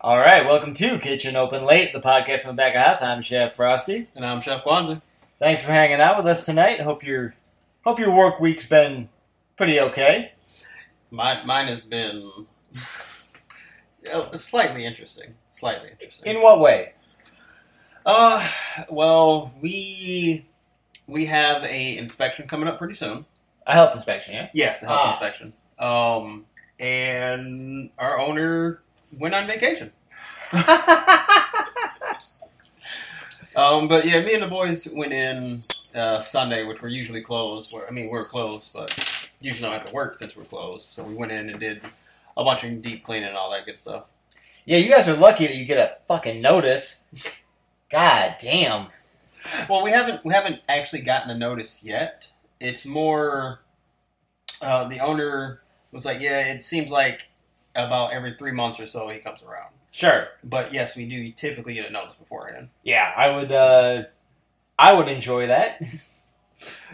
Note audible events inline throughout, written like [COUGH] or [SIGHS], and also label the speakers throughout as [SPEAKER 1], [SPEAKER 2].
[SPEAKER 1] All right, welcome to Kitchen Open Late, the podcast from the back of the house. I'm Chef Frosty.
[SPEAKER 2] And I'm Chef Quandly.
[SPEAKER 1] Thanks for hanging out with us tonight. Hope your hope your work week's been pretty okay.
[SPEAKER 2] My, mine has been uh, [LAUGHS] slightly interesting. Slightly interesting.
[SPEAKER 1] In what way?
[SPEAKER 2] uh, well, we we have a inspection coming up pretty soon.
[SPEAKER 1] A health inspection, yeah.
[SPEAKER 2] Yes, a health
[SPEAKER 1] Ah.
[SPEAKER 2] inspection. Um, and our owner went on vacation.
[SPEAKER 1] [LAUGHS]
[SPEAKER 2] um, but yeah, me and the boys went in uh, Sunday, which we're usually closed. Where I mean, we're closed, but usually don't have to work since we're closed. So we went in and did a bunch of deep cleaning and all that good stuff.
[SPEAKER 1] Yeah, you guys are lucky that you get a fucking notice. God damn.
[SPEAKER 2] Well, we haven't we haven't actually gotten the notice yet. It's more uh, the owner was like, yeah, it seems like about every three months or so he comes around.
[SPEAKER 1] Sure.
[SPEAKER 2] But yes, we do typically get a notice beforehand.
[SPEAKER 1] Yeah, I would. uh I would enjoy that.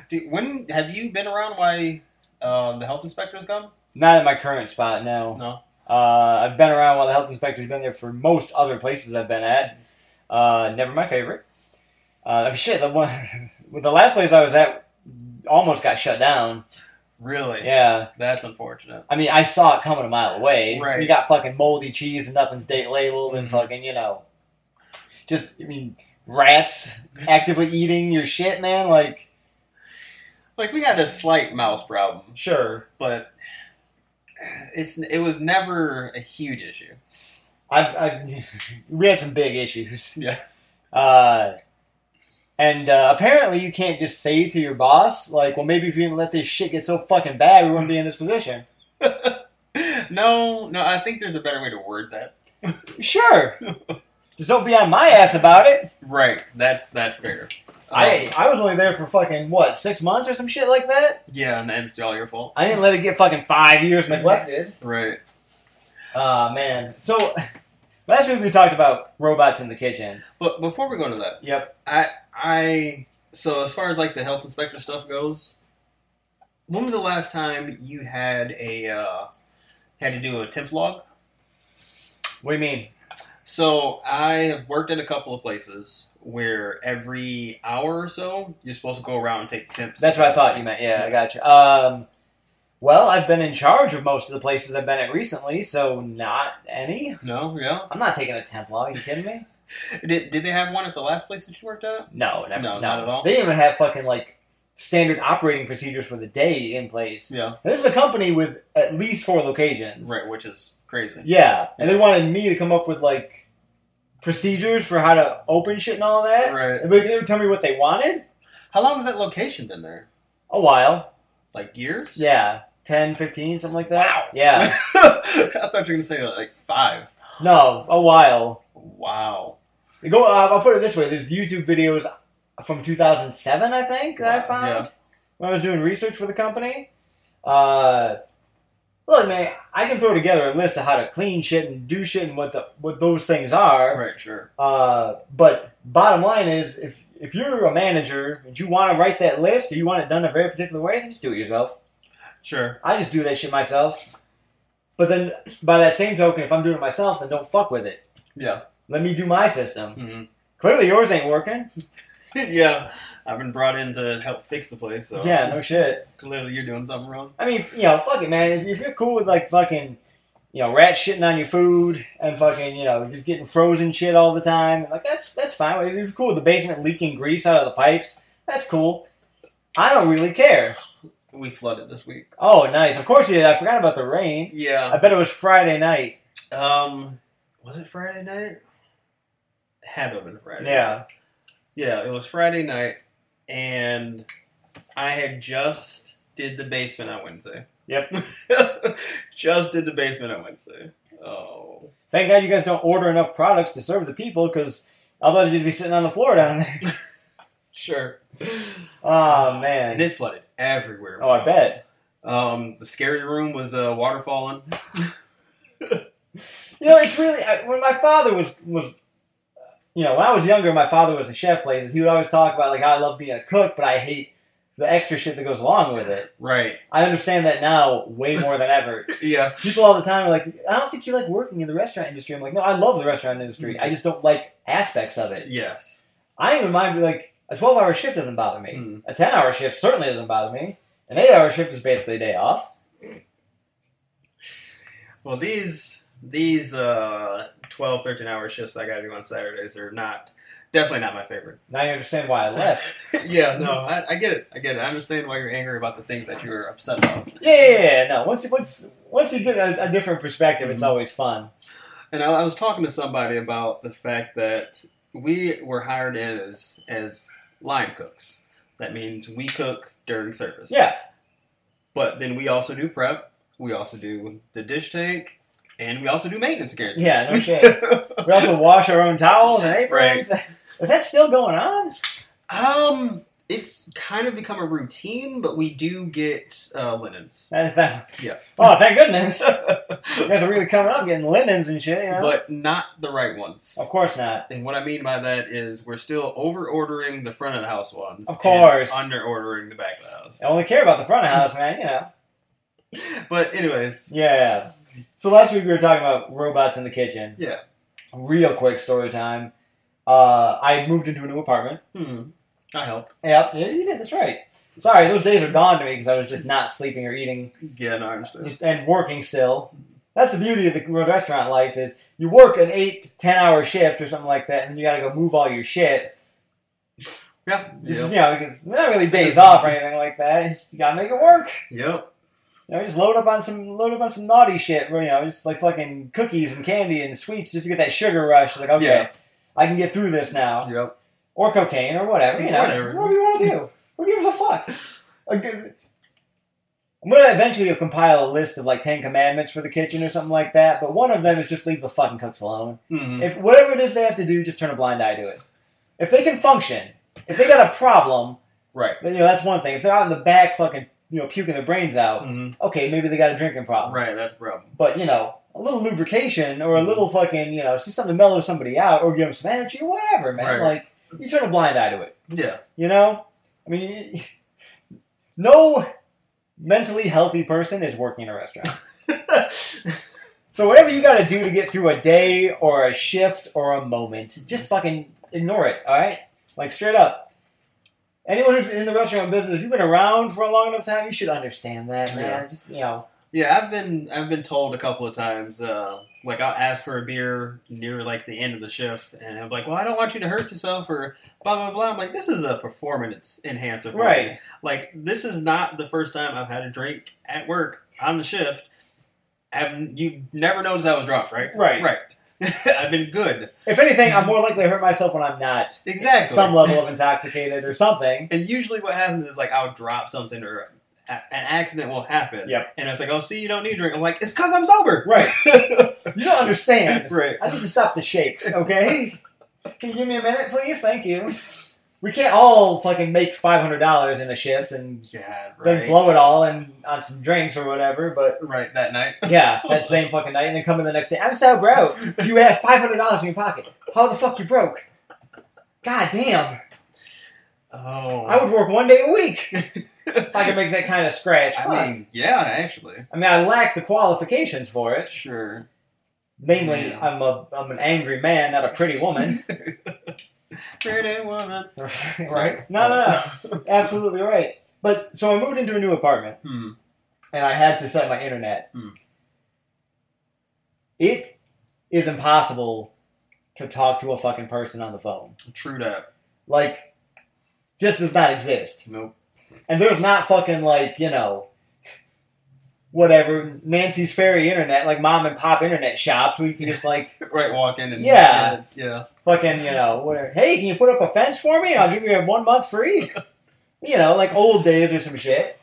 [SPEAKER 2] Do, when have you been around? Why uh, the health inspector's come?
[SPEAKER 1] Not at my current spot, no.
[SPEAKER 2] No.
[SPEAKER 1] Uh, I've been around while the health inspector's been there for most other places I've been at. Uh, never my favorite. Uh, I mean, shit, the one, [LAUGHS] with the last place I was at almost got shut down.
[SPEAKER 2] Really?
[SPEAKER 1] Yeah,
[SPEAKER 2] That's unfortunate.
[SPEAKER 1] I mean, I saw it coming a mile away.
[SPEAKER 2] Right.
[SPEAKER 1] You got fucking moldy cheese and nothing's date labeled, and
[SPEAKER 2] Mhm.
[SPEAKER 1] fucking you know, just I mean, rats actively eating your shit, man. Like,
[SPEAKER 2] Like we had a slight mouse problem,
[SPEAKER 1] sure,
[SPEAKER 2] but it's it was never a huge issue. [LAUGHS]
[SPEAKER 1] I've, I've [LAUGHS] we had some big issues.
[SPEAKER 2] Yeah.
[SPEAKER 1] Uh, and uh, apparently, you can't just say to your boss, like, well, maybe if you didn't let this shit get so fucking bad, we wouldn't be in this position.
[SPEAKER 2] No, no, I think there's a better way to word that.
[SPEAKER 1] Sure. Just don't be on my ass about it.
[SPEAKER 2] Right. That's that's fair.
[SPEAKER 1] I
[SPEAKER 2] Um,
[SPEAKER 1] I was only there for fucking what six months or some shit like that.
[SPEAKER 2] yeah, and it's all your fault.
[SPEAKER 1] I didn't let it get fucking five years neglected.
[SPEAKER 2] Right.
[SPEAKER 1] Ah man. So [LAUGHS] last week we talked about robots in the kitchen.
[SPEAKER 2] But before we go to that,
[SPEAKER 1] Yep.
[SPEAKER 2] I I so as far as like the health inspector stuff goes, when was the last time you had a uh, had to do a temp log?
[SPEAKER 1] What do you mean?
[SPEAKER 2] So I have worked at a couple of places where every hour or so you're supposed to go around and take temps.
[SPEAKER 1] That's what I thought you meant. Yeah, I got you. Um, well, I've been in charge of most of the places I've been at recently, so not any.
[SPEAKER 2] No, yeah.
[SPEAKER 1] I'm not taking a temp law. Are you kidding me?
[SPEAKER 2] Did, did they have one at the last place that you worked at?
[SPEAKER 1] No, never,
[SPEAKER 2] No, not at all.
[SPEAKER 1] They didn't even have fucking like standard operating procedures for the day in place.
[SPEAKER 2] Yeah.
[SPEAKER 1] And this is a company with at least four locations.
[SPEAKER 2] Right, which is crazy.
[SPEAKER 1] Yeah, and they wanted me to come up with like procedures for how to open shit and all that.
[SPEAKER 2] Right.
[SPEAKER 1] And they didn't tell me what they wanted.
[SPEAKER 2] How long has that location been there?
[SPEAKER 1] A while.
[SPEAKER 2] Like years?
[SPEAKER 1] Yeah. 10, 15, something like that.
[SPEAKER 2] Wow. [LAUGHS]
[SPEAKER 1] Yeah.
[SPEAKER 2] I thought you were gonna say like five.
[SPEAKER 1] No, a while.
[SPEAKER 2] Wow.
[SPEAKER 1] Go. Uh, I'll put it this way: there's YouTube videos from 2007, I think, that I
[SPEAKER 2] Wow,
[SPEAKER 1] found
[SPEAKER 2] yeah.
[SPEAKER 1] when I was doing research for the company. Uh, look, man, I can throw together a list of how to clean shit and do shit and what the what those things are.
[SPEAKER 2] Right. Sure.
[SPEAKER 1] Uh, but bottom line is, if if you're a manager and you want to write that list, or you want it done a very particular way, then just do it yourself.
[SPEAKER 2] Sure.
[SPEAKER 1] I just do that shit myself. But then, by that same token, if I'm doing it myself, then don't fuck with it.
[SPEAKER 2] Yeah.
[SPEAKER 1] Let me do my system.
[SPEAKER 2] hmm
[SPEAKER 1] Clearly, yours ain't working.
[SPEAKER 2] [LAUGHS] yeah. I've been brought in to help fix the place. So
[SPEAKER 1] Yeah, no shit.
[SPEAKER 2] Clearly, you're doing something wrong.
[SPEAKER 1] I mean, you know, fuck it, man. If, if you're cool with like fucking, you know, rats shitting on your food and fucking, you know, just getting frozen shit all the time, like that's that's fine. If you're cool with the basement leaking grease out of the pipes, that's cool. I don't really care.
[SPEAKER 2] We flooded this week.
[SPEAKER 1] Oh, nice. Of course you did. I forgot about the rain. I
[SPEAKER 2] Yeah.
[SPEAKER 1] bet it was Friday night.
[SPEAKER 2] Um. Was it Friday night? It had to have been Friday.
[SPEAKER 1] Yeah.
[SPEAKER 2] Yeah. It was Friday night, and I had just did the basement on Wednesday. [LAUGHS]
[SPEAKER 1] Yep.
[SPEAKER 2] just did the basement on Wednesday. Oh.
[SPEAKER 1] Thank God you guys don't order enough products to serve the people, because otherwise you'd be sitting on the floor down there. [LAUGHS]
[SPEAKER 2] Sure.
[SPEAKER 1] Oh
[SPEAKER 2] And
[SPEAKER 1] man.
[SPEAKER 2] it flooded everywhere.
[SPEAKER 1] Oh, I bet.
[SPEAKER 2] Um, the scary room was uh, waterfalling.
[SPEAKER 1] You know, it's really I- when my father was was, you know, when I was younger, my father was a chef. Plays he would always talk about like I love being a cook, but I hate the extra shit that goes along with it.
[SPEAKER 2] Right.
[SPEAKER 1] I understand that now way more than ever.
[SPEAKER 2] Yeah.
[SPEAKER 1] People all the time are like, I don't think you like working in the restaurant industry. I'm like, no, I love the restaurant industry. I just don't like aspects of it.
[SPEAKER 2] Yes.
[SPEAKER 1] I don't even mind like a 12 hour shift doesn't bother me.
[SPEAKER 2] Mm.
[SPEAKER 1] A 10 hour shift certainly doesn't bother me. An 8 hour shift is basically a day off.
[SPEAKER 2] Well, these these uh, 12, 13 hour shifts I gotta do on Saturdays are not definitely not my favorite. [LAUGHS]
[SPEAKER 1] Now you understand why I left.
[SPEAKER 2] yeah. No, I, I get it. I get it. I understand why you're angry about the things that you're upset about.
[SPEAKER 1] Yeah, yeah, yeah, no. Once you- once once you get a, a different perspective,
[SPEAKER 2] Mm-hmm.
[SPEAKER 1] it's always fun.
[SPEAKER 2] And I, I was talking to somebody about the fact that we were hired in as as line cooks. That means we cook during service.
[SPEAKER 1] Yeah,
[SPEAKER 2] But then we also do prep. We also do the dish tank, and we also do maintenance guarantees. [LAUGHS]
[SPEAKER 1] yeah, no shit. we also wash our own towels and aprons. Is that still going on?
[SPEAKER 2] um, it's kind of become a routine, but we do get uh,
[SPEAKER 1] [LAUGHS]
[SPEAKER 2] linens. [LAUGHS]
[SPEAKER 1] That's that.
[SPEAKER 2] Yeah.
[SPEAKER 1] Oh, thank goodness. You
[SPEAKER 2] but
[SPEAKER 1] guys are really coming up, getting linens and shit. You know?
[SPEAKER 2] not the right ones.
[SPEAKER 1] of course not.
[SPEAKER 2] And what I mean by that is we're still over ordering the front of the house ones.
[SPEAKER 1] Of course.
[SPEAKER 2] Under ordering the back of the house.
[SPEAKER 1] I only care about the front of house, man. You know.
[SPEAKER 2] But, anyways,
[SPEAKER 1] Yeah. So last week we were talking about robots in the kitchen.
[SPEAKER 2] Yeah.
[SPEAKER 1] Real quick story time. Uh, I moved into a new apartment.
[SPEAKER 2] hmm. I helped.
[SPEAKER 1] Yep. Yeah, you did. That's right. Sorry, those days are gone to me because I was just not sleeping or eating
[SPEAKER 2] Yeah, no, I understand.
[SPEAKER 1] just, and working still. That's the beauty of the restaurant life is you work an eight, ten hour shift or something like that, and you got to go move all your shit.
[SPEAKER 2] Yeah.
[SPEAKER 1] This is,
[SPEAKER 2] Yep.
[SPEAKER 1] you know, you can- not really days off or anything like that. You just- You got to make it work.
[SPEAKER 2] Yep.
[SPEAKER 1] You know, just load up on some load up on some naughty shit. You know, just like fucking cookies and candy and sweets, just to get that sugar rush. Like, okay,
[SPEAKER 2] Yeah.
[SPEAKER 1] I can get through this now,
[SPEAKER 2] Yep.
[SPEAKER 1] or cocaine, or whatever. You know,
[SPEAKER 2] Whatever.
[SPEAKER 1] whatever you want to do. Who gives a fuck? Like, I'm gonna eventually compile a list of like ten commandments for the kitchen or something like that. But one of them is just leave the fucking cooks alone.
[SPEAKER 2] Mhm.
[SPEAKER 1] If whatever it is they have to do, just turn a blind eye to it. If they can function, if they got a problem,
[SPEAKER 2] Right.
[SPEAKER 1] then, you know that's one thing. If they're out in the back, fucking you know puking their brains out,
[SPEAKER 2] hmm
[SPEAKER 1] okay, maybe they got a drinking problem.
[SPEAKER 2] Right, Mm. that's the problem.
[SPEAKER 1] But you know, a little lubrication or a little fucking you know, it's just something to mellow somebody out or give them some energy or whatever, man.
[SPEAKER 2] Right.
[SPEAKER 1] Like you turn a blind eye to it.
[SPEAKER 2] Yeah.
[SPEAKER 1] You know, I mean, [LAUGHS] you- no mentally healthy person is working in a [LAUGHS] restaurant. So whatever you got to do to get through a day or a shift or a moment, just fucking ignore it. All right, like straight up. Anyone who's in the restaurant business, if you've been around for a long enough time, you should understand that, man. Just, you know,
[SPEAKER 2] Yeah, I've been I've been told a couple of times, uh, like I'll ask for a beer near like the end of the shift, and I'm like, well, I don't want you to hurt yourself or blah blah blah. I'm like, this is a performance enhancer, for me.
[SPEAKER 1] Right.
[SPEAKER 2] Like this is not the first time I've had a drink at work on the shift. Have you never noticed I was drunk, right?
[SPEAKER 1] Right.
[SPEAKER 2] Right. [LAUGHS] I've been good.
[SPEAKER 1] If anything, I'm more likely to hurt myself when I'm not.
[SPEAKER 2] Exactly.
[SPEAKER 1] some level of intoxicated or something.
[SPEAKER 2] And usually, what happens is like I'll drop something or a- an accident will happen.
[SPEAKER 1] Yep.
[SPEAKER 2] And it's like, oh, see, you don't need a drink. I'm like, it's because I'm sober. [LAUGHS]
[SPEAKER 1] Right. You don't understand.
[SPEAKER 2] right.
[SPEAKER 1] I need to stop the shakes,
[SPEAKER 2] [LAUGHS]
[SPEAKER 1] okay? Can you give me a minute, please? Thank you. We can't all fucking make five hundred dollars in a shift and
[SPEAKER 2] God,
[SPEAKER 1] then
[SPEAKER 2] right.
[SPEAKER 1] blow it all and on some drinks or whatever, but
[SPEAKER 2] right that night. [LAUGHS]
[SPEAKER 1] yeah, that same fucking night and then come in the next day. I'm so broke. You have five hundred dollars in your pocket. How the fuck you broke? God damn.
[SPEAKER 2] Oh,
[SPEAKER 1] I would work one day a week
[SPEAKER 2] [LAUGHS]
[SPEAKER 1] [LAUGHS] if I could make that kind of scratch.
[SPEAKER 2] I
[SPEAKER 1] Fuck.
[SPEAKER 2] mean, yeah, actually,
[SPEAKER 1] I mean I lack the qualifications for it.
[SPEAKER 2] sure.
[SPEAKER 1] Namely,
[SPEAKER 2] Yeah.
[SPEAKER 1] I'm a I'm an angry man, not a pretty
[SPEAKER 2] [LAUGHS]
[SPEAKER 1] woman. [LAUGHS]
[SPEAKER 2] Pretty woman. Sorry.
[SPEAKER 1] right? No, no, no. Absolutely right. But so I moved into a new apartment,
[SPEAKER 2] [LAUGHS] Hmm.
[SPEAKER 1] and I had to set my internet.
[SPEAKER 2] Hmm.
[SPEAKER 1] It is impossible to talk to a fucking person on the phone.
[SPEAKER 2] True that.
[SPEAKER 1] Like, just does not exist.
[SPEAKER 2] Nope.
[SPEAKER 1] And there's not fucking like you know. Whatever, Nancy's Ferry Internet, like mom and pop internet shops where you can just like
[SPEAKER 2] Right, walk in and
[SPEAKER 1] Yeah.
[SPEAKER 2] yeah,
[SPEAKER 1] fucking, you know, whatever. Hey, can you put up a fence for me? I'll give you a one month free. You know, like old days or some shit.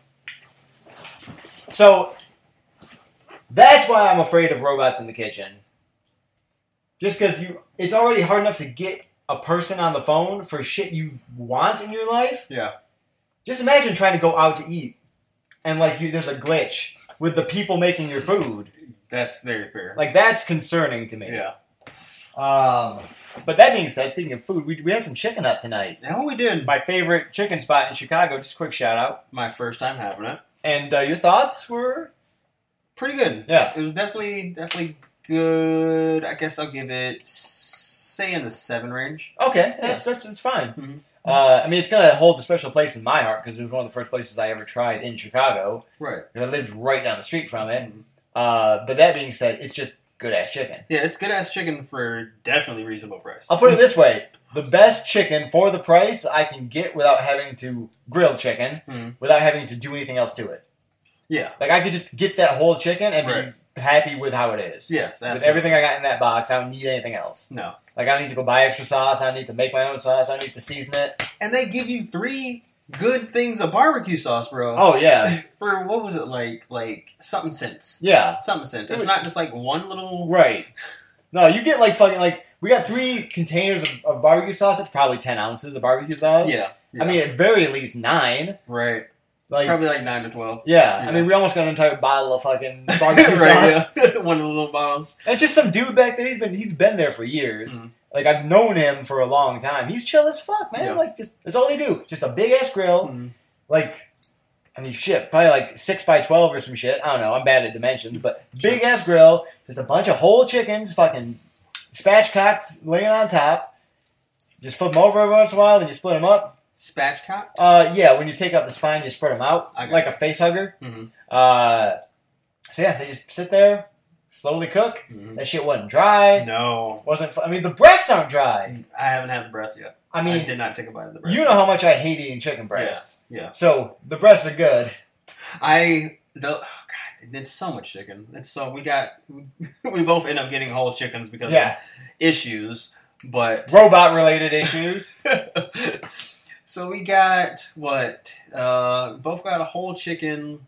[SPEAKER 1] So that's why I'm afraid of robots in the kitchen. Just because you, it's already hard enough to get a person on the phone for shit you want in your life.
[SPEAKER 2] Yeah.
[SPEAKER 1] Just imagine trying to go out to eat, and like you, there's a glitch with the people making your food.
[SPEAKER 2] That's very fair.
[SPEAKER 1] Like that's concerning to me.
[SPEAKER 2] yeah,
[SPEAKER 1] Um, but that being said, speaking of food, we, we had some chicken up tonight.
[SPEAKER 2] Now we did
[SPEAKER 1] My favorite chicken spot in Chicago. Just a quick shout out.
[SPEAKER 2] my first time having it.
[SPEAKER 1] And uh, your thoughts were?
[SPEAKER 2] Pretty good.
[SPEAKER 1] Yeah.
[SPEAKER 2] It was definitely definitely good. I guess I'll give it say in the seven range.
[SPEAKER 1] Okay, that's that's, that's fine.
[SPEAKER 2] Mhm.
[SPEAKER 1] Uh, I mean, it's gonna hold a special place in my heart because it was one of the first places I ever tried in Chicago.
[SPEAKER 2] Right.
[SPEAKER 1] 'cause I lived right down the street from it. Uh, but that being said, it's just good ass chicken.
[SPEAKER 2] Yeah, it's good ass chicken for definitely reasonable price.
[SPEAKER 1] I'll put it this way: the best chicken for the price I can get without having to grill chicken,
[SPEAKER 2] Mhm.
[SPEAKER 1] without having to do anything else to it.
[SPEAKER 2] Yeah.
[SPEAKER 1] Like I could just get that whole chicken and
[SPEAKER 2] Right.
[SPEAKER 1] be happy with how it is.
[SPEAKER 2] Yes,
[SPEAKER 1] With
[SPEAKER 2] absolutely.
[SPEAKER 1] everything I got in that box, I don't need anything else.
[SPEAKER 2] No.
[SPEAKER 1] Like I don't need to go buy extra sauce. I don't need to make my own sauce. I don't need to season it.
[SPEAKER 2] And they give you three good things of barbecue sauce, bro.
[SPEAKER 1] Oh yeah,
[SPEAKER 2] [LAUGHS] for what was it like? Like something cents.
[SPEAKER 1] yeah,
[SPEAKER 2] Something cents.
[SPEAKER 1] It
[SPEAKER 2] It's
[SPEAKER 1] was-
[SPEAKER 2] not just like one little.
[SPEAKER 1] right. No, you get like fucking like we got three containers of, of barbecue sauce. It's probably ten ounces of barbecue sauce.
[SPEAKER 2] Yeah. yeah.
[SPEAKER 1] I mean at very least nine.
[SPEAKER 2] right.
[SPEAKER 1] Like
[SPEAKER 2] Probably like nine to twelve.
[SPEAKER 1] Yeah,
[SPEAKER 2] Yeah.
[SPEAKER 1] I mean, we almost got an entire bottle of
[SPEAKER 2] [LAUGHS]
[SPEAKER 1] fucking barbecue
[SPEAKER 2] Right,
[SPEAKER 1] sauce.
[SPEAKER 2] yeah. [LAUGHS] one of the little bottles.
[SPEAKER 1] And It's just some dude back there. He's been he's been there for years.
[SPEAKER 2] Mhm.
[SPEAKER 1] Like I've known him for a long time. He's chill as fuck, man.
[SPEAKER 2] Yeah.
[SPEAKER 1] Like just that's all they do. Just a big ass grill. Like I mean, shit, probably like six by twelve or some shit. I don't know. I'm bad at dimensions, but big ass grill. Just a bunch of whole chickens, fucking spatchcocks laying on top. Just flip them over every once in a while, then you split them up.
[SPEAKER 2] Spatchcock.
[SPEAKER 1] Uh, yeah, when you take out the spine, you spread them out
[SPEAKER 2] I got
[SPEAKER 1] like
[SPEAKER 2] you.
[SPEAKER 1] a face hugger.
[SPEAKER 2] Mhm.
[SPEAKER 1] Uh, so yeah, they just sit there, slowly cook.
[SPEAKER 2] Mhm.
[SPEAKER 1] That shit wasn't dry.
[SPEAKER 2] No,
[SPEAKER 1] Wasn't. fu- I mean, the breasts aren't dry.
[SPEAKER 2] I haven't had the breast yet.
[SPEAKER 1] I
[SPEAKER 2] I,
[SPEAKER 1] mean,
[SPEAKER 2] did not take a bite of the breast.
[SPEAKER 1] you know how much I hate eating chicken breasts.
[SPEAKER 2] yeah.
[SPEAKER 1] So the breasts are good.
[SPEAKER 2] I the oh god, it's so much chicken. It's so we got [LAUGHS] we both end up getting whole chickens because
[SPEAKER 1] Yeah.
[SPEAKER 2] of issues, but
[SPEAKER 1] Robot related issues.
[SPEAKER 2] [LAUGHS] so we got what uh both got a whole chicken.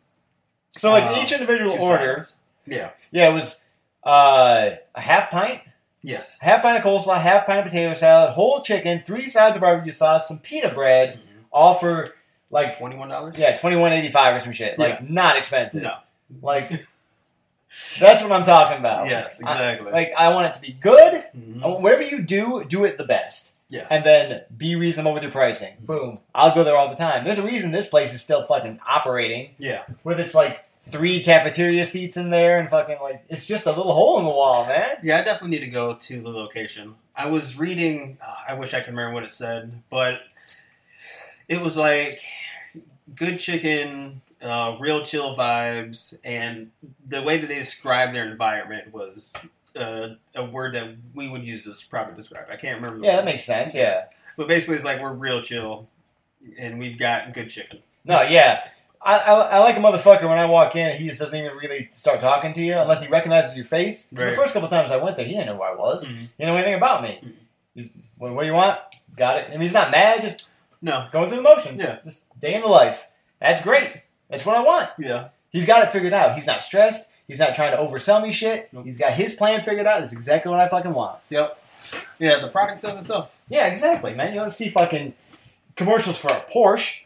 [SPEAKER 1] So like
[SPEAKER 2] Uh,
[SPEAKER 1] each individual
[SPEAKER 2] two
[SPEAKER 1] order.
[SPEAKER 2] sides. Yeah.
[SPEAKER 1] Yeah, it was uh, a half pint,
[SPEAKER 2] Yes.
[SPEAKER 1] half pint of coleslaw, half pint of potato salad, whole chicken, three sides of barbecue sauce, some pita bread, all for like
[SPEAKER 2] twenty one dollars.
[SPEAKER 1] yeah twenty one eighty five or some shit. Like not
[SPEAKER 2] [LAUGHS]
[SPEAKER 1] expensive.
[SPEAKER 2] No.
[SPEAKER 1] Like that's what I'm talking about.
[SPEAKER 2] Yes.
[SPEAKER 1] I-
[SPEAKER 2] Exactly.
[SPEAKER 1] like I want it to be good.
[SPEAKER 2] Mhm.
[SPEAKER 1] I want- whatever you do, do it the best,
[SPEAKER 2] Yes.
[SPEAKER 1] and then be reasonable with your pricing. Boom. I'll go there all the time. There's a reason this place is still fucking operating.
[SPEAKER 2] yeah.
[SPEAKER 1] With its like three cafeteria seats in there and fucking like it's just a little hole in the wall, man.
[SPEAKER 2] Yeah, I definitely need to go to the location. I was reading, uh, I wish I could remember what it said, but it was like good chicken, uh, real chill vibes, and the way that they described their environment was uh, a word that we would use to probably describe. I can't remember. the
[SPEAKER 1] Yeah, that
[SPEAKER 2] word.
[SPEAKER 1] makes sense. Yeah.
[SPEAKER 2] But basically, it's like we're real chill, and we've got good chicken.
[SPEAKER 1] No, yeah. I, I, I like a motherfucker when I walk in and he just doesn't even really start talking to you unless he recognizes your face. 'Cause The
[SPEAKER 2] Right.
[SPEAKER 1] first couple times I went there, he didn't know who I was.
[SPEAKER 2] Mhm.
[SPEAKER 1] He didn't know anything about me.
[SPEAKER 2] Mhm.
[SPEAKER 1] He's, what, what do you want? Got it. I mean, he's not mad, just
[SPEAKER 2] No.
[SPEAKER 1] going through the motions.
[SPEAKER 2] Yeah.
[SPEAKER 1] Just day in the life. That's great. That's what I want.
[SPEAKER 2] Yeah.
[SPEAKER 1] He's got it figured out. He's not stressed. He's not trying to oversell me shit.
[SPEAKER 2] Nope.
[SPEAKER 1] He's got his plan figured out. That's exactly what I fucking want.
[SPEAKER 2] Yep. Yeah, the product says itself.
[SPEAKER 1] Yeah, exactly, man. You don't see fucking commercials for a Porsche.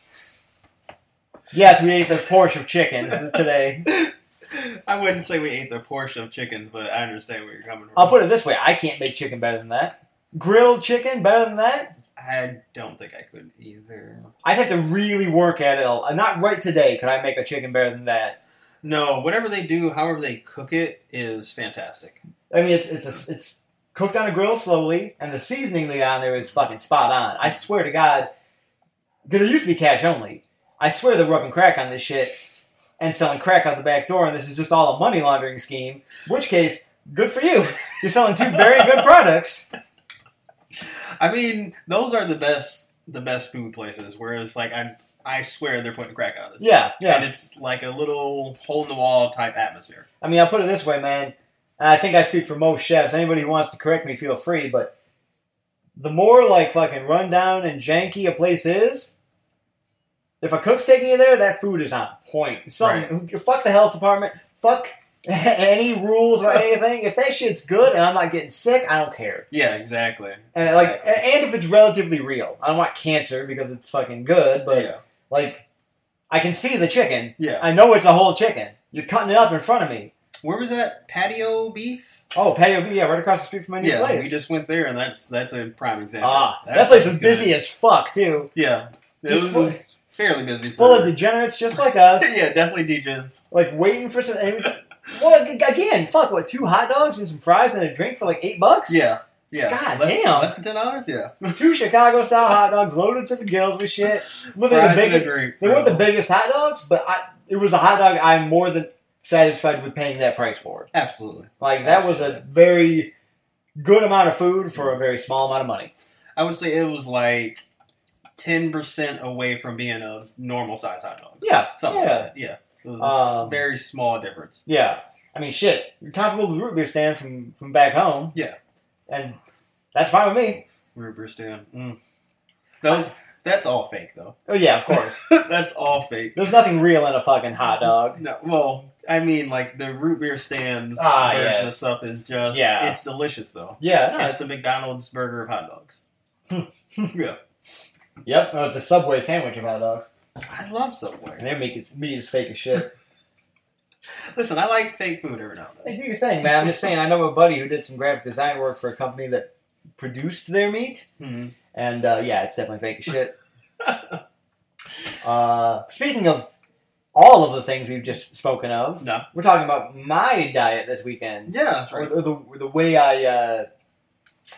[SPEAKER 1] Yes, we ate the Porsche of chickens today.
[SPEAKER 2] [LAUGHS] I wouldn't say we ate the portion of chickens, but I understand where you're coming from.
[SPEAKER 1] I'll put it this way: I can't make chicken better than that. Grilled chicken better than that?
[SPEAKER 2] I don't think I could either.
[SPEAKER 1] I'd have to really work at it. a- Not right today could I make a chicken better than that.
[SPEAKER 2] No, whatever they do, however they cook it is fantastic.
[SPEAKER 1] I mean, it's it's a, it's cooked on a grill slowly, and the seasoning they got on there is fucking spot on. I swear to God, because it used to be cash only. I swear they're rubbing crack on this shit and selling crack out the back door, and this is just all a money laundering scheme. Which case, good for you. [LAUGHS] You're selling two very good products.
[SPEAKER 2] I mean, those are the best the best food places. Whereas, like I I swear they're putting crack out of this.
[SPEAKER 1] Yeah, yeah.
[SPEAKER 2] and it's like a little hole in the wall type atmosphere.
[SPEAKER 1] I mean, I'll put it this way, man. And I think I speak for most chefs. Anybody who wants to correct me, feel free. But the more like fucking rundown and janky a place is, if a cook's taking you there, that food is on point. Something. Fuck the health department. Fuck [LAUGHS] any rules or anything. If that shit's good and I'm not getting sick, I don't care.
[SPEAKER 2] Yeah, exactly.
[SPEAKER 1] And like,
[SPEAKER 2] Exactly.
[SPEAKER 1] and if it's relatively real, I don't want cancer because it's fucking good. But
[SPEAKER 2] yeah,
[SPEAKER 1] like, I can see the chicken.
[SPEAKER 2] yeah,
[SPEAKER 1] I know it's a whole chicken. You're cutting it up in front of me.
[SPEAKER 2] Where was that patio beef?
[SPEAKER 1] Oh, patio B, yeah, right across the street from my new
[SPEAKER 2] yeah,
[SPEAKER 1] place.
[SPEAKER 2] we just went there, and that's that's a prime example.
[SPEAKER 1] ah, that
[SPEAKER 2] That's-
[SPEAKER 1] place was
[SPEAKER 2] that's good.
[SPEAKER 1] busy as fuck too.
[SPEAKER 2] Yeah, it
[SPEAKER 1] Just
[SPEAKER 2] was,
[SPEAKER 1] full-
[SPEAKER 2] was fairly busy.
[SPEAKER 1] Full
[SPEAKER 2] for-
[SPEAKER 1] of degenerates just like us,
[SPEAKER 2] [LAUGHS] yeah, definitely DJs.
[SPEAKER 1] like waiting for some. And well, again, fuck, what two hot dogs and some fries and a drink for like eight bucks?
[SPEAKER 2] Yeah, yeah.
[SPEAKER 1] God
[SPEAKER 2] less,
[SPEAKER 1] damn.
[SPEAKER 2] less than ten dollars. Yeah,
[SPEAKER 1] two Chicago style hot dogs loaded to the gills with shit. But they're the
[SPEAKER 2] Fries and
[SPEAKER 1] biggest-
[SPEAKER 2] a drink.
[SPEAKER 1] They weren't the biggest hot dogs, but I, it was a hot dog I'm more than satisfied with paying that price for.
[SPEAKER 2] Absolutely.
[SPEAKER 1] Like that was a very good amount of food for a very small amount of money.
[SPEAKER 2] I would say it was like ten percent away from being a normal size hot dog.
[SPEAKER 1] Yeah,
[SPEAKER 2] Something
[SPEAKER 1] yeah,
[SPEAKER 2] like that. Yeah. It was a s-
[SPEAKER 1] Um,
[SPEAKER 2] very small difference.
[SPEAKER 1] yeah. I mean, shit, you're comparable to the root beer stand from from back home.
[SPEAKER 2] Yeah.
[SPEAKER 1] and that's fine with me.
[SPEAKER 2] Rubber stand. Mm. That was that's all fake though.
[SPEAKER 1] Oh yeah, of
[SPEAKER 2] [LAUGHS]
[SPEAKER 1] course.
[SPEAKER 2] that's all fake.
[SPEAKER 1] There's nothing real in a fucking hot dog.
[SPEAKER 2] No, well, I mean, like the root beer stands
[SPEAKER 1] Ah,
[SPEAKER 2] version
[SPEAKER 1] yes.
[SPEAKER 2] of stuff is just
[SPEAKER 1] Yeah.
[SPEAKER 2] it's delicious though.
[SPEAKER 1] Yeah, Hmm. no,
[SPEAKER 2] It's the McDonald's burger of hot dogs. [LAUGHS] yeah,
[SPEAKER 1] yep. uh, the Subway sandwich of hot dogs,
[SPEAKER 2] I love Subway.
[SPEAKER 1] and their meat is meat is fake as
[SPEAKER 2] [LAUGHS]
[SPEAKER 1] shit.
[SPEAKER 2] Listen, I like fake food every now and
[SPEAKER 1] hey,
[SPEAKER 2] then.
[SPEAKER 1] do your thing, man. I'm just saying. I know a buddy who did some graphic design work for a company that produced their meat.
[SPEAKER 2] Mhm.
[SPEAKER 1] And uh, yeah, it's definitely fake as
[SPEAKER 2] [LAUGHS]
[SPEAKER 1] shit.
[SPEAKER 2] Mm-hmm.
[SPEAKER 1] uh, speaking of all of the things we've just spoken of,
[SPEAKER 2] No.
[SPEAKER 1] we're talking about my diet this weekend,
[SPEAKER 2] Yeah, that's right.
[SPEAKER 1] or, or the, the way I uh,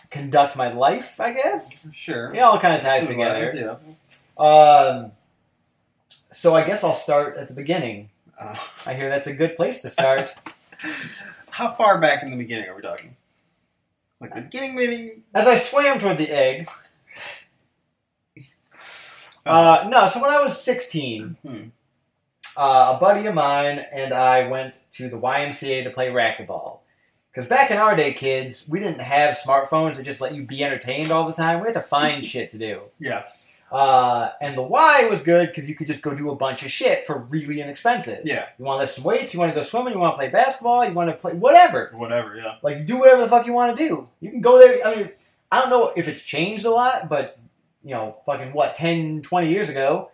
[SPEAKER 1] conduct my life, I guess.
[SPEAKER 2] Sure.
[SPEAKER 1] It all kind of ties
[SPEAKER 2] Food-wise,
[SPEAKER 1] together.
[SPEAKER 2] Yeah.
[SPEAKER 1] Um, so I guess I'll start at the beginning.
[SPEAKER 2] Uh,
[SPEAKER 1] I hear that's a good place to start.
[SPEAKER 2] how far back in the beginning are we talking? Like the beginning, beginning.
[SPEAKER 1] As I swam toward the egg, uh, no. So when I was 16,
[SPEAKER 2] Uh-huh. hmm.
[SPEAKER 1] uh, a buddy of mine and I went to the YMCA to play racquetball. Because back in our day, kids, we didn't have smartphones that just let you be entertained all the time. We had to find shit to do.
[SPEAKER 2] Yes.
[SPEAKER 1] Uh, and the Y was good because you could just go do a bunch of shit for really inexpensive.
[SPEAKER 2] Yeah.
[SPEAKER 1] You want to lift some weights, you want to go swimming, you want to play basketball, you want to play whatever.
[SPEAKER 2] Whatever. Yeah.
[SPEAKER 1] Like, you do whatever the fuck you want to do. You can go there. I mean, I don't know if it's changed a lot, but, you know, fucking what, 10, 20 years ago,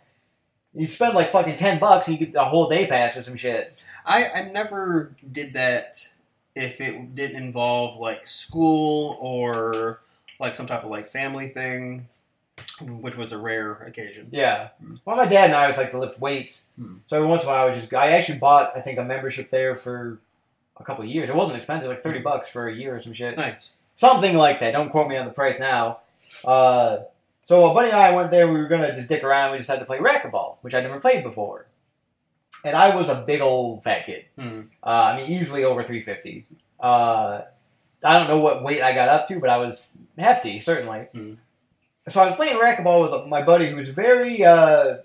[SPEAKER 1] you spend like fucking 10 bucks and you get a whole day pass or some shit.
[SPEAKER 2] I I never did that if it didn't involve like school or like some type of like family thing, which was a rare occasion.
[SPEAKER 1] Yeah.
[SPEAKER 2] Hmm.
[SPEAKER 1] Well, my dad and I was like to lift weights.
[SPEAKER 2] Hmm.
[SPEAKER 1] So every once in a while, I would just. I actually bought, I think, a membership there for a couple of years. It wasn't expensive, like thirty bucks for a year or some shit,
[SPEAKER 2] Nice.
[SPEAKER 1] something like that. Don't quote me on the price now. Uh, so a buddy and I went there. We were gonna just dick around. We decided to play racquetball, which I'd never played before. And I was a big old fat kid.
[SPEAKER 2] Hmm.
[SPEAKER 1] Uh, I mean, easily over three fifty. Uh, I don't know what weight I got up to, but I was hefty, certainly.
[SPEAKER 2] Mm.
[SPEAKER 1] So I was playing racquetball with my buddy who was very uh,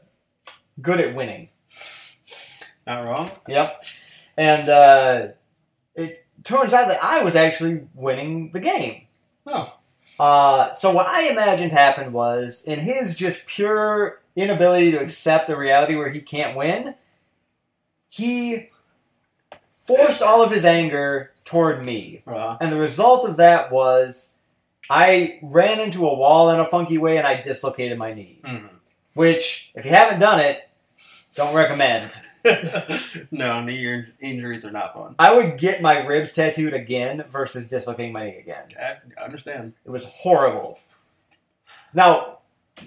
[SPEAKER 1] good at winning.
[SPEAKER 2] Not wrong.
[SPEAKER 1] Yep. And uh, it turns out that I was actually winning the game.
[SPEAKER 2] Oh.
[SPEAKER 1] Uh, so what I imagined happened was, in his just pure inability to accept a reality where he can't win, he forced all of his anger toward me.
[SPEAKER 2] Uh,
[SPEAKER 1] And the result of that was I ran into a wall in a funky way and I dislocated my knee.
[SPEAKER 2] hmm. [LAUGHS]
[SPEAKER 1] Which, if you haven't done it, don't recommend.
[SPEAKER 2] no, knee in- injuries are not fun.
[SPEAKER 1] I would get my ribs tattooed again versus dislocating my knee again.
[SPEAKER 2] I I understand.
[SPEAKER 1] It was horrible. Now,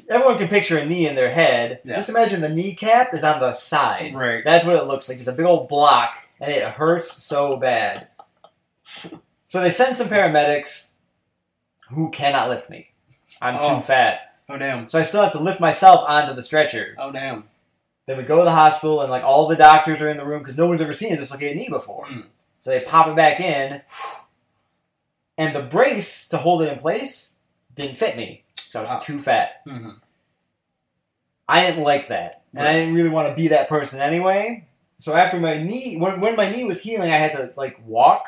[SPEAKER 1] everyone can picture a knee in their head.
[SPEAKER 2] Yes.
[SPEAKER 1] Just imagine the kneecap is on the side.
[SPEAKER 2] Right.
[SPEAKER 1] That's what it looks like. It's a big old block, and it hurts so bad. So they sent some paramedics who cannot lift me. I'm
[SPEAKER 2] Oh.
[SPEAKER 1] too fat.
[SPEAKER 2] Oh damn.
[SPEAKER 1] So I still have to lift myself onto the stretcher.
[SPEAKER 2] Oh damn.
[SPEAKER 1] Then we go to the hospital, and like all the doctors are in the room because no one's ever seen a dislocated knee before.
[SPEAKER 2] Mm.
[SPEAKER 1] So they pop it back in, and the brace to hold it in place didn't fit me. So I was
[SPEAKER 2] Wow.
[SPEAKER 1] too fat.
[SPEAKER 2] hmm
[SPEAKER 1] I didn't like that, and I
[SPEAKER 2] Right.
[SPEAKER 1] didn't really want to be that person anyway. So after my knee, when, when my knee was healing, I had to like walk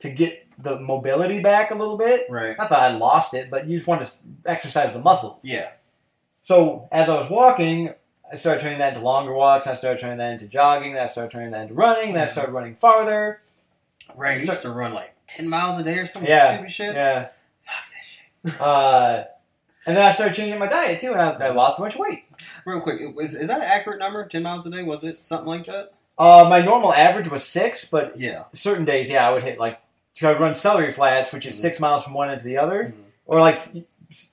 [SPEAKER 1] to get the mobility back a little bit.
[SPEAKER 2] Right.
[SPEAKER 1] Not that I lost it, but you just want to s- exercise the muscles.
[SPEAKER 2] Yeah.
[SPEAKER 1] So as I was walking, I started turning that into longer walks. I started turning that into jogging. Then I started turning that into running. Then I
[SPEAKER 2] Mhm.
[SPEAKER 1] started running farther.
[SPEAKER 2] Right. You used to run like ten miles a day or some
[SPEAKER 1] Yeah.
[SPEAKER 2] stupid shit.
[SPEAKER 1] Yeah.
[SPEAKER 2] Fuck that
[SPEAKER 1] [LAUGHS]
[SPEAKER 2] shit.
[SPEAKER 1] Uh, and then I started changing my diet too, and I, I lost a bunch of weight.
[SPEAKER 2] Real quick, was, is that an accurate number? Ten miles a day? Was it something like that?
[SPEAKER 1] Uh, my normal average was six, but
[SPEAKER 2] Yeah.
[SPEAKER 1] certain days, yeah, I would hit like I would run celery flats, which is
[SPEAKER 2] Mhm.
[SPEAKER 1] six miles from one end to the other,
[SPEAKER 2] Mhm.
[SPEAKER 1] or like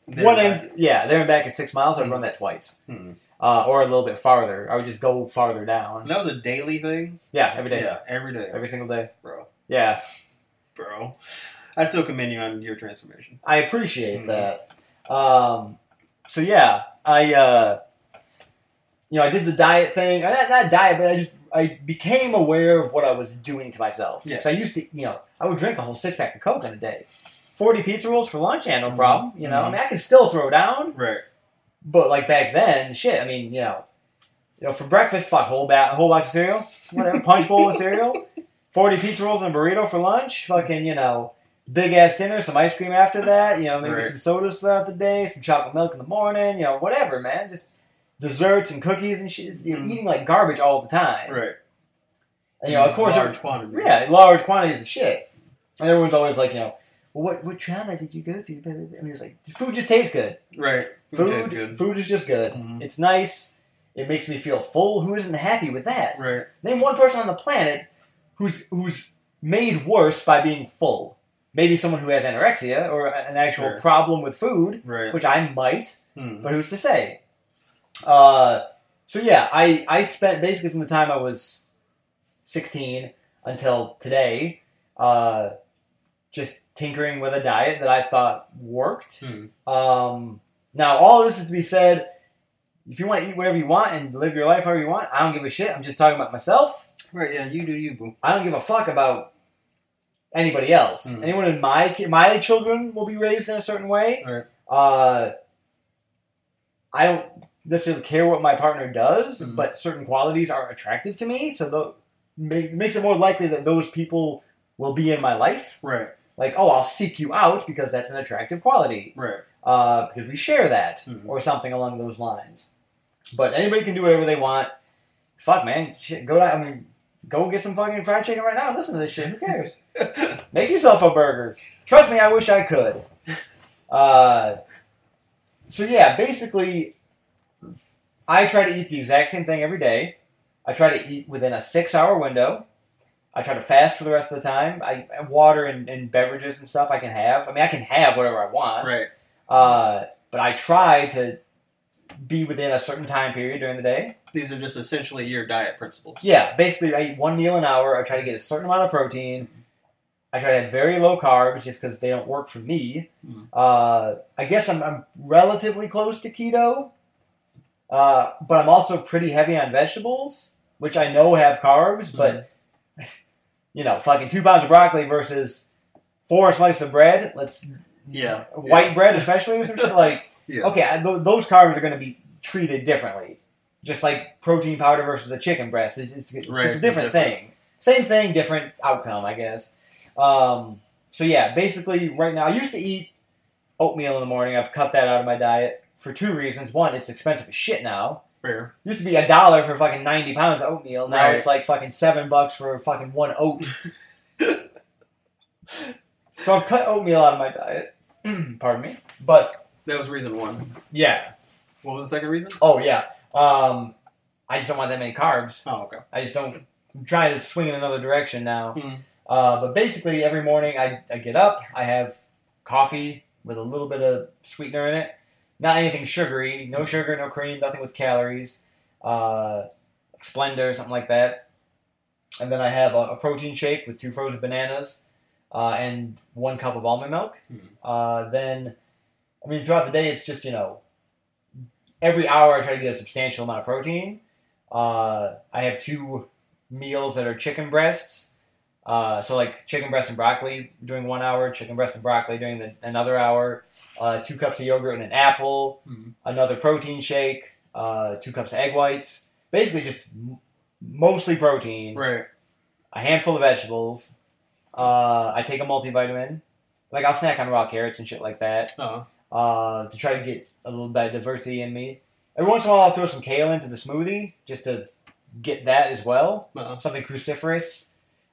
[SPEAKER 2] There
[SPEAKER 1] one
[SPEAKER 2] and
[SPEAKER 1] end, yeah, there and back is six miles. I'd
[SPEAKER 2] Mhm.
[SPEAKER 1] run that twice,
[SPEAKER 2] Mhm.
[SPEAKER 1] uh, or a little bit farther. I would just go farther down.
[SPEAKER 2] And that was a daily thing.
[SPEAKER 1] Yeah, every day,
[SPEAKER 2] Yeah, every day,
[SPEAKER 1] every single day.
[SPEAKER 2] bro,
[SPEAKER 1] Yeah,
[SPEAKER 2] bro. I still commend you on your transformation.
[SPEAKER 1] I appreciate
[SPEAKER 2] Mhm.
[SPEAKER 1] that. Um, so yeah, I uh, you know I did the diet thing, or not, not diet, but I just I became aware of what I was doing to myself.
[SPEAKER 2] Yeah.
[SPEAKER 1] So I used to you know I would drink a whole six pack of Coke in a day, forty pizza rolls for lunch, and no
[SPEAKER 2] Mhm.
[SPEAKER 1] problem. You know, I
[SPEAKER 2] Mhm.
[SPEAKER 1] mean I can still throw down,
[SPEAKER 2] Right.
[SPEAKER 1] but like back then, shit. I mean you know, you know for breakfast, fuck whole bat, whole box of cereal, whatever, punch bowl of
[SPEAKER 2] [LAUGHS]
[SPEAKER 1] cereal, forty pizza rolls and a burrito for lunch, fucking you know big ass dinner, some ice cream after that, you know, maybe
[SPEAKER 2] Right.
[SPEAKER 1] some sodas throughout the day, some chocolate milk in the morning, you know, whatever, man. Just desserts and cookies and shit. You're
[SPEAKER 2] Mhm.
[SPEAKER 1] eating like garbage all the time.
[SPEAKER 2] Right.
[SPEAKER 1] And, you know, of course,
[SPEAKER 2] large quantities.
[SPEAKER 1] yeah, large quantities of shit. And everyone's always like, you know, well, what what trauma did you go through? Blah, blah, blah. And it's like, food just tastes good.
[SPEAKER 2] Right. Food,
[SPEAKER 1] Food,
[SPEAKER 2] tastes good.
[SPEAKER 1] food is just good.
[SPEAKER 2] Mhm.
[SPEAKER 1] It's nice. It makes me feel full. Who isn't happy with that?
[SPEAKER 2] Right.
[SPEAKER 1] Name one person on the planet who's who's made worse by being full. Maybe someone who has anorexia or a- an actual
[SPEAKER 2] Sure.
[SPEAKER 1] problem with food,
[SPEAKER 2] Right.
[SPEAKER 1] which I might,
[SPEAKER 2] Hmm.
[SPEAKER 1] but who's to say? Uh, so yeah, I I spent basically from the time I was sixteen until today, uh, just tinkering with a diet that I thought worked.
[SPEAKER 2] Hmm.
[SPEAKER 1] Um, now, all this is to be said. If you want to eat whatever you want and live your life however you want, I don't give a shit. I'm just talking about myself.
[SPEAKER 2] Right. Yeah. You do you, boo.
[SPEAKER 1] I don't give a fuck about anybody else.
[SPEAKER 2] Mm.
[SPEAKER 1] Anyone in my ki- my children will be raised in a certain way.
[SPEAKER 2] Right.
[SPEAKER 1] Uh, I don't necessarily care what my partner does,
[SPEAKER 2] Mm.
[SPEAKER 1] but certain qualities are attractive to me, so tho- ma- makes it more likely that those people will be in my life.
[SPEAKER 2] Right.
[SPEAKER 1] Like, oh, I'll seek you out because that's an attractive quality,
[SPEAKER 2] Right.
[SPEAKER 1] uh, because we share that,
[SPEAKER 2] Mm.
[SPEAKER 1] or something along those lines. But anybody can do whatever they want. Fuck, man, shit, go down. I mean, go get some fucking fried chicken right now. and Listen to this shit. Who cares? Make yourself a burger. Trust me, I wish I could. Uh, so yeah, basically, I try to eat the exact same thing every day. I try to eat within a six-hour window. I try to fast for the rest of the time. I water and, and beverages and stuff I can have. I mean, I can have whatever I want.
[SPEAKER 2] [LAUGHS] right.
[SPEAKER 1] Uh, but I try to be within a certain time period during the day.
[SPEAKER 2] These are just essentially your diet principles.
[SPEAKER 1] Yeah, basically, I eat one meal an hour. I try to get a certain amount of protein. I try to have very low carbs just because they don't work for me.
[SPEAKER 2] Mhm.
[SPEAKER 1] Uh, I guess I'm, I'm relatively close to keto, uh, but I'm also pretty heavy on vegetables, which I know have carbs, but [LAUGHS] you know, fucking two pounds of broccoli versus four slices of bread. Let's
[SPEAKER 2] Yeah.
[SPEAKER 1] white bread, especially or some shit like
[SPEAKER 2] [LAUGHS] Yeah.
[SPEAKER 1] okay, I, th- those carbs are going to be treated differently. Just like protein powder versus a chicken breast, it's just, it's
[SPEAKER 2] Right,
[SPEAKER 1] just a different,
[SPEAKER 2] different.
[SPEAKER 1] thing. Same thing, different outcome, I guess. Um, so yeah, basically, right now I used to eat oatmeal in the morning. I've cut that out of my diet for two reasons. One, it's expensive as shit now.
[SPEAKER 2] Fair.
[SPEAKER 1] Used to be a dollar for fucking ninety pounds of oatmeal. Now
[SPEAKER 2] Right.
[SPEAKER 1] it's like fucking seven bucks for fucking one
[SPEAKER 2] [LAUGHS]
[SPEAKER 1] oat. so I've cut oatmeal out of my diet. [CLEARS THROAT] Pardon me, but
[SPEAKER 2] That was reason one.
[SPEAKER 1] yeah,
[SPEAKER 2] What was the second reason?
[SPEAKER 1] Oh yeah. Um, I just don't want that many carbs.
[SPEAKER 2] Oh, okay.
[SPEAKER 1] I just don't. I'm trying to swing in another direction now.
[SPEAKER 2] Hmm.
[SPEAKER 1] Uh, but basically, every morning I, I get up, I have coffee with a little bit of sweetener in it. Not anything sugary. No sugar, no cream, nothing with calories. Uh, Splendor, something like that. And then I have a, a protein shake with two frozen bananas uh, and one cup of almond milk.
[SPEAKER 2] Hmm.
[SPEAKER 1] Uh, then, I mean, throughout the day, it's just, you know, every hour I try to get a substantial amount of protein. Uh, I have two meals that are chicken breasts. Uh, so like chicken breast and broccoli during one hour, chicken breast and broccoli during the, another hour, uh, two cups of yogurt and an apple,
[SPEAKER 2] Mhm.
[SPEAKER 1] another protein shake, uh, two cups of egg whites. Basically, just m- mostly protein,
[SPEAKER 2] Right.
[SPEAKER 1] a handful of vegetables. Uh, I take a multivitamin. Like I'll snack on raw carrots and shit like that
[SPEAKER 2] Oh.
[SPEAKER 1] uh, to try to get a little bit of diversity in me. Every once in a while, I'll throw some kale into the smoothie just to get that as well.
[SPEAKER 2] Uh,
[SPEAKER 1] Something cruciferous,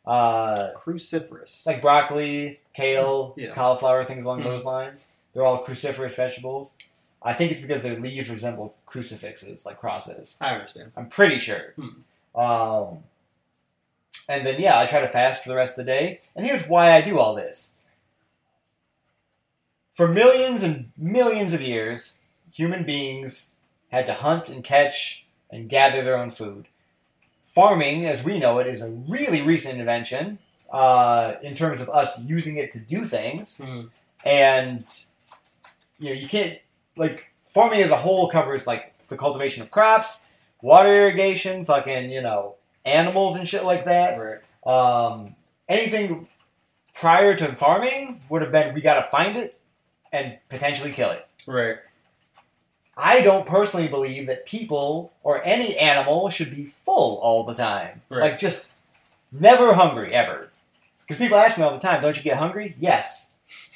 [SPEAKER 1] uh,
[SPEAKER 2] cruciferous.
[SPEAKER 1] like broccoli, kale,
[SPEAKER 2] Yeah.
[SPEAKER 1] cauliflower, things along
[SPEAKER 2] Mhm.
[SPEAKER 1] those lines. They're all cruciferous vegetables. I think it's because their leaves resemble crucifixes, like crosses.
[SPEAKER 2] I understand.
[SPEAKER 1] I'm pretty sure.
[SPEAKER 2] Hmm.
[SPEAKER 1] Um, And then, yeah, I try to fast for the rest of the day. And here's why I do all this. For millions and millions of years, human beings had to hunt and catch and gather their own food. Farming, as we know it, is a really recent invention uh, in terms of us using it to do things.
[SPEAKER 2] Hmm.
[SPEAKER 1] And, you know, you can't, like, farming as a whole covers, like, the cultivation of crops, water irrigation, fucking, you know, animals and shit like that
[SPEAKER 2] Right.
[SPEAKER 1] um, anything prior to farming would have been we got to find it and potentially kill it.
[SPEAKER 2] Right.
[SPEAKER 1] I don't personally believe that people or any animal should be full all the time.
[SPEAKER 2] Right.
[SPEAKER 1] Like just never hungry ever. Because people ask me all the time, don't you get hungry? Yes.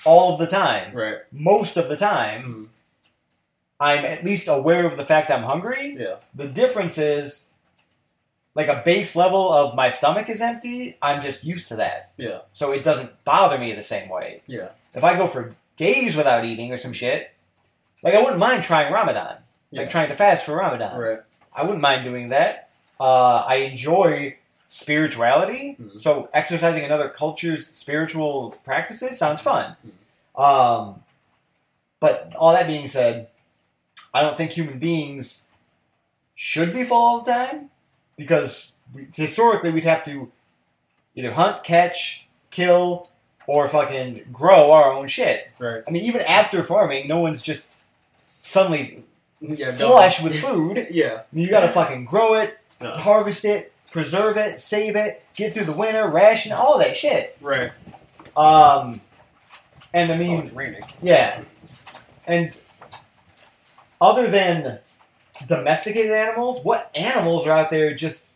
[SPEAKER 1] All of the time.
[SPEAKER 2] Right.
[SPEAKER 1] Most of the time,
[SPEAKER 2] Mm.
[SPEAKER 1] I'm at least aware of the fact I'm hungry.
[SPEAKER 2] Yeah.
[SPEAKER 1] The difference is like a base level of my stomach is empty. I'm just used to that
[SPEAKER 2] Yeah.
[SPEAKER 1] so it doesn't bother me the same way.
[SPEAKER 2] Yeah.
[SPEAKER 1] If I go for days without eating or some shit, like I wouldn't mind trying Ramadan,
[SPEAKER 2] Yeah.
[SPEAKER 1] like trying to fast for Ramadan.
[SPEAKER 2] Right.
[SPEAKER 1] I wouldn't mind doing that. Uh, I enjoy spirituality,
[SPEAKER 2] Mhm.
[SPEAKER 1] so exercising another culture's spiritual practices sounds fun.
[SPEAKER 2] Mhm.
[SPEAKER 1] Um, but all that being said, I don't think human beings should be full all the time because we, historically we'd have to either hunt, catch, kill, or fucking grow our own shit.
[SPEAKER 2] Right.
[SPEAKER 1] I mean, even after farming, no one's just suddenly
[SPEAKER 2] Yeah. dumb.
[SPEAKER 1] flush
[SPEAKER 2] [LAUGHS]
[SPEAKER 1] with food.
[SPEAKER 2] yeah.
[SPEAKER 1] I mean, You gotta fucking grow it,
[SPEAKER 2] No.
[SPEAKER 1] harvest it, preserve it, save it, get through the winter, ration, all that shit.
[SPEAKER 2] Right.
[SPEAKER 1] Um, and I
[SPEAKER 2] Oh,
[SPEAKER 1] mean,
[SPEAKER 2] it's raining.
[SPEAKER 1] yeah. And other than domesticated animals, what animals are out there just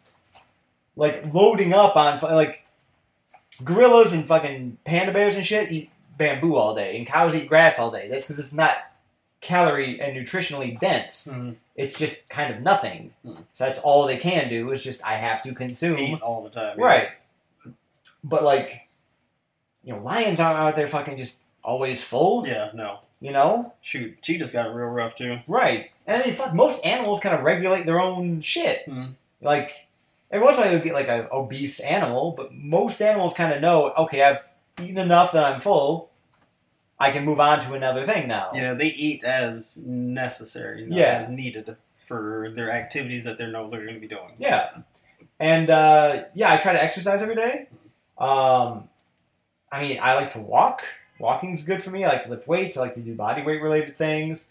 [SPEAKER 1] like loading up on fu- like gorillas and fucking panda bears and shit eat bamboo all day, and cows eat grass all day. That's because it's not calorie and nutritionally dense
[SPEAKER 2] Mm.
[SPEAKER 1] it's just kind of nothing.
[SPEAKER 2] Mm.
[SPEAKER 1] So that's all they can do is just I have to consume.
[SPEAKER 2] Eat all the time. yeah.
[SPEAKER 1] Right. But like you know, lions aren't out there fucking just always full.
[SPEAKER 2] Yeah. No.
[SPEAKER 1] You know?
[SPEAKER 2] Shoot, cheetahs got it real rough too.
[SPEAKER 1] Right. And I mean fuck most animals kind of regulate their own shit.
[SPEAKER 2] Mm.
[SPEAKER 1] Like every once in a while you'll get like an obese animal, but most animals kind of know, okay, I've eaten enough that I'm full. I can move on to another thing now.
[SPEAKER 2] Yeah, they eat as necessary, not
[SPEAKER 1] Yeah.
[SPEAKER 2] as needed for their activities that they know they're going to be doing.
[SPEAKER 1] Yeah. And uh, yeah, I try to exercise every day. Um, I mean, I like to walk. Walking's good for me. I like to lift weights. I like to do body weight related things.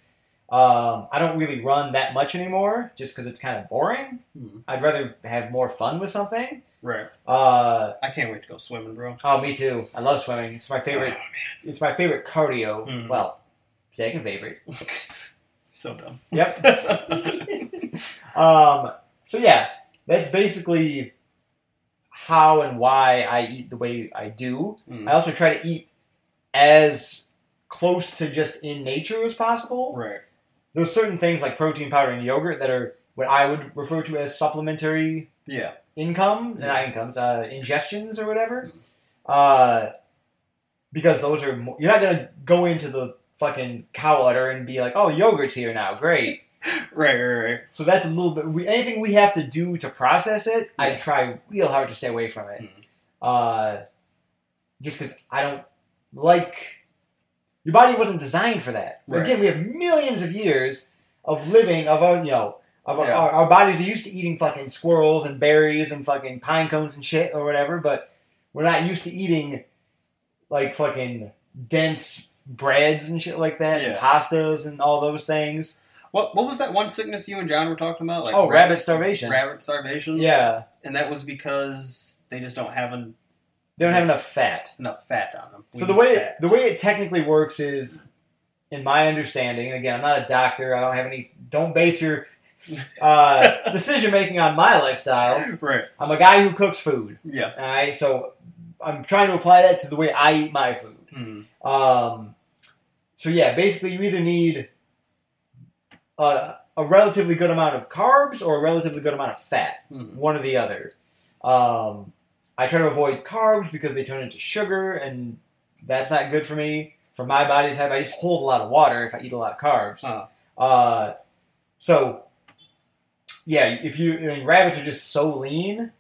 [SPEAKER 1] Um, I don't really run that much anymore just because it's kind of boring.
[SPEAKER 2] Mhm.
[SPEAKER 1] I'd rather have more fun with something.
[SPEAKER 2] Right.
[SPEAKER 1] Uh,
[SPEAKER 2] I can't wait to go swimming, bro. [LAUGHS]
[SPEAKER 1] oh, me too. I love swimming. It's my favorite. It's my favorite cardio.
[SPEAKER 2] Mhm.
[SPEAKER 1] Well, second favorite.
[SPEAKER 2] so [LAUGHS] dumb.
[SPEAKER 1] Yep. Um, so yeah, that's basically how and why I eat the way I do.
[SPEAKER 2] Mm.
[SPEAKER 1] I also try to eat as close to just in nature as possible.
[SPEAKER 2] Right.
[SPEAKER 1] There's certain things like protein powder and yogurt that are what I would refer to as supplementary
[SPEAKER 2] Yeah.
[SPEAKER 1] income,
[SPEAKER 2] Yeah.
[SPEAKER 1] not incomes, uh, ingestions or whatever. Uh, because those are mo- you're not gonna go into the fucking cow udder and be like, oh, yogurt's here now, great.
[SPEAKER 2] Right. Right. Right.
[SPEAKER 1] So that's a little bit. We, anything we have to do to process it, I
[SPEAKER 2] Yeah.
[SPEAKER 1] try real hard to stay away from it.
[SPEAKER 2] Mhm.
[SPEAKER 1] Uh, just because I don't like your body wasn't designed for that.
[SPEAKER 2] Right.
[SPEAKER 1] Again, we have millions of years of living of our you know of our,
[SPEAKER 2] Yeah.
[SPEAKER 1] our, our bodies are used to eating fucking squirrels and berries and fucking pine cones and shit or whatever, but we're not used to eating like fucking dense breads and shit like that, and
[SPEAKER 2] Yeah.
[SPEAKER 1] pastas and all those things.
[SPEAKER 2] What What was that one sickness you and John were talking about? Like
[SPEAKER 1] oh, rabbit starvation.
[SPEAKER 2] Rabbit starvation.
[SPEAKER 1] Yeah.
[SPEAKER 2] And that was because they just don't have en-
[SPEAKER 1] They don't have enough fat.
[SPEAKER 2] enough fat on them. We
[SPEAKER 1] So the
[SPEAKER 2] need
[SPEAKER 1] way
[SPEAKER 2] fat.
[SPEAKER 1] the way it technically works is, in my understanding, and again, I'm not a doctor. I don't have any. Don't base your uh, decision making on my lifestyle.
[SPEAKER 2] [LAUGHS] Right.
[SPEAKER 1] I'm a guy who cooks food.
[SPEAKER 2] Yeah.
[SPEAKER 1] All right, so I'm trying to apply that to the way I eat my food.
[SPEAKER 2] Mm.
[SPEAKER 1] Um, so yeah, basically, you either need a, a relatively good amount of carbs or a relatively good amount of fat.
[SPEAKER 2] Mm.
[SPEAKER 1] one or the other. Um, I try to avoid carbs because they turn into sugar, and that's not good for me. For my body type, I just hold a lot of water if I eat a lot of carbs.
[SPEAKER 2] Ah.
[SPEAKER 1] Uh, so, yeah, if you, I mean, rabbits are just so lean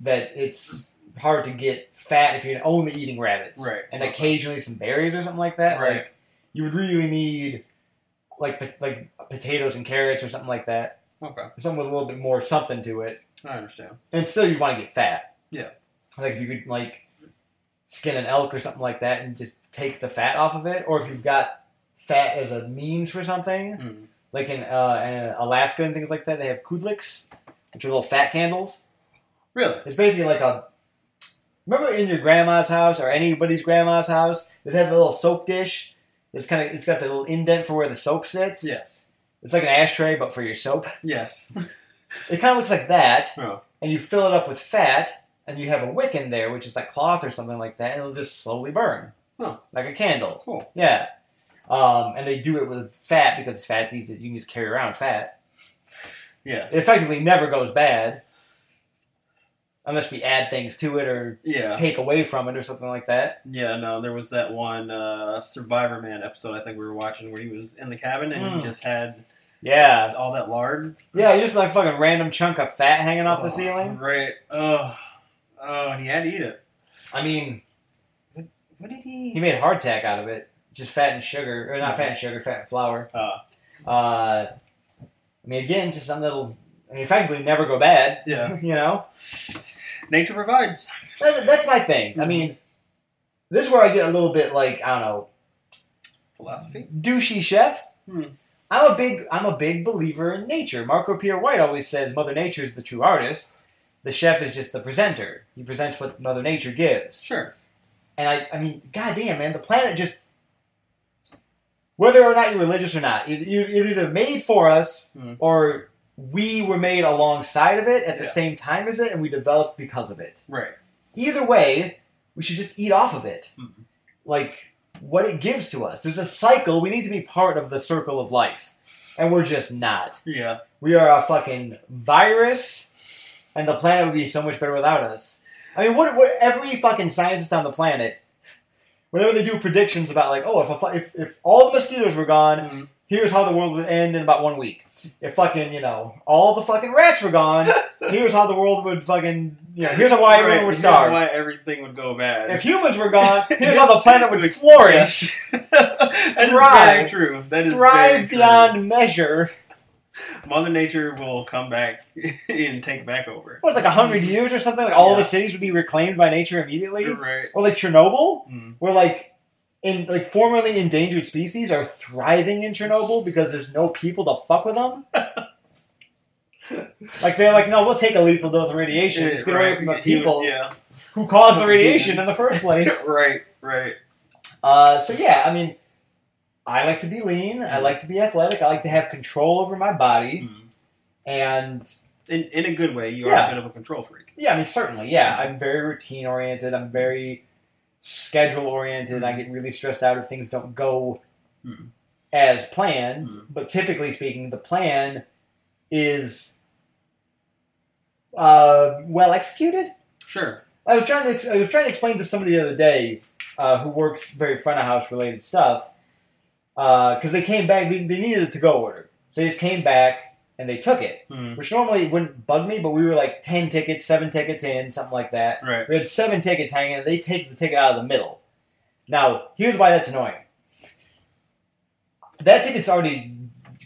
[SPEAKER 1] that it's hard to get fat if you're only eating rabbits,
[SPEAKER 2] Right.
[SPEAKER 1] And occasionally some berries or something like that.
[SPEAKER 2] Right.
[SPEAKER 1] Like, you would really need like po- like potatoes and carrots or something like that,
[SPEAKER 2] Okay,
[SPEAKER 1] something with a little bit more something to it.
[SPEAKER 2] I understand.
[SPEAKER 1] And still, you want to get fat.
[SPEAKER 2] Yeah.
[SPEAKER 1] Like if you could like skin an elk or something like that and just take the fat off of it, or if you've got fat as a means for something,
[SPEAKER 2] Mm.
[SPEAKER 1] like in, uh, in Alaska and things like that, they have kudliks, which are little fat candles.
[SPEAKER 2] Really?
[SPEAKER 1] It's basically like a. Remember in your grandma's house or anybody's grandma's house, they'd have a little soap dish. It's kind of it's got the little indent for where the soap sits.
[SPEAKER 2] Yes.
[SPEAKER 1] It's like an ashtray, but for your soap.
[SPEAKER 2] Yes.
[SPEAKER 1] It kind of looks like that,
[SPEAKER 2] Oh.
[SPEAKER 1] and you fill it up with fat, and you have a wick in there, which is like cloth or something like that, and it'll just slowly burn,
[SPEAKER 2] Huh.
[SPEAKER 1] like a candle.
[SPEAKER 2] Cool.
[SPEAKER 1] Yeah. Um, and they do it with fat because fat's easy. You can just carry around fat.
[SPEAKER 2] Yes.
[SPEAKER 1] It effectively never goes bad, unless we add things to it or
[SPEAKER 2] yeah.
[SPEAKER 1] take away from it or something like that.
[SPEAKER 2] Yeah, no, there was that one uh, Survivor Man episode I think we were watching where he was in the cabin and
[SPEAKER 1] Mm.
[SPEAKER 2] he just had
[SPEAKER 1] Yeah.
[SPEAKER 2] all that lard.
[SPEAKER 1] Yeah, you just like fucking random chunk of fat hanging
[SPEAKER 2] Oh.
[SPEAKER 1] off the ceiling.
[SPEAKER 2] Right. Oh. Oh, and he had to eat it.
[SPEAKER 1] I mean,
[SPEAKER 2] What did
[SPEAKER 1] he
[SPEAKER 2] he?
[SPEAKER 1] made hardtack out of it. Just fat and sugar. Or not fat and sugar, fat and flour.
[SPEAKER 2] Uh,
[SPEAKER 1] Uh, I mean, again, just something that'll I mean, effectively never go bad.
[SPEAKER 2] Yeah.
[SPEAKER 1] [LAUGHS] you know?
[SPEAKER 2] nature provides.
[SPEAKER 1] That, that's my thing.
[SPEAKER 2] Mm-hmm.
[SPEAKER 1] I mean, this is where I get a little bit like, I don't know,
[SPEAKER 2] Philosophy.
[SPEAKER 1] douchey chef.
[SPEAKER 2] Hmm.
[SPEAKER 1] I'm a big I'm a big believer in nature. Marco Pierre White always says Mother Nature is the true artist. The chef is just the presenter. He presents what Mother Nature gives.
[SPEAKER 2] Sure.
[SPEAKER 1] And I, I mean, goddamn, man, the planet just. Whether or not you're religious or not, either, you're either made for us
[SPEAKER 2] Mm.
[SPEAKER 1] or we were made alongside of it at the
[SPEAKER 2] Yeah.
[SPEAKER 1] same time as it and we developed because of it.
[SPEAKER 2] Right.
[SPEAKER 1] Either way, we should just eat off of it.
[SPEAKER 2] Mhm.
[SPEAKER 1] Like, what it gives to us. There's a cycle. We need to be part of the circle of life. And we're just not.
[SPEAKER 2] Yeah.
[SPEAKER 1] We are a fucking virus, and the planet would be so much better without us. I mean, what, what every fucking scientist on the planet, whenever they do predictions about like, oh, if a, fu- if, if all the mosquitoes were gone,
[SPEAKER 2] Mm.
[SPEAKER 1] here's how the world would end in about one week. If fucking you know all the fucking rats were
[SPEAKER 2] [LAUGHS]
[SPEAKER 1] gone, here's how the world would fucking you know here's how why
[SPEAKER 2] Right,
[SPEAKER 1] everyone would
[SPEAKER 2] here's
[SPEAKER 1] starve.
[SPEAKER 2] Why everything would go bad. [LAUGHS]
[SPEAKER 1] if humans were gone, here's how the planet would flourish,
[SPEAKER 2] Yes. [LAUGHS] that is very
[SPEAKER 1] Thrive.
[SPEAKER 2] true. That is very
[SPEAKER 1] [LAUGHS] thrive
[SPEAKER 2] true.
[SPEAKER 1] beyond measure.
[SPEAKER 2] Mother Nature will come back [LAUGHS] and take back over.
[SPEAKER 1] What like a hundred years or something? Like all
[SPEAKER 2] Mm-hmm. Yeah.
[SPEAKER 1] the cities would be reclaimed by nature immediately.
[SPEAKER 2] You're right.
[SPEAKER 1] or like Chernobyl,
[SPEAKER 2] Mm.
[SPEAKER 1] where like in like formerly endangered species are thriving in Chernobyl because there's no people to fuck with
[SPEAKER 2] [LAUGHS]
[SPEAKER 1] them. like they're like, no, we'll take a lethal dose of radiation, just get away
[SPEAKER 2] Right.
[SPEAKER 1] from the
[SPEAKER 2] He-
[SPEAKER 1] people
[SPEAKER 2] Yeah. [LAUGHS]
[SPEAKER 1] who caused the radiation in the first place.
[SPEAKER 2] right. Right.
[SPEAKER 1] Uh, so yeah, I mean, I like to be lean. I like to be athletic. I like to have control over my body,
[SPEAKER 2] Mm.
[SPEAKER 1] and
[SPEAKER 2] In, in a good way, you are
[SPEAKER 1] Yeah.
[SPEAKER 2] a bit of a control freak.
[SPEAKER 1] Yeah, I mean, certainly. Yeah, I'm very routine oriented. I'm very schedule oriented. I get really stressed out if things don't go
[SPEAKER 2] Hmm.
[SPEAKER 1] as planned.
[SPEAKER 2] Hmm.
[SPEAKER 1] But typically speaking, the plan is uh, well executed.
[SPEAKER 2] Sure.
[SPEAKER 1] I was trying to ex- I was trying to explain to somebody the other day uh, who works very front of house related stuff because they came back. They, they needed a to go order. So they just came back and they took it
[SPEAKER 2] Mm.
[SPEAKER 1] Mm-hmm. which normally wouldn't bug me, but we were like 10 tickets, 7 tickets in, something like that.
[SPEAKER 2] Right.
[SPEAKER 1] We had 7 tickets hanging, and they take the ticket out of the middle. Now, here's why that's annoying. That ticket's already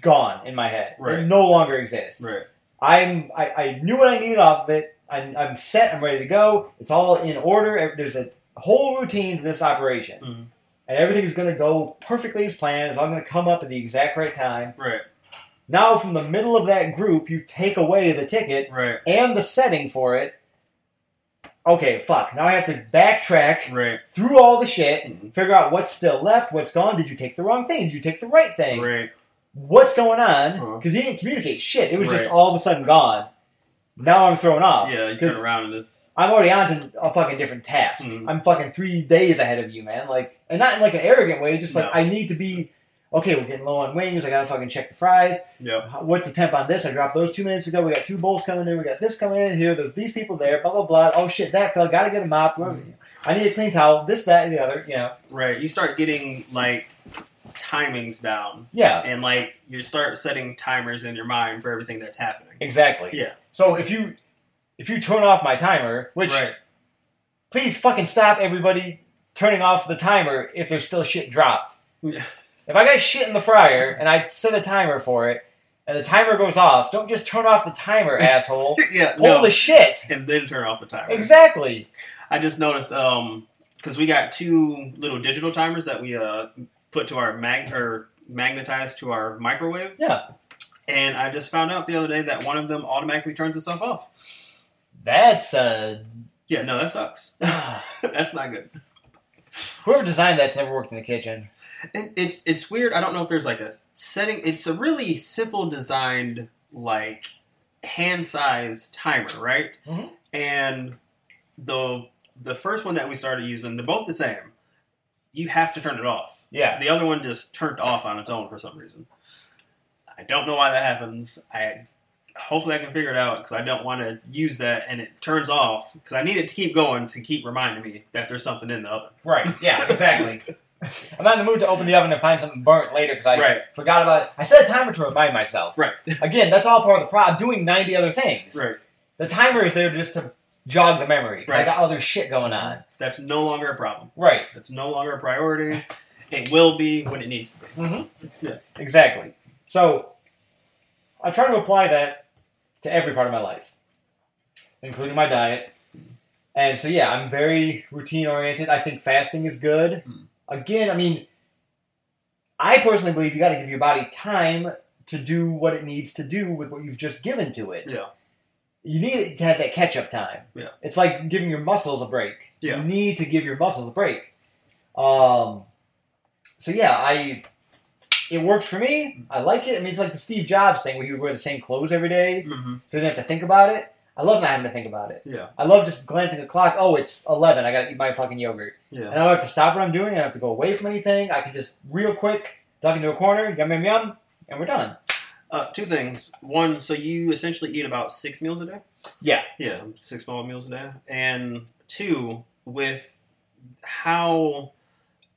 [SPEAKER 1] gone in my head.
[SPEAKER 2] Right.
[SPEAKER 1] It no longer exists.
[SPEAKER 2] Right.
[SPEAKER 1] I'm, I, I knew what I needed off of it. I'm, I'm set. I'm ready to go. It's all in order. There's a whole routine to this operation.
[SPEAKER 2] Mhm.
[SPEAKER 1] And everything is going to go perfectly as planned. It's all going to come up at the exact right time.
[SPEAKER 2] Right.
[SPEAKER 1] Now, from the middle of that group, you take away the ticket
[SPEAKER 2] Right.
[SPEAKER 1] and the setting for it. Okay, fuck. Now I have to backtrack
[SPEAKER 2] Right.
[SPEAKER 1] through all the shit,
[SPEAKER 2] Mhm.
[SPEAKER 1] figure out what's still left, what's gone. Did you take the wrong thing? Did you take the right thing?
[SPEAKER 2] Right.
[SPEAKER 1] What's going on?
[SPEAKER 2] Uh-huh.
[SPEAKER 1] Because he didn't communicate shit. It was
[SPEAKER 2] Right.
[SPEAKER 1] just all of a sudden gone. Now I'm thrown off.
[SPEAKER 2] Yeah. You turn
[SPEAKER 1] 'Cause
[SPEAKER 2] around and it's
[SPEAKER 1] I'm already on to a fucking different task.
[SPEAKER 2] Mhm.
[SPEAKER 1] I'm fucking three days ahead of you, man. Like, and not in like an arrogant way. Just like
[SPEAKER 2] No.
[SPEAKER 1] I need to be. Okay, we're getting low on wings. I gotta fucking check the fries.
[SPEAKER 2] yeah.
[SPEAKER 1] How- what's the temp on this? I dropped those two minutes ago. We got two bowls coming in. We got this coming in here. There's these people there. Blah blah blah. Oh shit, that fell. Got to get a mop. I need a clean towel. This, that, and the other. You know.
[SPEAKER 2] Right. You start getting like timings down,
[SPEAKER 1] Yeah.
[SPEAKER 2] and like you start setting timers in your mind for everything that's happening.
[SPEAKER 1] Exactly.
[SPEAKER 2] Yeah.
[SPEAKER 1] So if you if you turn off my timer, which
[SPEAKER 2] right.
[SPEAKER 1] please fucking stop everybody turning off the timer if there's still shit dropped.
[SPEAKER 2] Yeah.
[SPEAKER 1] If I got shit in the fryer and I set a timer for it and the timer goes off, don't just turn off the timer, asshole.
[SPEAKER 2] [LAUGHS] [LAUGHS] yeah,
[SPEAKER 1] Pull
[SPEAKER 2] no.
[SPEAKER 1] the shit.
[SPEAKER 2] and then turn off the timer.
[SPEAKER 1] Exactly.
[SPEAKER 2] I just noticed um because we got two little digital timers that we uh put to our mag or magnetized to our microwave.
[SPEAKER 1] Yeah.
[SPEAKER 2] And I just found out the other day that one of them automatically turns itself off.
[SPEAKER 1] That's uh
[SPEAKER 2] Yeah, no, that sucks. [LAUGHS] That's not good.
[SPEAKER 1] [SIGHS] whoever designed that's never worked in the kitchen.
[SPEAKER 2] It, it's it's weird. I don't know if there's like a setting. It's a really simple designed like hand size timer, right?
[SPEAKER 1] Mhm.
[SPEAKER 2] And the the first one that we started using, they're both the same. You have to turn it off.
[SPEAKER 1] Yeah.
[SPEAKER 2] The other one just turned off on its own for some reason. I don't know why that happens. I hopefully I can figure it out because I don't want to use that and it turns off because I need it to keep going to keep reminding me that there's something in the oven.
[SPEAKER 1] Right. Yeah, exactly. [LAUGHS] I'm not in the mood to open the oven and find something burnt later because I
[SPEAKER 2] [LAUGHS] Right.
[SPEAKER 1] forgot about it. I set a timer to remind myself.
[SPEAKER 2] Right.
[SPEAKER 1] Again, that's all part of the problem. I'm doing 90 other things.
[SPEAKER 2] Right.
[SPEAKER 1] The timer is there just to jog the memory. 'cause I
[SPEAKER 2] Right.
[SPEAKER 1] got other shit going on.
[SPEAKER 2] That's no longer a problem.
[SPEAKER 1] Right.
[SPEAKER 2] That's no longer a priority. It will be when it needs to be.
[SPEAKER 1] Exactly. So I try to apply that to every part of my life, including my diet. And so, yeah, I'm very routine oriented. I think fasting is good.
[SPEAKER 2] Mm.
[SPEAKER 1] Again, I mean, I personally believe you got to give your body time to do what it needs to do with what you've just given to it.
[SPEAKER 2] Yeah.
[SPEAKER 1] You need to have that catch up time.
[SPEAKER 2] Yeah.
[SPEAKER 1] It's like giving your muscles a break.
[SPEAKER 2] Yeah.
[SPEAKER 1] You need to give your muscles a break. Um, so, yeah, I it worked for me. I like it. I mean, it's like the Steve Jobs thing where he would wear the same clothes every day,
[SPEAKER 2] Mm-hmm.
[SPEAKER 1] so he didn't have to think about it. I love not having to think about it.
[SPEAKER 2] Yeah.
[SPEAKER 1] I love just glancing at the clock. Oh, it's eleven. I gotta eat my fucking yogurt,
[SPEAKER 2] Yeah.
[SPEAKER 1] and I don't have to stop what I'm doing. I don't have to go away from anything. I can just real quick duck into a corner, yum yum yum, and we're done.
[SPEAKER 2] Uh, two things. One, so you essentially eat about six meals a day.
[SPEAKER 1] Yeah.
[SPEAKER 2] Yeah, six small meals a day. And two, with how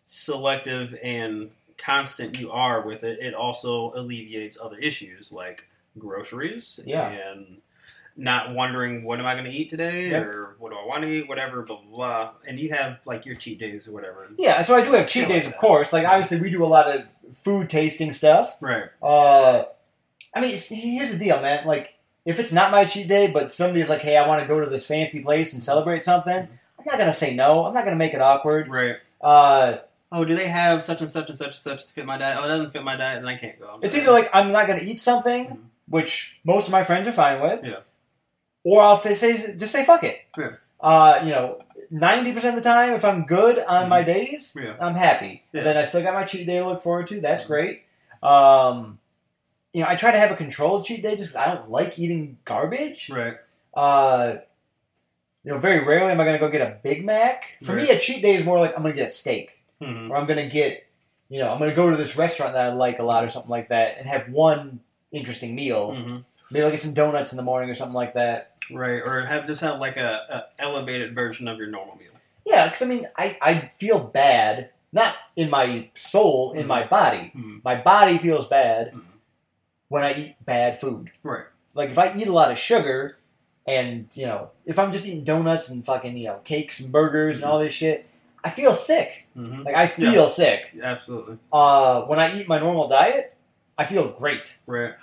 [SPEAKER 2] selective and constant you are with it, it also alleviates other issues like groceries
[SPEAKER 1] Yeah.
[SPEAKER 2] and not wondering what am I going to eat today
[SPEAKER 1] Yep.
[SPEAKER 2] or what do I want to eat, whatever, blah, blah blah. And you have like your cheat days or whatever.
[SPEAKER 1] Yeah. So I do have cheat
[SPEAKER 2] Shit
[SPEAKER 1] days,
[SPEAKER 2] like
[SPEAKER 1] of
[SPEAKER 2] that.
[SPEAKER 1] course. Like obviously, we do a lot of food tasting stuff.
[SPEAKER 2] Right.
[SPEAKER 1] Uh, I mean, it's, here's the deal, man. Like, if it's not my cheat day, but somebody's like, "Hey, I want to go to this fancy place and celebrate something," I'm not gonna say no. I'm not gonna make it awkward.
[SPEAKER 2] Right.
[SPEAKER 1] Uh,
[SPEAKER 2] Oh, do they have such and such and such and such to fit my diet? Oh, it doesn't fit my diet, then I can't go.
[SPEAKER 1] it's either like I'm not gonna eat something, which most of my friends are fine with,
[SPEAKER 2] Mm-hmm. Yeah.
[SPEAKER 1] or I'll f- say just say fuck it.
[SPEAKER 2] Yeah.
[SPEAKER 1] Uh, you know, ninety percent of the time, if I'm good on my days,
[SPEAKER 2] Yeah.
[SPEAKER 1] I'm happy.
[SPEAKER 2] Mm-hmm. Yeah.
[SPEAKER 1] Then I still got my cheat day to look forward to. That's great. Um, you know, I try to have a controlled cheat day just 'cause I don't like eating garbage.
[SPEAKER 2] Right.
[SPEAKER 1] Uh, you know, very rarely am I going to go get a Big Mac. For me, a cheat day is more like I'm going to get a steak,
[SPEAKER 2] hmm
[SPEAKER 1] or I'm going to get, you know, I'm going to go to this restaurant that I like a lot, or something like that, and have one interesting meal.
[SPEAKER 2] hmm
[SPEAKER 1] Maybe I'll get some donuts in the morning or something like that.
[SPEAKER 2] Right, or have just have like a, a elevated version of your normal meal.
[SPEAKER 1] Yeah, because I mean, I I feel bad, not in my soul, in
[SPEAKER 2] Mhm.
[SPEAKER 1] my body.
[SPEAKER 2] Mhm.
[SPEAKER 1] My body feels bad
[SPEAKER 2] Mhm.
[SPEAKER 1] when I eat bad food.
[SPEAKER 2] Right.
[SPEAKER 1] like if I eat a lot of sugar, and you know, if I'm just eating donuts and fucking you know cakes and burgers and all this shit, I feel sick.
[SPEAKER 2] hmm
[SPEAKER 1] Like I feel sick.
[SPEAKER 2] Absolutely.
[SPEAKER 1] Uh, when I eat my normal diet, I feel great.
[SPEAKER 2] Right.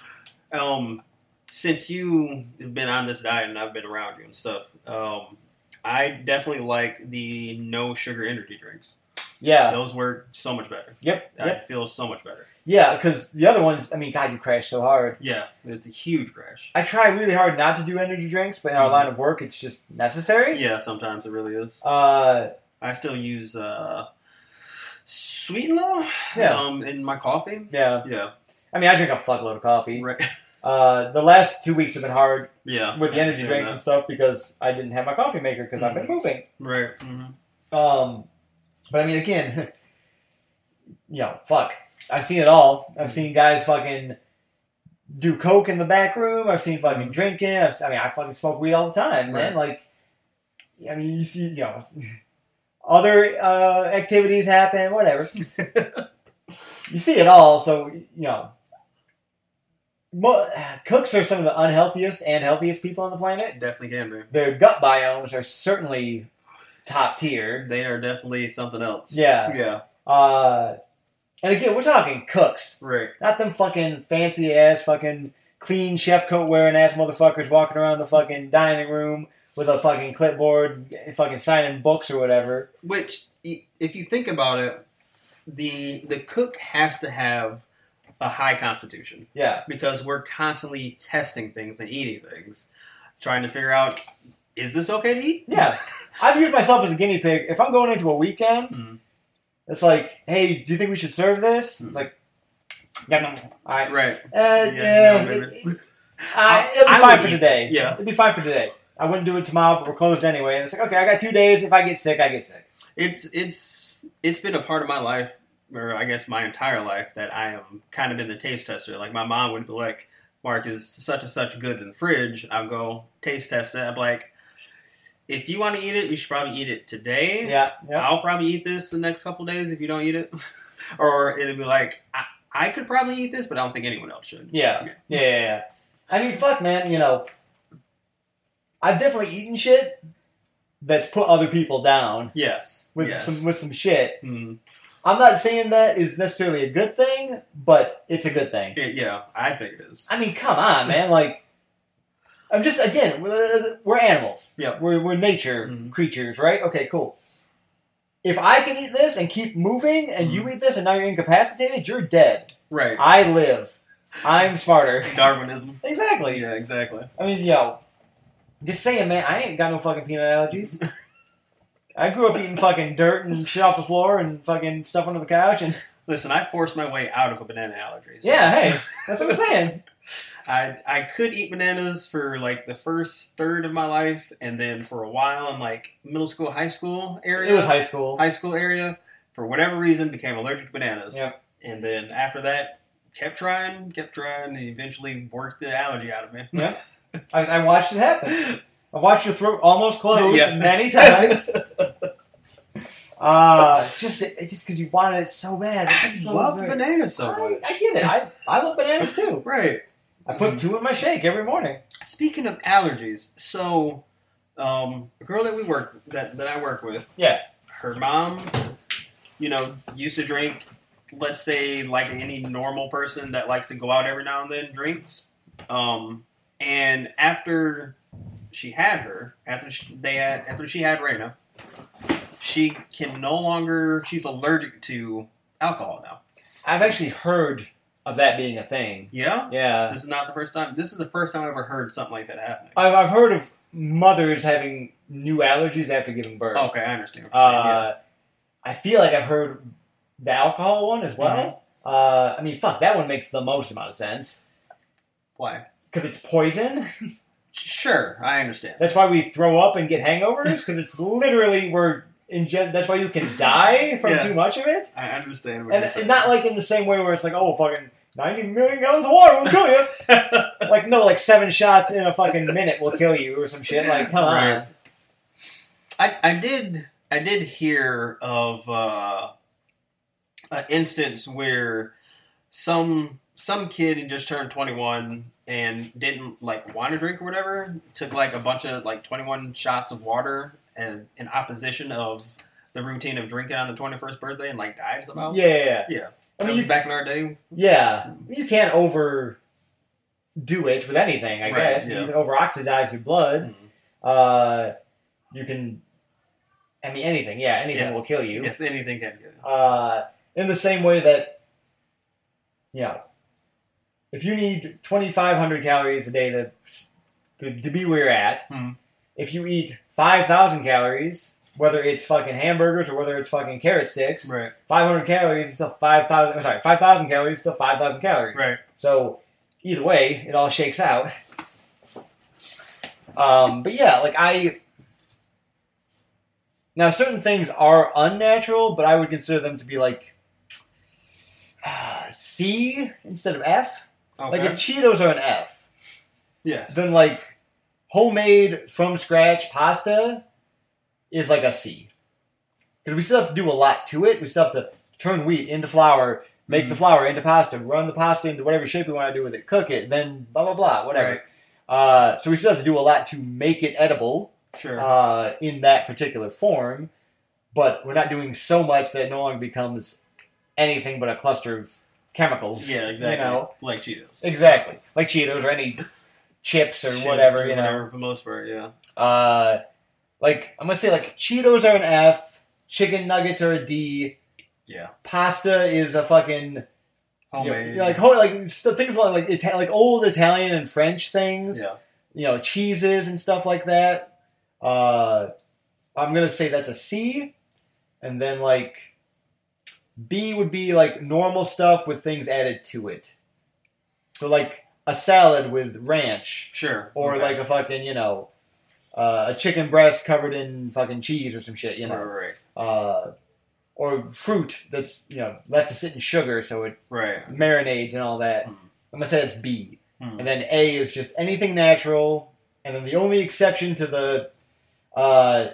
[SPEAKER 2] Um, since you have been on this diet and I've been around you and stuff, um, I definitely like the no sugar energy drinks.
[SPEAKER 1] Yeah,
[SPEAKER 2] Those work so much better.
[SPEAKER 1] yep, yep,
[SPEAKER 2] I feel so much better.
[SPEAKER 1] yeah. Because the other ones, I mean, God, you crash so hard.
[SPEAKER 2] Yeah, it's a huge crash.
[SPEAKER 1] I try really hard not to do energy drinks, but in our
[SPEAKER 2] Mhm.
[SPEAKER 1] line of work, it's just necessary.
[SPEAKER 2] Yeah, sometimes it really is.
[SPEAKER 1] Uh,
[SPEAKER 2] I still use uh, sweet and low
[SPEAKER 1] Yeah.
[SPEAKER 2] um, in my coffee.
[SPEAKER 1] yeah.
[SPEAKER 2] Yeah,
[SPEAKER 1] I mean, I drink a fuckload of coffee.
[SPEAKER 2] right.
[SPEAKER 1] Uh, the last two weeks have been hard
[SPEAKER 2] Yeah,
[SPEAKER 1] with the energy
[SPEAKER 2] Yeah,
[SPEAKER 1] drinks and stuff because I didn't have my coffee maker because I've been moving.
[SPEAKER 2] Right. hmm
[SPEAKER 1] Um, but I mean, again, [LAUGHS] you know, fuck. I've seen it all. I've seen guys fucking do coke in the back room. I've seen fucking drinking. I've, si mean, I fucking smoke weed all the time, man. Like, I mean, you see, you know, [LAUGHS] other uh, activities happen, whatever. you see it all, so you know. Mo- cooks are some of the unhealthiest and healthiest people on the planet.
[SPEAKER 2] Definitely can be.
[SPEAKER 1] Their gut biomes are certainly top tier.
[SPEAKER 2] They are definitely something else.
[SPEAKER 1] Yeah.
[SPEAKER 2] Yeah.
[SPEAKER 1] Uh, and again, we're talking cooks,
[SPEAKER 2] Right.
[SPEAKER 1] not them fucking fancy ass fucking clean chef coat wearing ass motherfuckers walking around the fucking dining room with a fucking clipboard, fucking signing books or whatever.
[SPEAKER 2] Which, i- if you think about it, the the cook has to have a high constitution
[SPEAKER 1] Yeah,
[SPEAKER 2] because we're constantly testing things and eating things, trying to figure out is this okay to eat? [LAUGHS]
[SPEAKER 1] yeah. I've used myself as a guinea pig. If I'm going into a weekend,
[SPEAKER 2] Mhm.
[SPEAKER 1] it's like, hey, do you think we should serve this? It's
[SPEAKER 2] Mhm.
[SPEAKER 1] like, yeah, no, no. all right.
[SPEAKER 2] Right.
[SPEAKER 1] Uh, yeah,
[SPEAKER 2] Yeah, no,
[SPEAKER 1] it-
[SPEAKER 2] maybe.
[SPEAKER 1] I, it'll be
[SPEAKER 2] [LAUGHS] I
[SPEAKER 1] fine
[SPEAKER 2] would
[SPEAKER 1] for
[SPEAKER 2] eat
[SPEAKER 1] today.
[SPEAKER 2] this, yeah.
[SPEAKER 1] it'll be fine for today. I wouldn't do it tomorrow, but we're closed anyway. And it's like, okay, I got two days. If I get sick, I get sick.
[SPEAKER 2] It's it's it's been a part of my life, or I guess my entire life, that I am kind of been the taste tester. Like my mom would be like, "Mark is such and such good in the fridge." I'll go taste test it. I'm like, if you want to eat it, you should probably eat it today.
[SPEAKER 1] Yeah, yeah,
[SPEAKER 2] I'll probably eat this the next couple days if you don't eat it, [LAUGHS] or it'll be like I, I could probably eat this, but I don't think anyone else should.
[SPEAKER 1] yeah, yeah, yeah. yeah. I mean, fuck, man. You know, I've definitely eaten shit that's put other people down
[SPEAKER 2] Yes.
[SPEAKER 1] with
[SPEAKER 2] yes.
[SPEAKER 1] some with some shit.
[SPEAKER 2] Mm,
[SPEAKER 1] I'm not saying that is necessarily a good thing, but it's a good thing.
[SPEAKER 2] yeah, I think it is.
[SPEAKER 1] I mean, come on, man. Like, I'm just again, we're, we're animals.
[SPEAKER 2] Yeah.
[SPEAKER 1] we're we're nature
[SPEAKER 2] Mhm.
[SPEAKER 1] creatures, right? Okay, cool. If I can eat this and keep moving, and you eat this, and now you're incapacitated, you're dead.
[SPEAKER 2] Right.
[SPEAKER 1] I live. I'm smarter. [LAUGHS]
[SPEAKER 2] Darwinism.
[SPEAKER 1] exactly.
[SPEAKER 2] Yeah, exactly.
[SPEAKER 1] I mean, yo, just saying, man. I ain't got no fucking peanut allergies.
[SPEAKER 2] [LAUGHS]
[SPEAKER 1] I grew up eating fucking dirt and shit off the floor and fucking stuff under the couch and
[SPEAKER 2] Listen, I forced my way out of a banana allergy. so
[SPEAKER 1] yeah, hey, that's what I'm saying.
[SPEAKER 2] I I could eat bananas for like the first third of my life, and then for a while in like middle school, high school area,
[SPEAKER 1] It was high school.
[SPEAKER 2] high school area, for whatever reason, became allergic to bananas.
[SPEAKER 1] Yep.
[SPEAKER 2] And then after that, kept trying, kept trying, and eventually worked the allergy out of me. [LAUGHS]
[SPEAKER 1] Yep. I, I watched it happen. I watched your throat almost close
[SPEAKER 2] Yeah.
[SPEAKER 1] many
[SPEAKER 2] [LAUGHS]
[SPEAKER 1] times. uh, just it's just because you wanted it so bad.
[SPEAKER 2] I
[SPEAKER 1] It's so
[SPEAKER 2] love
[SPEAKER 1] great.
[SPEAKER 2] bananas so much.
[SPEAKER 1] I, I get it. I, I love bananas too.
[SPEAKER 2] Right.
[SPEAKER 1] I
[SPEAKER 2] Mm-hmm.
[SPEAKER 1] put two in my shake every morning.
[SPEAKER 2] Speaking of allergies, so um, a girl that we work that that I work with,
[SPEAKER 1] Yeah.
[SPEAKER 2] her mom, you know, used to drink. Let's say, like any normal person that likes to go out every now and then, drinks. Um, and after she had her, after she, they had, after she had Raina, she can no longer. She's allergic to alcohol now.
[SPEAKER 1] I've actually heard of that being a thing.
[SPEAKER 2] Yeah,
[SPEAKER 1] Yeah,
[SPEAKER 2] this is not the first time. This is the first time I've ever heard something like that happening.
[SPEAKER 1] I've, I've heard of mothers having new allergies after giving birth.
[SPEAKER 2] Okay, I understand. what you're saying, yeah.
[SPEAKER 1] Uh, I feel like I've heard the alcohol one as
[SPEAKER 2] Mm-hmm.
[SPEAKER 1] well. Uh, I mean, fuck, that one makes the most amount of sense
[SPEAKER 2] Why?
[SPEAKER 1] because it's poison.
[SPEAKER 2] Sure, I understand.
[SPEAKER 1] That's why we throw up and get hangovers because it's literally we're inge- That's why you can die from
[SPEAKER 2] Yes.
[SPEAKER 1] too much of it,
[SPEAKER 2] I understand what
[SPEAKER 1] and,
[SPEAKER 2] you're saying.
[SPEAKER 1] and not like in the same way where it's like, oh, fucking ninety million gallons of water will
[SPEAKER 2] [LAUGHS]
[SPEAKER 1] kill you. like no, like seven shots in a fucking minute will kill you or some shit. Like come
[SPEAKER 2] [LAUGHS] Right. I, I did I did hear of uh, an instance where some some kid had just turned 21 and didn't like want to drink or whatever took like a bunch of like 21 shots of water and in opposition of the routine of drinking on the 21st birthday and like died somehow.
[SPEAKER 1] on, yeah, yeah, yeah.
[SPEAKER 2] Yeah.
[SPEAKER 1] I
[SPEAKER 2] That
[SPEAKER 1] mean,
[SPEAKER 2] was
[SPEAKER 1] you,
[SPEAKER 2] back in our day.
[SPEAKER 1] yeah, you can't overdo it with anything. I
[SPEAKER 2] Right,
[SPEAKER 1] guess
[SPEAKER 2] yeah. Mm-hmm.
[SPEAKER 1] you can over oxidize your blood. Uh, you can, I mean, anything. Yeah, anything
[SPEAKER 2] Yes.
[SPEAKER 1] will kill you.
[SPEAKER 2] Yes, anything can get it.
[SPEAKER 1] uh, in the same way that, you know, if you need 2,500 calories a day to, to, to be where you're at,
[SPEAKER 2] Hmm.
[SPEAKER 1] if you eat 5,000 calories, whether it's fucking hamburgers or whether it's fucking carrot sticks,
[SPEAKER 2] Right.
[SPEAKER 1] 500 calories is still 5,000, I'm sorry, 5,000 calories is still 5,000 calories.
[SPEAKER 2] Right.
[SPEAKER 1] So either way, it all shakes out. Um, but yeah, like I now certain things are unnatural, but I would consider them to be like [SIGHS] ah, C instead of F.
[SPEAKER 2] Okay.
[SPEAKER 1] Like if Cheetos are an F,
[SPEAKER 2] yes.
[SPEAKER 1] then like homemade from scratch pasta is like a C. Because we still have to do a lot to it. We still have to turn wheat into flour, make
[SPEAKER 2] Mm-hmm.
[SPEAKER 1] the flour into pasta, run the pasta into whatever shape we want to do with it, cook it, then blah blah blah, whatever.
[SPEAKER 2] Right.
[SPEAKER 1] Uh, so we still have to do a lot to make it edible.
[SPEAKER 2] Sure.
[SPEAKER 1] uh, in that particular form, but we're not doing so much that it no longer becomes anything but a cluster of chemicals.
[SPEAKER 2] yeah, exactly.
[SPEAKER 1] You know,
[SPEAKER 2] Like Cheetos.
[SPEAKER 1] exactly like Cheetos or any chips or
[SPEAKER 2] Chips
[SPEAKER 1] whatever. You know,
[SPEAKER 2] whatever, for the most part, yeah.
[SPEAKER 1] uh, like I'm gonna say like Cheetos are an F, chicken nuggets are a D,
[SPEAKER 2] Yeah.
[SPEAKER 1] pasta is a fucking you know,
[SPEAKER 2] Homemade.
[SPEAKER 1] like ho- like st- things like like, Ita- like old Italian and French things.
[SPEAKER 2] yeah.
[SPEAKER 1] you know, cheeses and stuff like that. Uh, I'm gonna say that's a C, and then like B would be like normal stuff with things added to it. So like a salad with ranch,
[SPEAKER 2] Sure.
[SPEAKER 1] or
[SPEAKER 2] Okay.
[SPEAKER 1] like a fucking you know, uh, a chicken breast covered in fucking cheese or some shit, you know,
[SPEAKER 2] Right,
[SPEAKER 1] uh, or fruit that's you know left to sit in sugar so it
[SPEAKER 2] right, right.
[SPEAKER 1] marinades and all that.
[SPEAKER 2] Mm.
[SPEAKER 1] I'm gonna say that's B.
[SPEAKER 2] Hmm.
[SPEAKER 1] And then A is just anything natural. And then the only exception to the uh,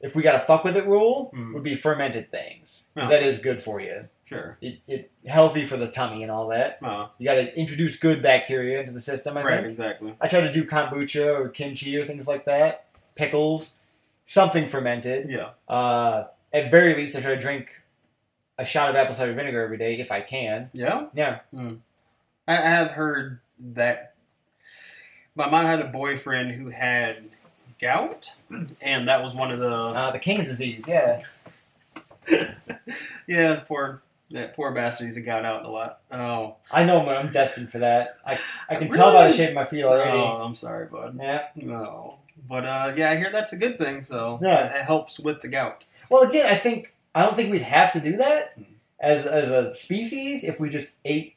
[SPEAKER 1] if we gotta fuck with it rule
[SPEAKER 2] Mhm.
[SPEAKER 1] would be fermented things. 'Cause
[SPEAKER 2] Yeah.
[SPEAKER 1] That is good for you.
[SPEAKER 2] Sure.
[SPEAKER 1] It, it healthy for the tummy and all that.
[SPEAKER 2] Uh,
[SPEAKER 1] You gotta introduce good bacteria into the system. I
[SPEAKER 2] right,
[SPEAKER 1] think
[SPEAKER 2] exactly.
[SPEAKER 1] I try to do kombucha or kimchi or things like that, pickles, something fermented.
[SPEAKER 2] Yeah.
[SPEAKER 1] Uh, at very least, I try to drink a shot of apple cider vinegar every day if I can.
[SPEAKER 2] Yeah?
[SPEAKER 1] Yeah.
[SPEAKER 2] I, I had heard that my mom had a boyfriend who had gout, and that was one of the.
[SPEAKER 1] Uh, the King's disease. Yeah.
[SPEAKER 2] Yeah, poor. That poor bastard, he's got out a lot. Oh,
[SPEAKER 1] I know I'm, I'm destined for that. I, I can tell by the
[SPEAKER 2] Really?
[SPEAKER 1] shape of my feet already.
[SPEAKER 2] oh I'm sorry, bud.
[SPEAKER 1] Yeah.
[SPEAKER 2] No. But uh, yeah, I hear that's a good thing, so
[SPEAKER 1] Yeah.
[SPEAKER 2] it, it helps with the gout.
[SPEAKER 1] Well, again, I think I don't think we'd have to do that
[SPEAKER 2] Hmm.
[SPEAKER 1] as as a species if we just ate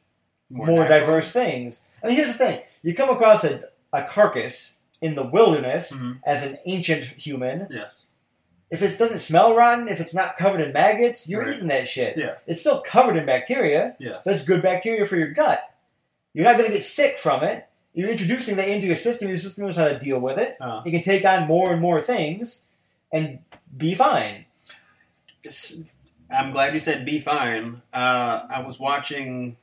[SPEAKER 1] more,
[SPEAKER 2] natural.
[SPEAKER 1] diverse things. I mean, here's the thing: you come across a, a carcass in the wilderness
[SPEAKER 2] Mhm.
[SPEAKER 1] as an ancient human.
[SPEAKER 2] Yes.
[SPEAKER 1] If it doesn't smell rotten, if it's not covered in maggots, you're
[SPEAKER 2] Right.
[SPEAKER 1] eating that shit.
[SPEAKER 2] Yeah.
[SPEAKER 1] It's still covered in bacteria.
[SPEAKER 2] Yes.
[SPEAKER 1] That's good bacteria for your gut. You're not going to get sick from it. You're introducing that into your system. Your system knows how to deal with it.
[SPEAKER 2] Uh,
[SPEAKER 1] It can take on more and more things and be fine.
[SPEAKER 2] It's- I'm glad you said be fine. Uh, I was watching.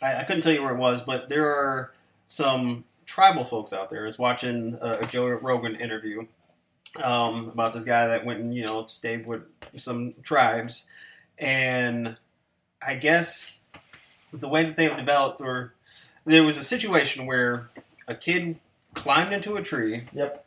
[SPEAKER 2] I, I couldn't tell you where it was, but there are some tribal folks out there. I was watching uh, a Joe Rogan interview um, about this guy that went and you know stayed with some tribes, and I guess the way that they've developed, or there was a situation where a kid climbed into a tree.
[SPEAKER 1] Yep.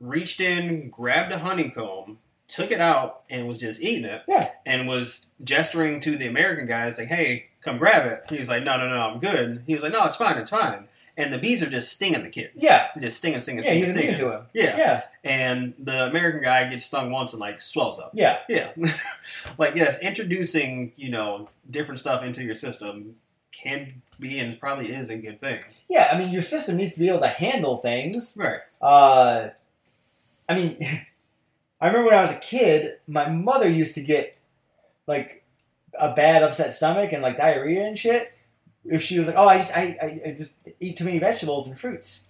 [SPEAKER 2] Reached in, grabbed a honeycomb, took it out and was just eating it.
[SPEAKER 1] Yeah.
[SPEAKER 2] And was gesturing to the American guys like, "Hey, come grab it." He was like, "No, no, no, I'm good." He was like, "No, it's fine, it's fine." And the bees are just stinging the kid,
[SPEAKER 1] Yeah.
[SPEAKER 2] just stinging, stinging,
[SPEAKER 1] Yeah,
[SPEAKER 2] stinging,
[SPEAKER 1] he's immune
[SPEAKER 2] stinging.
[SPEAKER 1] to him.
[SPEAKER 2] Yeah.
[SPEAKER 1] Yeah.
[SPEAKER 2] And the American guy gets stung once and like swells up.
[SPEAKER 1] Yeah.
[SPEAKER 2] Yeah. [LAUGHS] like yes, introducing you know different stuff into your system can be and probably is a good thing.
[SPEAKER 1] Yeah. I mean, your system needs to be able to handle things.
[SPEAKER 2] Right.
[SPEAKER 1] Uh, I mean, [LAUGHS] I remember when I was a kid, my mother used to get like a bad upset stomach and like diarrhea and shit. If she was like, "Oh, I just I, I, I just eat too many vegetables and fruits,"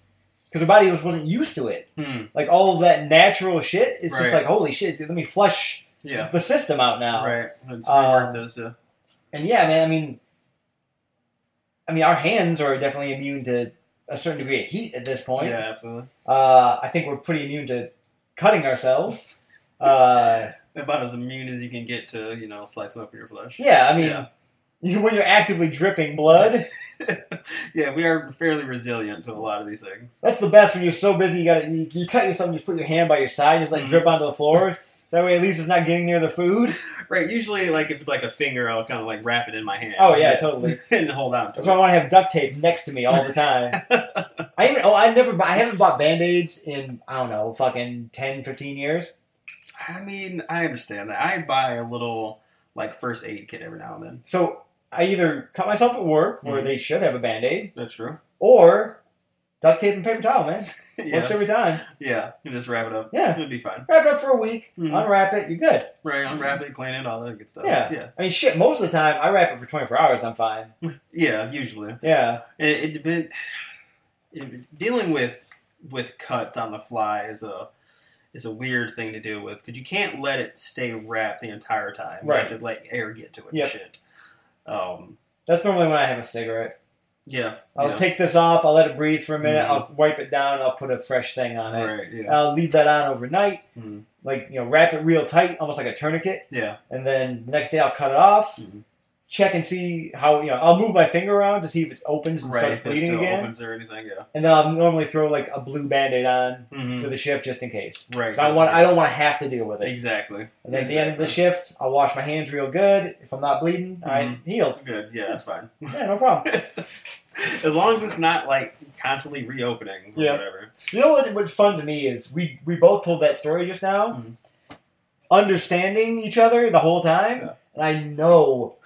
[SPEAKER 1] because her body was wasn't used to it.
[SPEAKER 2] Hmm.
[SPEAKER 1] Like all of that natural shit, it's just
[SPEAKER 2] Right.
[SPEAKER 1] like, "Holy shit! Let me flush
[SPEAKER 2] Yeah.
[SPEAKER 1] the system out now."
[SPEAKER 2] Right. It's
[SPEAKER 1] Uh,
[SPEAKER 2] more of those, uh,
[SPEAKER 1] and yeah, man, I mean, I mean, our hands are definitely immune to a certain degree of heat at this point.
[SPEAKER 2] yeah, absolutely.
[SPEAKER 1] Uh, I think we're pretty immune to cutting ourselves. Uh,
[SPEAKER 2] About as immune as you can get to you know slicing up your flesh.
[SPEAKER 1] yeah, I mean,
[SPEAKER 2] Yeah.
[SPEAKER 1] you- [LAUGHS] when you're actively dripping blood,
[SPEAKER 2] yeah, we are fairly resilient to a lot of these things.
[SPEAKER 1] that's the best. When you're so busy, you got you, you cut yourself, and you just put your hand by your side, and just like
[SPEAKER 2] Mhm.
[SPEAKER 1] drip onto the floor. That way, at least it's not getting near the food.
[SPEAKER 2] Right, usually, like, if it's like a finger, I'll kind of like wrap it in my hand.
[SPEAKER 1] Oh yeah, totally.
[SPEAKER 2] [LAUGHS] and hold on
[SPEAKER 1] That's why I
[SPEAKER 2] to
[SPEAKER 1] want to have duct tape next to me all the time.
[SPEAKER 2] [LAUGHS] it.
[SPEAKER 1] I even oh I never bu- I haven't bought band aids in I don't know fucking 10, 15 years.
[SPEAKER 2] I mean, I understand that. I buy a little, like, first aid kit every now and then.
[SPEAKER 1] So I either cut myself at work, where
[SPEAKER 2] Mhm.
[SPEAKER 1] they should have a band aid,
[SPEAKER 2] That's [LAUGHS] true.
[SPEAKER 1] or duct tape and paper towel, man. Works
[SPEAKER 2] yes.
[SPEAKER 1] every time.
[SPEAKER 2] Yeah, you just wrap it up.
[SPEAKER 1] Yeah.
[SPEAKER 2] It'll be fine.
[SPEAKER 1] Wrap it up for a week,
[SPEAKER 2] Mhm.
[SPEAKER 1] unwrap it, you're good.
[SPEAKER 2] Right, unwrap it, clean it, all that good stuff.
[SPEAKER 1] Yeah.
[SPEAKER 2] Yeah,
[SPEAKER 1] I mean, shit, most of the time I wrap it for 24 hours, I'm fine.
[SPEAKER 2] yeah usually.
[SPEAKER 1] Yeah.
[SPEAKER 2] It, it depend. it- Dealing with with cuts on the fly is a is a weird thing to deal with because you can't let it stay wrapped the entire time. You
[SPEAKER 1] Right.
[SPEAKER 2] have to let air get to it.
[SPEAKER 1] Yep.
[SPEAKER 2] And shit. Um,
[SPEAKER 1] That's normally when I have a cigarette.
[SPEAKER 2] Yeah.
[SPEAKER 1] I'll
[SPEAKER 2] yeah.
[SPEAKER 1] take this off. I'll let it breathe for a minute.
[SPEAKER 2] Mhm.
[SPEAKER 1] I'll wipe it down. I'll put a fresh thing on it.
[SPEAKER 2] Right. Yeah.
[SPEAKER 1] I'll leave that on overnight.
[SPEAKER 2] Mhm.
[SPEAKER 1] Like you know, wrap it real tight, almost like a tourniquet.
[SPEAKER 2] yeah.
[SPEAKER 1] And then the next day, I'll cut it off.
[SPEAKER 2] Mhm.
[SPEAKER 1] Check and see how you know. I'll move my finger around to see if it opens and
[SPEAKER 2] Right.
[SPEAKER 1] starts
[SPEAKER 2] If it
[SPEAKER 1] bleeding
[SPEAKER 2] still
[SPEAKER 1] again.
[SPEAKER 2] opens or anything. Yeah.
[SPEAKER 1] And then I'll normally throw like a blue band-aid on
[SPEAKER 2] Mhm.
[SPEAKER 1] for the shift just in case.
[SPEAKER 2] Right.
[SPEAKER 1] 'Cause I want. I don't want to have to deal with it.
[SPEAKER 2] Exactly.
[SPEAKER 1] And then at the end of the
[SPEAKER 2] Exactly.
[SPEAKER 1] shift, I'll wash my hands real good. If I'm not bleeding, I
[SPEAKER 2] Mhm.
[SPEAKER 1] healed.
[SPEAKER 2] Good. Yeah, that's fine. [LAUGHS]
[SPEAKER 1] Yeah, no problem.
[SPEAKER 2] as long as it's not like constantly reopening or
[SPEAKER 1] Yeah.
[SPEAKER 2] whatever.
[SPEAKER 1] You know what? What's fun to me is we we both told that story just now,
[SPEAKER 2] Mhm.
[SPEAKER 1] understanding each other the whole time.
[SPEAKER 2] Yeah.
[SPEAKER 1] And I know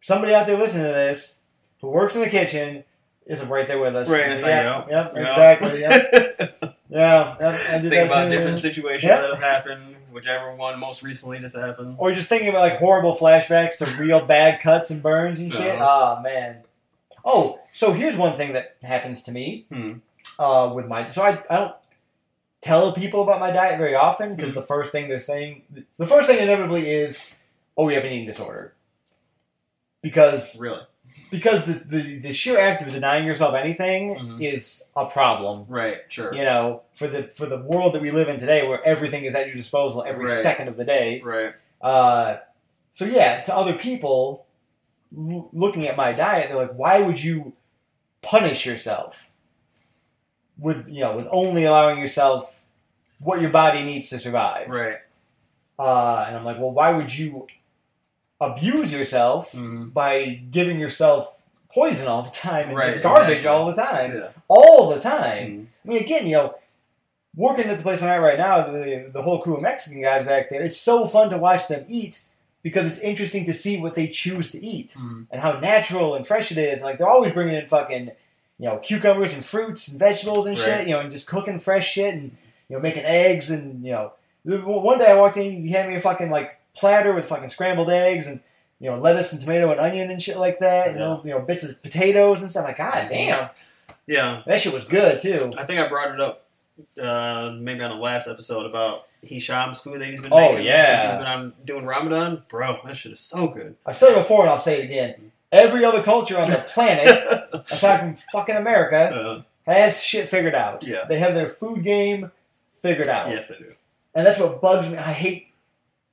[SPEAKER 1] somebody out there listening to this who works in the kitchen is right there with us.
[SPEAKER 2] Right, it's like,
[SPEAKER 1] yeah, yep,
[SPEAKER 2] You know?
[SPEAKER 1] exactly.
[SPEAKER 2] [LAUGHS]
[SPEAKER 1] Yep, yeah, yep, I did that
[SPEAKER 2] Think about
[SPEAKER 1] too.
[SPEAKER 2] different situations
[SPEAKER 1] Yeah.
[SPEAKER 2] that have happened, whichever one most recently just happened.
[SPEAKER 1] Or just thinking about like horrible flashbacks to real bad cuts and burns and shit.
[SPEAKER 2] Uh-huh.
[SPEAKER 1] Ah man. Oh, so here's one thing that happens to me
[SPEAKER 2] Hmm.
[SPEAKER 1] uh, with my. So I, I don't tell people about my diet very often
[SPEAKER 2] Hmm.
[SPEAKER 1] because the first thing they're saying, the first thing inevitably is, "Oh, you have an eating disorder," because
[SPEAKER 2] Really?
[SPEAKER 1] because the the, the sheer act of denying yourself anything
[SPEAKER 2] Mhm.
[SPEAKER 1] is a problem.
[SPEAKER 2] Right. Sure.
[SPEAKER 1] You know, for the for the world that we live in today, where everything is at your disposal every
[SPEAKER 2] Right.
[SPEAKER 1] second of the day.
[SPEAKER 2] Right.
[SPEAKER 1] Uh, so yeah, to other people l- looking at my diet, they're like, "Why would you punish yourself with you know with only allowing yourself what your body needs to survive?"
[SPEAKER 2] Right.
[SPEAKER 1] Uh, and I'm like, "Well, why would you abuse yourself
[SPEAKER 2] Mhm.
[SPEAKER 1] by giving yourself?" Poison all the time and
[SPEAKER 2] Right,
[SPEAKER 1] just garbage
[SPEAKER 2] exactly.
[SPEAKER 1] all the time,
[SPEAKER 2] Yeah.
[SPEAKER 1] all the time.
[SPEAKER 2] Mhm.
[SPEAKER 1] I mean, again, you know, working at the place I'm at right now, the, the whole crew of Mexican guys back there, it's so fun to watch them eat because it's interesting to see what they choose to eat
[SPEAKER 2] Mhm.
[SPEAKER 1] and how natural and fresh it is. Like, they're always bringing in fucking, you know, cucumbers and fruits and vegetables and shit,
[SPEAKER 2] Right.
[SPEAKER 1] you know, and just cooking fresh shit and, you know, making eggs and, you know. One day I walked in, he handed me a fucking, like, platter with fucking scrambled eggs and, you know, lettuce and tomato and onion and shit like that, and
[SPEAKER 2] Yeah.
[SPEAKER 1] little, you know, bits of potatoes and stuff. Like, god damn,
[SPEAKER 2] Yeah.
[SPEAKER 1] that shit was good, too.
[SPEAKER 2] I think I brought it up uh, maybe on the last episode about Hisham's food that he's been
[SPEAKER 1] Oh,
[SPEAKER 2] making since
[SPEAKER 1] yeah.
[SPEAKER 2] he's been on doing Ramadan. Bro, that shit is so good.
[SPEAKER 1] I've said it before and I'll say it again. Every other culture
[SPEAKER 2] [LAUGHS]
[SPEAKER 1] on the planet, aside from fucking America,
[SPEAKER 2] Uh,
[SPEAKER 1] has shit figured out.
[SPEAKER 2] Yeah.
[SPEAKER 1] They have their food game figured out.
[SPEAKER 2] yes, I do.
[SPEAKER 1] And that's what bugs me. I hate,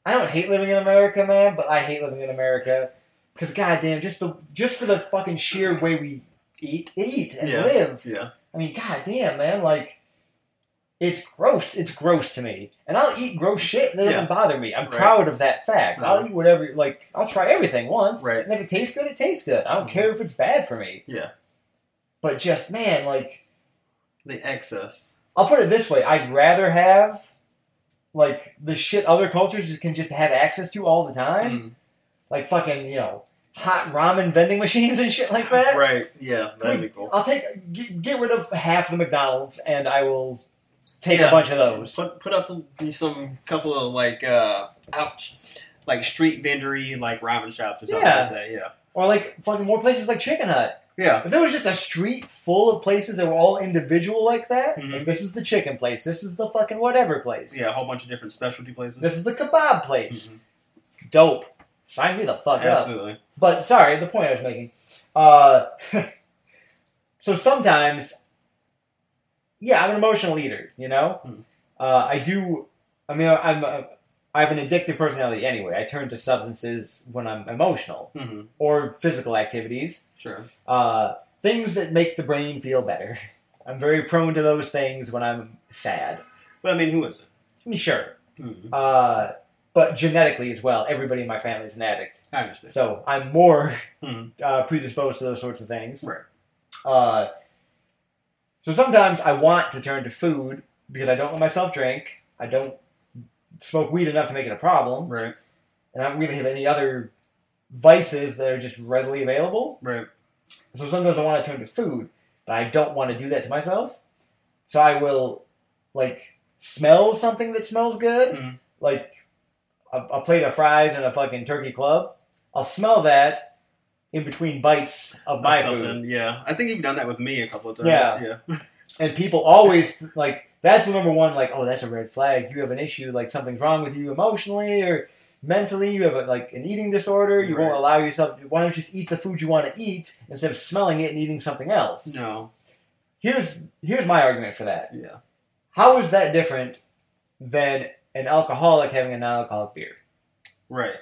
[SPEAKER 1] I don't hate living in America, man, but I hate living in America. Because goddamn, just the just for the fucking sheer way we
[SPEAKER 2] Eat.
[SPEAKER 1] eat and
[SPEAKER 2] Yeah.
[SPEAKER 1] live.
[SPEAKER 2] Yeah.
[SPEAKER 1] I mean, goddamn, man, like it's gross. It's gross to me, and I'll eat gross shit. That doesn't
[SPEAKER 2] Yeah.
[SPEAKER 1] bother me. I'm
[SPEAKER 2] Right.
[SPEAKER 1] proud of that fact. I'll
[SPEAKER 2] Uh-huh.
[SPEAKER 1] eat whatever. Like I'll try everything once,
[SPEAKER 2] Right.
[SPEAKER 1] and if it tastes good, it tastes good. I don't
[SPEAKER 2] Mhm.
[SPEAKER 1] care if it's bad for me.
[SPEAKER 2] Yeah.
[SPEAKER 1] But just man, like
[SPEAKER 2] The excess.
[SPEAKER 1] I'll put it this way: I'd rather have like the shit other cultures just can just have access to all the time,
[SPEAKER 2] Mhm.
[SPEAKER 1] like fucking you know hot ramen vending machines and shit like that.
[SPEAKER 2] Right. Yeah. That'd be cool.
[SPEAKER 1] I'll take get, get rid of half the McDonald's and I will take
[SPEAKER 2] Yeah.
[SPEAKER 1] a bunch of those.
[SPEAKER 2] Put, put up some couple of like uh ouch like street vendory like ramen shops or something
[SPEAKER 1] Yeah.
[SPEAKER 2] like that. Yeah.
[SPEAKER 1] Or like fucking more places like Chicken Hut.
[SPEAKER 2] Yeah.
[SPEAKER 1] If there was just a street full of places that were all individual like that,
[SPEAKER 2] Mhm.
[SPEAKER 1] like this is the chicken place, this is the fucking whatever place,
[SPEAKER 2] Yeah, a whole bunch of different specialty places.
[SPEAKER 1] this is the kebab place.
[SPEAKER 2] Mhm.
[SPEAKER 1] Dope. Sign me the fuck up.
[SPEAKER 2] Absolutely.
[SPEAKER 1] But sorry, the point I was making. Uh, [LAUGHS] so sometimes, yeah, I'm an emotional eater. You know,
[SPEAKER 2] Hmm.
[SPEAKER 1] uh, I do. I mean, I'm. a- I have an addictive personality anyway. I turn to substances when I'm emotional
[SPEAKER 2] hmm
[SPEAKER 1] or physical activities,
[SPEAKER 2] Sure.
[SPEAKER 1] uh, things that make the brain feel better. [LAUGHS] I'm very prone to those things when I'm sad.
[SPEAKER 2] But I mean, who is it?
[SPEAKER 1] I mean, sure,
[SPEAKER 2] Mhm.
[SPEAKER 1] uh, but genetically as well. Everybody in my family is an addict.
[SPEAKER 2] I understand.
[SPEAKER 1] So I'm more
[SPEAKER 2] Mhm.
[SPEAKER 1] uh, predisposed to those sorts of things.
[SPEAKER 2] Right.
[SPEAKER 1] Uh, so sometimes I want to turn to food because I don't let myself drink. I don't smoke weed enough to make it a problem.
[SPEAKER 2] Right.
[SPEAKER 1] And I don't really have any other vices that are just readily available.
[SPEAKER 2] Right.
[SPEAKER 1] So sometimes I want to turn to food, but I don't want to do that to myself. So I will, like, smell something that smells good
[SPEAKER 2] Mhm.
[SPEAKER 1] like a, a plate of fries and a fucking turkey club. I'll smell that in between bites of my
[SPEAKER 2] That's
[SPEAKER 1] food,
[SPEAKER 2] something. Yeah. I think you've done that with me a couple of times.
[SPEAKER 1] Yeah. and people always like that's the number one. Like, oh, that's a red flag. You have an issue. Like something's wrong with you emotionally, or mentally, you have a, like an eating disorder. You won't
[SPEAKER 2] Right.
[SPEAKER 1] allow yourself. Why don't you just eat the food you want to eat instead of smelling it and eating something else?
[SPEAKER 2] No.
[SPEAKER 1] Here's here's my argument for that.
[SPEAKER 2] Yeah.
[SPEAKER 1] How is that different than an alcoholic having a non-alcoholic beer?
[SPEAKER 2] Right.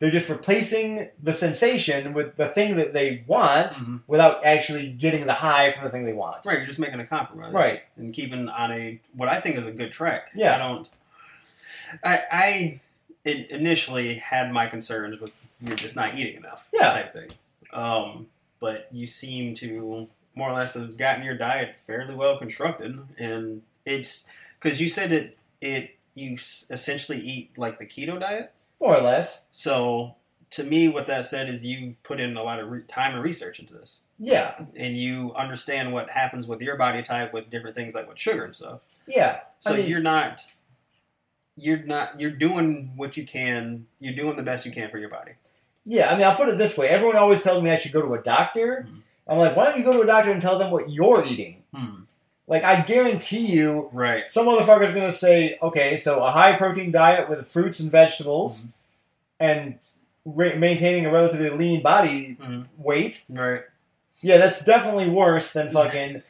[SPEAKER 1] They're just replacing the sensation with the thing that they want
[SPEAKER 2] Mhm.
[SPEAKER 1] without actually getting the high from the thing they want.
[SPEAKER 2] Right. You're just making a compromise.
[SPEAKER 1] Right.
[SPEAKER 2] And keeping on a what I think is a good track.
[SPEAKER 1] Yeah.
[SPEAKER 2] I don't. I I in, initially had my concerns with you're just not eating enough.
[SPEAKER 1] Yeah.
[SPEAKER 2] Type thing. Um, but you seem to more or less have gotten your diet fairly well constructed, and it's because you said that it you s- essentially eat like the keto diet.
[SPEAKER 1] More or less.
[SPEAKER 2] So to me, what that said is you put in a lot of re- time and research into this,
[SPEAKER 1] Yeah.
[SPEAKER 2] and you understand what happens with your body type with different things like with sugar and stuff.
[SPEAKER 1] Yeah.
[SPEAKER 2] So
[SPEAKER 1] I mean-
[SPEAKER 2] you're not, you're not, you're doing what you can. You're doing the best you can for your body.
[SPEAKER 1] Yeah. I mean, I'll put it this way. Everyone always tells me I should go to a doctor.
[SPEAKER 2] Mhm.
[SPEAKER 1] I'm like, why don't you go to a doctor and tell them what you're eating? Like, I guarantee you,
[SPEAKER 2] Right.
[SPEAKER 1] some motherfucker's going to say, okay, so a high protein diet with fruits and vegetables
[SPEAKER 2] Mm-hmm.
[SPEAKER 1] and re- maintaining a relatively lean body
[SPEAKER 2] Mhm.
[SPEAKER 1] weight. [LAUGHS]
[SPEAKER 2] Right.
[SPEAKER 1] Yeah, that's definitely worse
[SPEAKER 2] [LAUGHS]
[SPEAKER 1] than fucking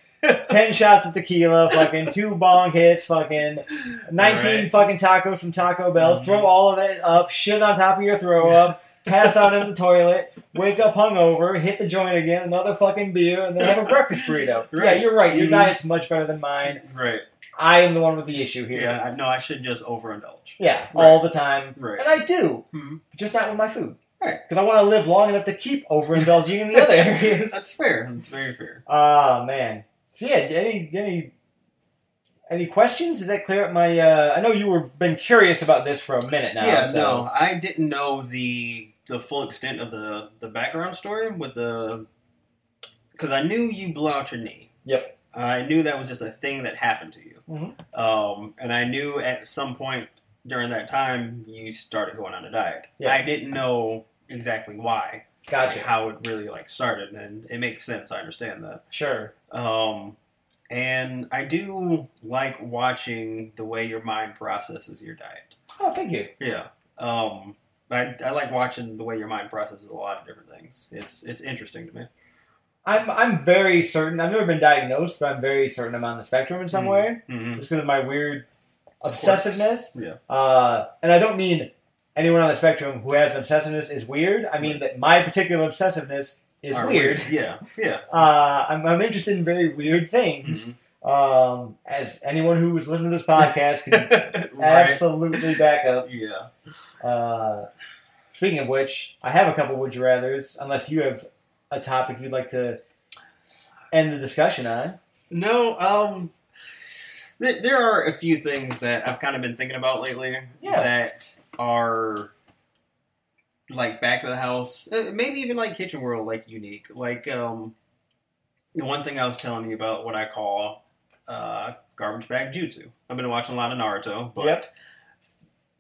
[SPEAKER 1] 10 shots of tequila, fucking two bong hits, fucking 19
[SPEAKER 2] Right.
[SPEAKER 1] fucking tacos from Taco Bell.
[SPEAKER 2] Mhm.
[SPEAKER 1] Throw all of it up, shit on top of your throw up,
[SPEAKER 2] [LAUGHS]
[SPEAKER 1] pass out in the toilet, wake up hungover, hit the joint again, another fucking beer, and then have a breakfast burrito. Yeah,
[SPEAKER 2] Right.
[SPEAKER 1] you're right. Your
[SPEAKER 2] Mhm.
[SPEAKER 1] diet's much better than mine.
[SPEAKER 2] Right.
[SPEAKER 1] I am the one with the issue here.
[SPEAKER 2] Yeah. I, no, I should just overindulge.
[SPEAKER 1] Yeah,
[SPEAKER 2] Right.
[SPEAKER 1] all the time.
[SPEAKER 2] Right.
[SPEAKER 1] And I do,
[SPEAKER 2] Mhm.
[SPEAKER 1] just not with my food.
[SPEAKER 2] Right.
[SPEAKER 1] Because I want to live long enough to keep overindulging in the
[SPEAKER 2] [LAUGHS]
[SPEAKER 1] other areas.
[SPEAKER 2] That's fair. That's very fair.
[SPEAKER 1] Ah man. So yeah, any any any questions? Did that clear up my? Uh, I know you were been curious about this for a minute now.
[SPEAKER 2] yeah.
[SPEAKER 1] so.
[SPEAKER 2] No, I didn't know the the full extent of the the background story with the because I knew you blew out your knee.
[SPEAKER 1] Yep.
[SPEAKER 2] I knew that was just a thing that happened to you.
[SPEAKER 1] Mhm.
[SPEAKER 2] Um, and I knew at some point during that time you started going on a diet.
[SPEAKER 1] Yeah.
[SPEAKER 2] I didn't know exactly why, like,
[SPEAKER 1] Gotcha.
[SPEAKER 2] how it really like started, and it makes sense. I understand that.
[SPEAKER 1] Sure.
[SPEAKER 2] Um, and I do like watching the way your mind processes your diet.
[SPEAKER 1] Oh, thank you.
[SPEAKER 2] Yeah. Um, I, I like watching the way your mind processes a lot of different things. It's it's interesting to me.
[SPEAKER 1] I'm I'm very certain. I've never been diagnosed, but I'm very certain I'm on the spectrum in some
[SPEAKER 2] Mhm.
[SPEAKER 1] way,
[SPEAKER 2] Mm-hmm.
[SPEAKER 1] just because of my weird obsessiveness.
[SPEAKER 2] Yeah.
[SPEAKER 1] Uh, and I don't mean anyone on the spectrum who has an obsessiveness is weird. I mean that my particular obsessiveness is
[SPEAKER 2] Are
[SPEAKER 1] weird.
[SPEAKER 2] Yeah. Yeah.
[SPEAKER 1] Uh, I'm, I'm interested in very weird things.
[SPEAKER 2] Mhm.
[SPEAKER 1] Um, as anyone who was listening to this podcast can
[SPEAKER 2] [LAUGHS] [LAUGHS] Right.
[SPEAKER 1] absolutely back up.
[SPEAKER 2] Yeah.
[SPEAKER 1] Uh, speaking of which, I have a couple would you rather's, unless you have a topic you'd like to end the discussion on.
[SPEAKER 2] No, um, th- there are a few things that I've kind of been thinking about lately
[SPEAKER 1] Yeah.
[SPEAKER 2] that are like back of the house, uh, maybe even like kitchen world, like unique. Like, um, the one thing I was telling you about what I call uh, garbage bag jutsu. I've been watching a lot of Naruto, but
[SPEAKER 1] Yep.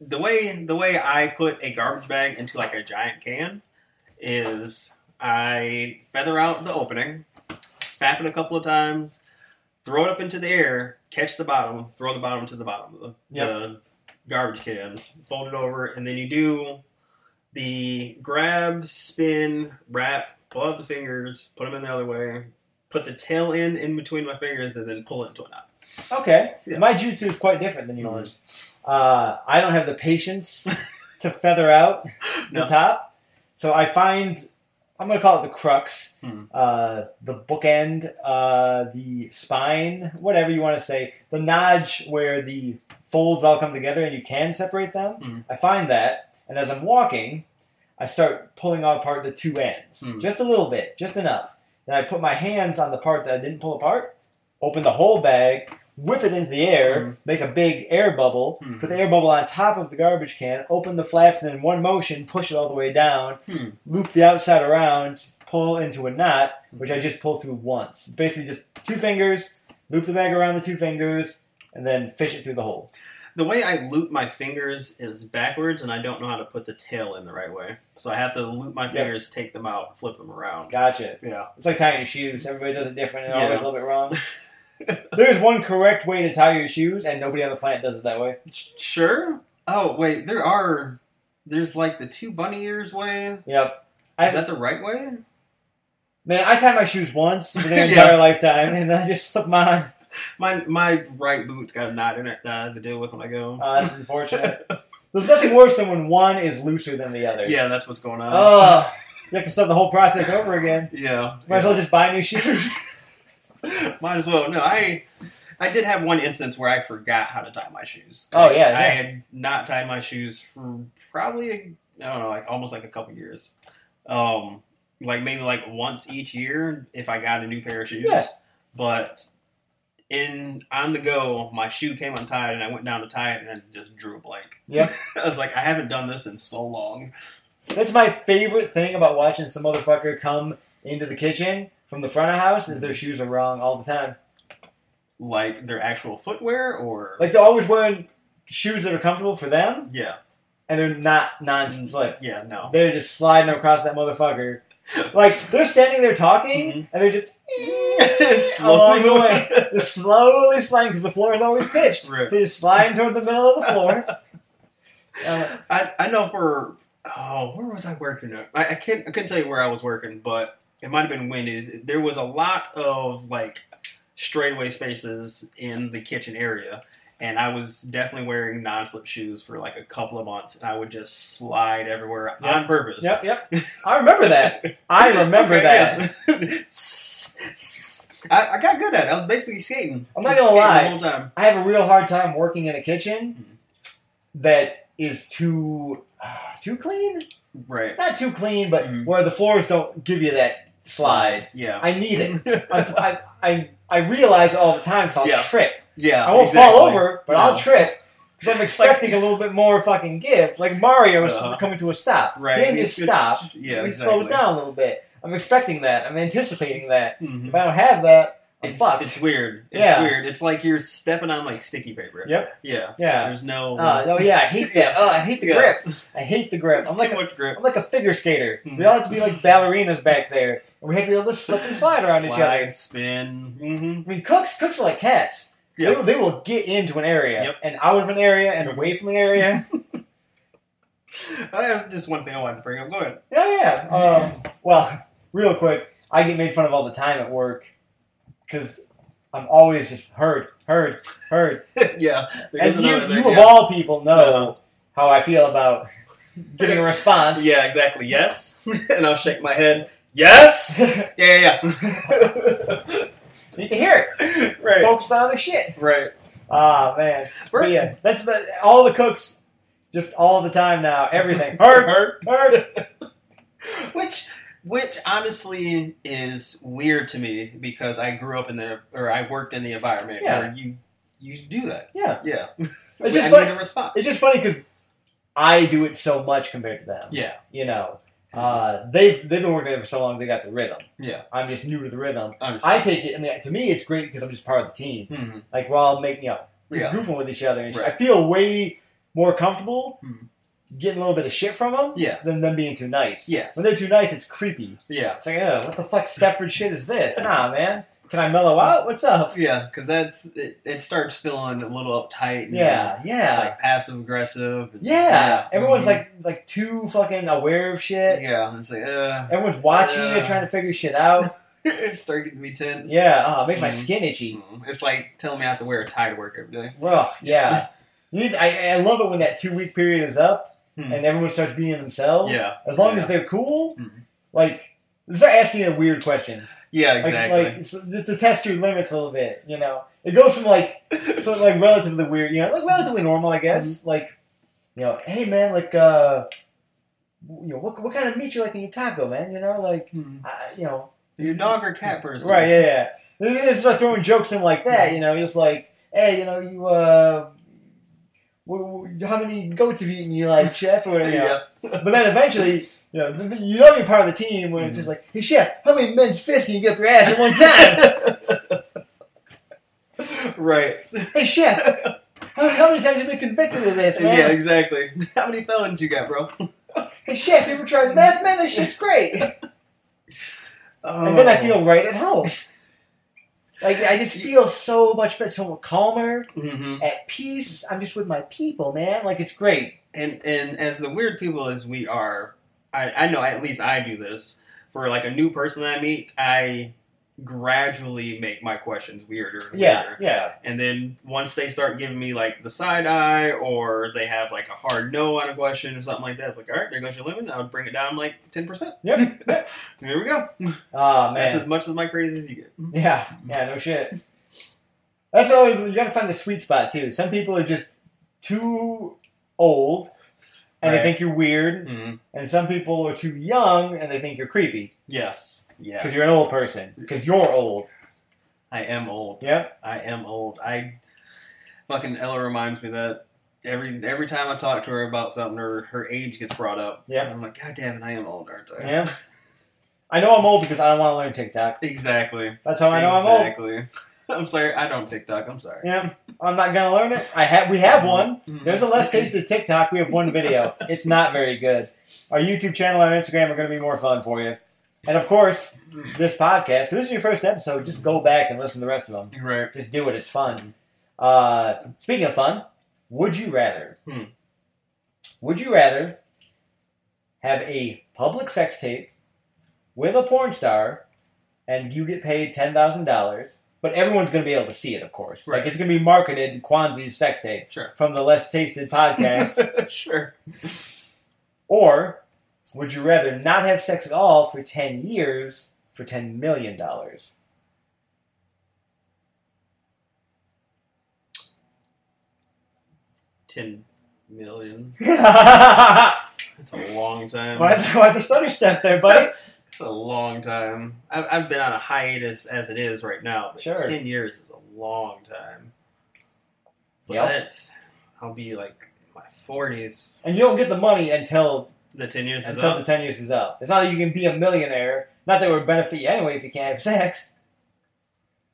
[SPEAKER 2] the way the way I put a garbage bag into like a giant can is I feather out the opening, fap it a couple of times, throw it up into the air, catch the bottom, throw the bottom to the bottom of the,
[SPEAKER 1] Yep.
[SPEAKER 2] the garbage can, fold it over, and then you do the grab, spin, wrap, pull out the fingers, put them in the other way, put the tail end in between my fingers, and then pull it into a knot.
[SPEAKER 1] Okay.
[SPEAKER 2] Yeah. Mm-hmm.
[SPEAKER 1] My jutsu is quite different than yours. Uh, I don't have the
[SPEAKER 2] [LAUGHS]
[SPEAKER 1] patience to feather out the
[SPEAKER 2] No.
[SPEAKER 1] top, so I find I'm going to call it the crux,
[SPEAKER 2] Hmm.
[SPEAKER 1] uh, the bookend, uh, the spine, whatever you want to say, the notch where the folds all come together and you can separate them.
[SPEAKER 2] Hmm.
[SPEAKER 1] I find that, and as I'm walking, I start pulling apart the two ends
[SPEAKER 2] Hmm.
[SPEAKER 1] just a little bit, just enough. Then I put my hands on the part that I didn't pull apart, open the whole bag, whip it into the air,
[SPEAKER 2] Mhm.
[SPEAKER 1] make a big air bubble,
[SPEAKER 2] Mhm.
[SPEAKER 1] put the air bubble on top of the garbage can, open the flaps, and in one motion, push it all the way down,
[SPEAKER 2] Hmm.
[SPEAKER 1] loop the outside around, pull into a knot, which
[SPEAKER 2] Hmm.
[SPEAKER 1] I just pull through once. Basically, just two fingers, loop the bag around the two fingers, and then fish it through the hole.
[SPEAKER 2] The way I loop my fingers is backwards, and I don't know how to put the tail in the right way. So I have to loop my fingers, take them out, flip them around.
[SPEAKER 1] Gotcha.
[SPEAKER 2] Yeah.
[SPEAKER 1] It's like tying your shoes. Everybody does it different and
[SPEAKER 2] Yeah.
[SPEAKER 1] always a little bit
[SPEAKER 2] [LAUGHS]
[SPEAKER 1] wrong. There's one correct way to tie your shoes, and nobody on the planet does it that way.
[SPEAKER 2] Sh- Sure. Oh wait, there are There's like the two bunny ears way. Is
[SPEAKER 1] Yep. I,
[SPEAKER 2] that the right way?
[SPEAKER 1] man, I tie my shoes once for
[SPEAKER 2] [LAUGHS] Yeah.
[SPEAKER 1] their entire lifetime, and I just slip mine
[SPEAKER 2] [LAUGHS]
[SPEAKER 1] on.
[SPEAKER 2] My my right boot's got a knot in it that I have to deal with when I go.
[SPEAKER 1] Oh, that's
[SPEAKER 2] [LAUGHS]
[SPEAKER 1] unfortunate. There's nothing worse than when one is looser than the other.
[SPEAKER 2] yeah, that's what's going on.
[SPEAKER 1] Oh, you have to start the whole process over again.
[SPEAKER 2] yeah.
[SPEAKER 1] Might as well just buy new shoes. [LAUGHS]
[SPEAKER 2] [LAUGHS] Might as well. No, I I did have one instance where I forgot how to tie my shoes.
[SPEAKER 1] Oh, yeah, yeah.
[SPEAKER 2] I had not tied my shoes for probably I don't know, like almost like a couple years. Um, like maybe like once each year if I got a new pair of shoes.
[SPEAKER 1] Yeah.
[SPEAKER 2] But in on the go, my shoe came untied and I went down to tie it and I just drew a blank.
[SPEAKER 1] Yep.
[SPEAKER 2] [LAUGHS] I was like, I haven't done this in so long.
[SPEAKER 1] That's my favorite thing about watching some motherfucker come into the kitchen from the front of house is their shoes are wrong all the time.
[SPEAKER 2] Like their actual footwear or
[SPEAKER 1] Like they're always wearing shoes that are comfortable for them,
[SPEAKER 2] yeah,
[SPEAKER 1] and they're not non-slip.
[SPEAKER 2] yeah, no.
[SPEAKER 1] They're just sliding across that motherfucker. [LAUGHS] Like they're standing there talking,
[SPEAKER 2] Mhm.
[SPEAKER 1] and they're just [LAUGHS]
[SPEAKER 2] Slowly
[SPEAKER 1] along the way, just slowly sliding because the floor is always pitched.
[SPEAKER 2] Right.
[SPEAKER 1] So you're just sliding toward the middle of the
[SPEAKER 2] [LAUGHS]
[SPEAKER 1] floor. [LAUGHS] Uh,
[SPEAKER 2] I, I know for oh where was I working at? I, I can't I couldn't tell you where I was working, but it might have been Wendy's. There was a lot of like straightaway spaces in the kitchen area, and I was definitely wearing non-slip shoes for like a couple of months, and I would just slide everywhere
[SPEAKER 1] Yep.
[SPEAKER 2] on purpose.
[SPEAKER 1] yep, yep. I remember that. I remember
[SPEAKER 2] Okay,
[SPEAKER 1] that.
[SPEAKER 2] [LAUGHS] yeah. I, I got good at it. I was basically skating.
[SPEAKER 1] I'm not
[SPEAKER 2] Just
[SPEAKER 1] gonna
[SPEAKER 2] skating
[SPEAKER 1] lie.
[SPEAKER 2] The whole time.
[SPEAKER 1] I have a real hard time working in a
[SPEAKER 2] Mm-hmm.
[SPEAKER 1] kitchen that is too uh, too clean.
[SPEAKER 2] Right.
[SPEAKER 1] Not too clean, but
[SPEAKER 2] Mhm.
[SPEAKER 1] where the floors don't give you that slide.
[SPEAKER 2] Yeah.
[SPEAKER 1] I need
[SPEAKER 2] [LAUGHS]
[SPEAKER 1] it. I, I, I, I realize all the time because I'll
[SPEAKER 2] Yeah.
[SPEAKER 1] trip.
[SPEAKER 2] yeah.
[SPEAKER 1] I won't
[SPEAKER 2] exactly.
[SPEAKER 1] fall over, but I'll
[SPEAKER 2] No.
[SPEAKER 1] trip because I'm expecting
[SPEAKER 2] [LAUGHS]
[SPEAKER 1] a little bit more fucking give. Like Mario was
[SPEAKER 2] Uh-huh.
[SPEAKER 1] coming to a stop.
[SPEAKER 2] Right.
[SPEAKER 1] He didn't
[SPEAKER 2] It's
[SPEAKER 1] just
[SPEAKER 2] just-
[SPEAKER 1] stop.
[SPEAKER 2] Yeah.
[SPEAKER 1] he
[SPEAKER 2] exactly.
[SPEAKER 1] slows down a little bit. I'm expecting that. I'm anticipating that.
[SPEAKER 2] Mhm.
[SPEAKER 1] If I don't have that, I'm
[SPEAKER 2] It's,
[SPEAKER 1] fucked.
[SPEAKER 2] it's weird. It's
[SPEAKER 1] Yeah.
[SPEAKER 2] weird. It's like you're stepping on like sticky paper.
[SPEAKER 1] Yep.
[SPEAKER 2] Yeah.
[SPEAKER 1] yeah.
[SPEAKER 2] There's no.
[SPEAKER 1] Uh,
[SPEAKER 2] [LAUGHS]
[SPEAKER 1] no, yeah, I hate that. Oh, I hate the
[SPEAKER 2] Yeah.
[SPEAKER 1] grip. I hate the grip.
[SPEAKER 2] It's
[SPEAKER 1] I'm
[SPEAKER 2] too
[SPEAKER 1] like, a,
[SPEAKER 2] much grip.
[SPEAKER 1] I'm like a figure skater.
[SPEAKER 2] Mhm.
[SPEAKER 1] We all have to be like ballerinas back there, and we have to be able to slip and slide around each
[SPEAKER 2] Slide,
[SPEAKER 1] other.
[SPEAKER 2] Spin. [LAUGHS] Mm-hmm.
[SPEAKER 1] I mean, cooks, cooks are like cats. They
[SPEAKER 2] Yep.
[SPEAKER 1] will- They, will get into an area
[SPEAKER 2] Yep.
[SPEAKER 1] and out of an area and away from an
[SPEAKER 2] [LAUGHS]
[SPEAKER 1] area.
[SPEAKER 2] I have just one thing I wanted to bring up. Go ahead.
[SPEAKER 1] yeah, yeah. Um, well, real quick, I get made fun of all the time at work because I'm always just heard, heard, heard.
[SPEAKER 2] yeah. [LAUGHS] there is
[SPEAKER 1] and you,
[SPEAKER 2] another thing,
[SPEAKER 1] you of
[SPEAKER 2] yeah.
[SPEAKER 1] all people know
[SPEAKER 2] Uh-huh.
[SPEAKER 1] how I feel about getting a
[SPEAKER 2] [LAUGHS]
[SPEAKER 1] response.
[SPEAKER 2] Yeah. Exactly. Yes. [LAUGHS] and I'll shake my head.
[SPEAKER 1] [LAUGHS] [LAUGHS]
[SPEAKER 2] Yes.
[SPEAKER 1] Need
[SPEAKER 2] Yeah. Yeah.
[SPEAKER 1] to hear it.
[SPEAKER 2] yeah. [LAUGHS] right.
[SPEAKER 1] focus on other shit.
[SPEAKER 2] Right.
[SPEAKER 1] Ah man, but
[SPEAKER 2] Right.
[SPEAKER 1] yeah, that's the, all the cooks, just all the time now. Everything
[SPEAKER 2] [LAUGHS]
[SPEAKER 1] hurt,
[SPEAKER 2] Hurt.
[SPEAKER 1] hurt.
[SPEAKER 2] which which honestly is weird to me because I grew up in the or I worked in the environment
[SPEAKER 1] Yeah.
[SPEAKER 2] where you you do that.
[SPEAKER 1] Yeah.
[SPEAKER 2] Yeah.
[SPEAKER 1] [LAUGHS] It's
[SPEAKER 2] I
[SPEAKER 1] just
[SPEAKER 2] need
[SPEAKER 1] funny.
[SPEAKER 2] a response.
[SPEAKER 1] It's just funny because I do it so much compared to them.
[SPEAKER 2] Yeah.
[SPEAKER 1] You know, uh, they they've been working there for so long they got the rhythm.
[SPEAKER 2] Yeah.
[SPEAKER 1] I'm just new to the rhythm. I
[SPEAKER 2] understand.
[SPEAKER 1] take it. I mean, to me, it's great because I'm just part of the team.
[SPEAKER 2] Mhm.
[SPEAKER 1] Like we're all making up, just
[SPEAKER 2] Yeah.
[SPEAKER 1] goofing with each other. And shit.
[SPEAKER 2] Right.
[SPEAKER 1] I feel way more comfortable
[SPEAKER 2] Hmm.
[SPEAKER 1] getting a little bit of shit from them
[SPEAKER 2] Yes.
[SPEAKER 1] than them being too nice.
[SPEAKER 2] Yes.
[SPEAKER 1] When they're too nice, it's creepy.
[SPEAKER 2] Yeah.
[SPEAKER 1] It's like, oh, what the fuck Stepford shit is
[SPEAKER 2] [LAUGHS]
[SPEAKER 1] this? Nah, man. Can I mellow out? What's up?
[SPEAKER 2] Yeah, because that's it, it. starts feeling a little uptight. And
[SPEAKER 1] Yeah, yeah.
[SPEAKER 2] Like passive aggressive. and-
[SPEAKER 1] Yeah. Everyone's
[SPEAKER 2] Mhm.
[SPEAKER 1] like like too fucking aware of shit.
[SPEAKER 2] yeah. It's like, uh, [LAUGHS]
[SPEAKER 1] Everyone's watching you,
[SPEAKER 2] Yeah.
[SPEAKER 1] trying to figure shit
[SPEAKER 2] [LAUGHS]
[SPEAKER 1] out.
[SPEAKER 2] it started getting me tense.
[SPEAKER 1] Yeah, oh, it makes my
[SPEAKER 2] Mhm.
[SPEAKER 1] skin itchy.
[SPEAKER 2] Mhm. It's like telling me I have to wear a tie to work every day.
[SPEAKER 1] Well, yeah. You need, I, I love it when that two week period is up
[SPEAKER 2] Hmm.
[SPEAKER 1] and everyone starts being themselves.
[SPEAKER 2] Yeah.
[SPEAKER 1] As long
[SPEAKER 2] Yeah.
[SPEAKER 1] as they're cool,
[SPEAKER 2] Mhm.
[SPEAKER 1] like, start asking you weird questions.
[SPEAKER 2] Yeah,
[SPEAKER 1] Like-
[SPEAKER 2] exactly.
[SPEAKER 1] Like, so- just to test your limits a little bit, you know. It goes from like [LAUGHS] sort of like relatively weird, you know, like relatively normal, I guess.
[SPEAKER 2] Mm-hmm.
[SPEAKER 1] Like, you know, hey man, like, uh, you know, what, what kind of meat you like in your taco, man? You know, like,
[SPEAKER 2] Mhm.
[SPEAKER 1] I, you know,
[SPEAKER 2] you dog or cat person?
[SPEAKER 1] right? Yeah, yeah. They- They just start throwing jokes in like that, you know, just like, hey, you know, you, uh, wh- wh- how many goats have you eaten? You like chef or whatever? You know?
[SPEAKER 2] Yeah.
[SPEAKER 1] But then eventually, you know, th- th- you know you're part of the team when
[SPEAKER 2] Mm-hmm.
[SPEAKER 1] it's just like, hey, chef, how many men's fists can you get up your ass at one time?
[SPEAKER 2] [LAUGHS] right.
[SPEAKER 1] hey, chef, how, how many times have you been convicted of this, man?
[SPEAKER 2] Yeah, exactly. [LAUGHS] How many felons you got, bro?
[SPEAKER 1] Hey, chef, you ever tried meth? Man,
[SPEAKER 2] [LAUGHS]
[SPEAKER 1] this shit's great.
[SPEAKER 2] Oh. [LAUGHS]
[SPEAKER 1] And then I feel right at home. Like I just feel so much better, so calmer,
[SPEAKER 2] Mm-hmm.
[SPEAKER 1] at peace. I'm just with my people, man. Like it's great.
[SPEAKER 2] And and as the weird people as we are, I, I know at least I do this. For like a new person I meet, I gradually make my questions weirder and
[SPEAKER 1] Yeah,
[SPEAKER 2] weirder.
[SPEAKER 1] yeah,
[SPEAKER 2] And then once they start giving me like the side eye or they have like a hard no on a question or something like that, it's like, all right, there goes your limit. I would bring it down like 10%. [LAUGHS]
[SPEAKER 1] yep. yep.
[SPEAKER 2] Here we go.
[SPEAKER 1] Oh man,
[SPEAKER 2] That's as much as my crazy as you get.
[SPEAKER 1] Yeah, yeah, no shit. That's always you gotta find the sweet spot too. Some people are just too old and
[SPEAKER 2] Right.
[SPEAKER 1] they think you're weird,
[SPEAKER 2] Mm-hmm.
[SPEAKER 1] and some people are too young and they think you're creepy
[SPEAKER 2] Yes. Yes.
[SPEAKER 1] because you're an old person because you're old.
[SPEAKER 2] I am old.
[SPEAKER 1] Yep.
[SPEAKER 2] I am old. I fucking Ella reminds me that every every time I talk to her about something, her her age gets brought up.
[SPEAKER 1] Yeah.
[SPEAKER 2] And I'm like, God damn it, I am old, aren't I?
[SPEAKER 1] Yeah. I know I'm old because I don't want to learn TikTok.
[SPEAKER 2] Exactly.
[SPEAKER 1] That's how Oh, I know I'm old.
[SPEAKER 2] exactly. [LAUGHS] I'm sorry. I don't TikTok. I'm sorry.
[SPEAKER 1] Yeah, I'm not gonna learn it. I have we have one. There's a
[SPEAKER 2] [LAUGHS]
[SPEAKER 1] less tasted TikTok. We have one video. It's not very good. Our YouTube channel and our Instagram are going to be more fun for you. And of course, this podcast. If this is your first episode, just go back and listen to the rest of them.
[SPEAKER 2] Right.
[SPEAKER 1] Just do it. It's fun. Uh, speaking of fun, would you rather?
[SPEAKER 2] Hmm.
[SPEAKER 1] Would you rather have a public sex tape with a porn star, and you get paid ten thousand dollars? But everyone's going to be able to see it, of course.
[SPEAKER 2] Right.
[SPEAKER 1] Like it's going to be marketed Kwanzaa's sex tape
[SPEAKER 2] Sure.
[SPEAKER 1] from the Less Tasted podcast.
[SPEAKER 2] [LAUGHS] sure.
[SPEAKER 1] Or would you rather not have sex at all for 10 years for $10 million?
[SPEAKER 2] [LAUGHS] Ten million.
[SPEAKER 1] why,
[SPEAKER 2] That's a long time.
[SPEAKER 1] why the stutter step there, buddy?
[SPEAKER 2] It's a long time. I've, I've been on a hiatus as it is right now, but
[SPEAKER 1] Sure.
[SPEAKER 2] 10 years is a long time. But
[SPEAKER 1] Yep.
[SPEAKER 2] that's- I'll be like in my 40s.
[SPEAKER 1] And you don't get the money until
[SPEAKER 2] The 10 years is
[SPEAKER 1] until the
[SPEAKER 2] up.
[SPEAKER 1] 10 years is up. It's not that you can be a millionaire. Not that it would benefit you anyway if you can't have sex.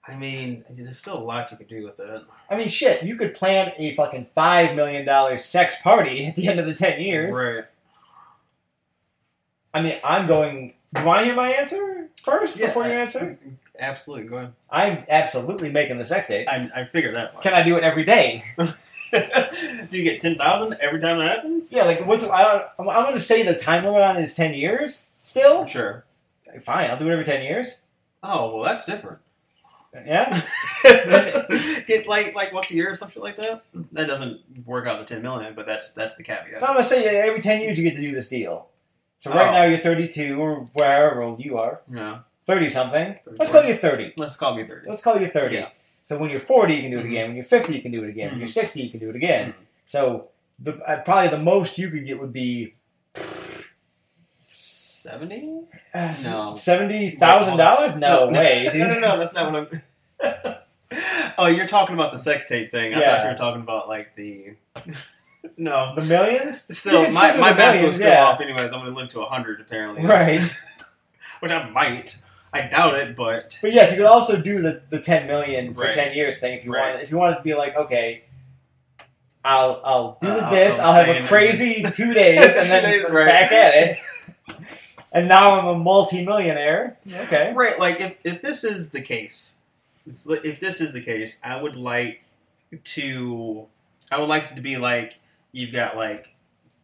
[SPEAKER 2] I mean, there's still a lot you could do with it.
[SPEAKER 1] I mean, shit, you could plan a fucking $5 million sex party at the end of the 10 years.
[SPEAKER 2] Right.
[SPEAKER 1] I mean, I'm going. You want to hear my answer first
[SPEAKER 2] Yeah,
[SPEAKER 1] before you
[SPEAKER 2] I-
[SPEAKER 1] answer?
[SPEAKER 2] Absolutely. Go ahead.
[SPEAKER 1] I'm absolutely making the sex date.
[SPEAKER 2] I, I figured that much.
[SPEAKER 1] Can I do it every day?
[SPEAKER 2] do [LAUGHS] you get 10,000 every time it happens?
[SPEAKER 1] Yeah, like what's I don't, I'm, I'm going to say the time limit on it is ten years. Still,
[SPEAKER 2] Sure.
[SPEAKER 1] fine. I'll do it every ten years.
[SPEAKER 2] Oh, well,
[SPEAKER 1] [LAUGHS]
[SPEAKER 2] that's different.
[SPEAKER 1] Yeah, [LAUGHS]
[SPEAKER 2] get like like once a year or something like that. That doesn't work out the 10 million, but that's that's the caveat.
[SPEAKER 1] so I'm going to say yeah, every ten years you get to do this deal. So right
[SPEAKER 2] Oh.
[SPEAKER 1] now you're 32 or wherever old you are,
[SPEAKER 2] No.
[SPEAKER 1] 30 something. Let's
[SPEAKER 2] 34.
[SPEAKER 1] call you 30.
[SPEAKER 2] Let's call me 30.
[SPEAKER 1] Let's call you 30.
[SPEAKER 2] Yeah. Mm-hmm.
[SPEAKER 1] So when you're 40, you can do it
[SPEAKER 2] Mhm.
[SPEAKER 1] again. When you're 50, you can do it again. When you're 60, you can do it again.
[SPEAKER 2] Mhm.
[SPEAKER 1] So the, uh, probably the most you could get would be
[SPEAKER 2] 70?
[SPEAKER 1] uh,
[SPEAKER 2] No.
[SPEAKER 1] seventy thousand dollars. No way, dude.
[SPEAKER 2] [LAUGHS] no, no, no, that's not what I'm. [LAUGHS] oh, you're talking about the sex tape thing. I thought
[SPEAKER 1] Yeah.
[SPEAKER 2] you were talking about,
[SPEAKER 1] [LAUGHS]
[SPEAKER 2] like, the. no.
[SPEAKER 1] The millions? You
[SPEAKER 2] Still,
[SPEAKER 1] can
[SPEAKER 2] my,
[SPEAKER 1] do
[SPEAKER 2] my
[SPEAKER 1] the
[SPEAKER 2] math was
[SPEAKER 1] millions,
[SPEAKER 2] still
[SPEAKER 1] yeah.
[SPEAKER 2] off, anyways. I'm going to live to 100, apparently. [LAUGHS]
[SPEAKER 1] Right.
[SPEAKER 2] Which I might. I doubt it, but.
[SPEAKER 1] But yes, you could also do the, the ten million for
[SPEAKER 2] Right.
[SPEAKER 1] ten years thing if you
[SPEAKER 2] Right.
[SPEAKER 1] want. If you wanted to be like, okay, I'll I'll do
[SPEAKER 2] Uh,
[SPEAKER 1] this.
[SPEAKER 2] I'm
[SPEAKER 1] I'll have
[SPEAKER 2] saying-
[SPEAKER 1] a
[SPEAKER 2] [LAUGHS]
[SPEAKER 1] crazy two days and
[SPEAKER 2] Two
[SPEAKER 1] then
[SPEAKER 2] days, right.
[SPEAKER 1] back at
[SPEAKER 2] [LAUGHS]
[SPEAKER 1] it. And now I'm a multi-millionaire. Okay,
[SPEAKER 2] Right, like, if, if this is the case, it's li- if this is the case, I would like to. I would like to be like, you've got, like,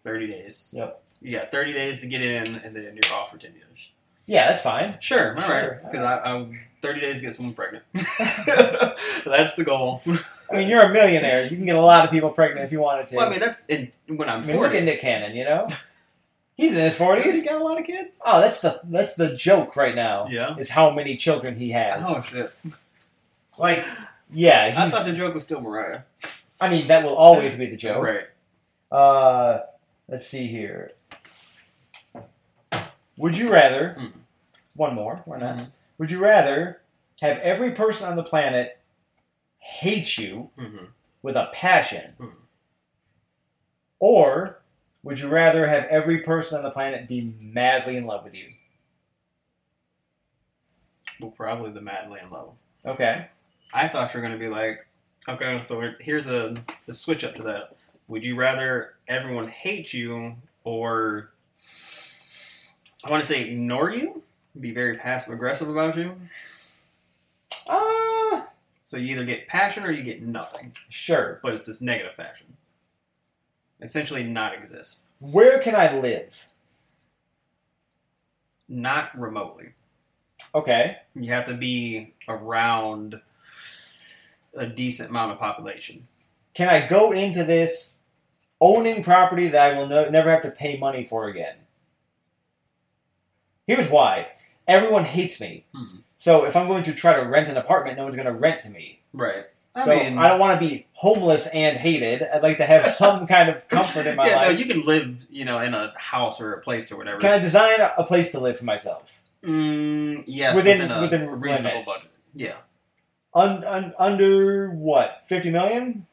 [SPEAKER 2] 30 days.
[SPEAKER 1] Yep.
[SPEAKER 2] You got 30 days to get in, and then you're off for 10 years.
[SPEAKER 1] yeah, that's fine.
[SPEAKER 2] Sure, all
[SPEAKER 1] Sure,
[SPEAKER 2] right. Because I'm 30 days to get
[SPEAKER 1] [LAUGHS]
[SPEAKER 2] someone pregnant. [LAUGHS] that's the goal.
[SPEAKER 1] I mean, you're a millionaire. You can get a lot of people pregnant if you wanted to.
[SPEAKER 2] [LAUGHS] Well, I mean, that's in, when I'm
[SPEAKER 1] I mean, look
[SPEAKER 2] 40.
[SPEAKER 1] at Nick Cannon. You
[SPEAKER 2] [LAUGHS]
[SPEAKER 1] know, he's in his
[SPEAKER 2] Does he
[SPEAKER 1] forties.
[SPEAKER 2] got a lot of kids?
[SPEAKER 1] Oh, that's the that's the joke right now.
[SPEAKER 2] Yeah.
[SPEAKER 1] Is how many children he has.
[SPEAKER 2] Oh, shit.
[SPEAKER 1] Like, yeah,
[SPEAKER 2] I
[SPEAKER 1] he's.
[SPEAKER 2] thought the joke was still Mariah.
[SPEAKER 1] I mean, that will always be the joke.
[SPEAKER 2] Right.
[SPEAKER 1] Uh, let's see here. Would you rather?
[SPEAKER 2] Mm. Mm-hmm.
[SPEAKER 1] One more. Why not? Would you rather have every person on the planet hate you
[SPEAKER 2] Mhm.
[SPEAKER 1] with a passion,
[SPEAKER 2] Mm.
[SPEAKER 1] or would you rather have every person on the planet be madly in love with you?
[SPEAKER 2] Well, probably the madly in love.
[SPEAKER 1] Okay.
[SPEAKER 2] I thought you were going to be like, okay, so here- here's a, the switch up to that. Would you rather everyone hate you or I want to say ignore you? Be very passive aggressive about you?
[SPEAKER 1] Uh,
[SPEAKER 2] So you either get passion or you get nothing.
[SPEAKER 1] Sure.
[SPEAKER 2] But it's this negative passion. Essentially not exist.
[SPEAKER 1] Where can I live?
[SPEAKER 2] Not remotely.
[SPEAKER 1] Okay.
[SPEAKER 2] You have to be around a decent amount of population.
[SPEAKER 1] Can I go into this owning property that I will no- never have to pay money for again? Here's why. Everyone hates me.
[SPEAKER 2] Mhm.
[SPEAKER 1] So if I'm going to try to rent an apartment, no one's going to rent to me.
[SPEAKER 2] Right. I
[SPEAKER 1] so
[SPEAKER 2] mean,
[SPEAKER 1] I don't want to be homeless and hated. I'd like to have
[SPEAKER 2] [LAUGHS]
[SPEAKER 1] some kind of comfort in my
[SPEAKER 2] yeah,
[SPEAKER 1] life.
[SPEAKER 2] no, you can live, you know, in a house or a place or whatever.
[SPEAKER 1] Can I design a place to live for myself?
[SPEAKER 2] Mm, yes,
[SPEAKER 1] Within-
[SPEAKER 2] within, a
[SPEAKER 1] within
[SPEAKER 2] reasonable
[SPEAKER 1] limits.
[SPEAKER 2] budget. Yeah. [LAUGHS]
[SPEAKER 1] Un, un, under what? 50 million?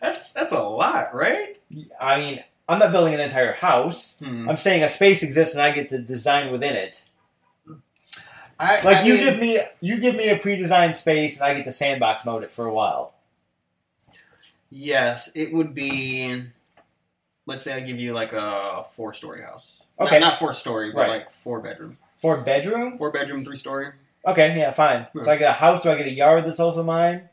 [SPEAKER 2] that's that's a lot, right?
[SPEAKER 1] I mean, I'm not building an entire house.
[SPEAKER 2] Hmm.
[SPEAKER 1] I'm saying a space exists and I get to design within it.
[SPEAKER 2] I,
[SPEAKER 1] Like
[SPEAKER 2] I
[SPEAKER 1] you
[SPEAKER 2] mean,
[SPEAKER 1] give me you give me a pre-designed space and I get to sandbox mode it for a while.
[SPEAKER 2] Yes, it would be. Let's say I give you like a four-story house. Not-
[SPEAKER 1] Okay.
[SPEAKER 2] not, four-story, but
[SPEAKER 1] Right.
[SPEAKER 2] like four-bedroom,
[SPEAKER 1] For a bedroom?
[SPEAKER 2] four-bedroom, three-story.
[SPEAKER 1] Okay, yeah, fine. So I get a house, do I get a yard that's also mine?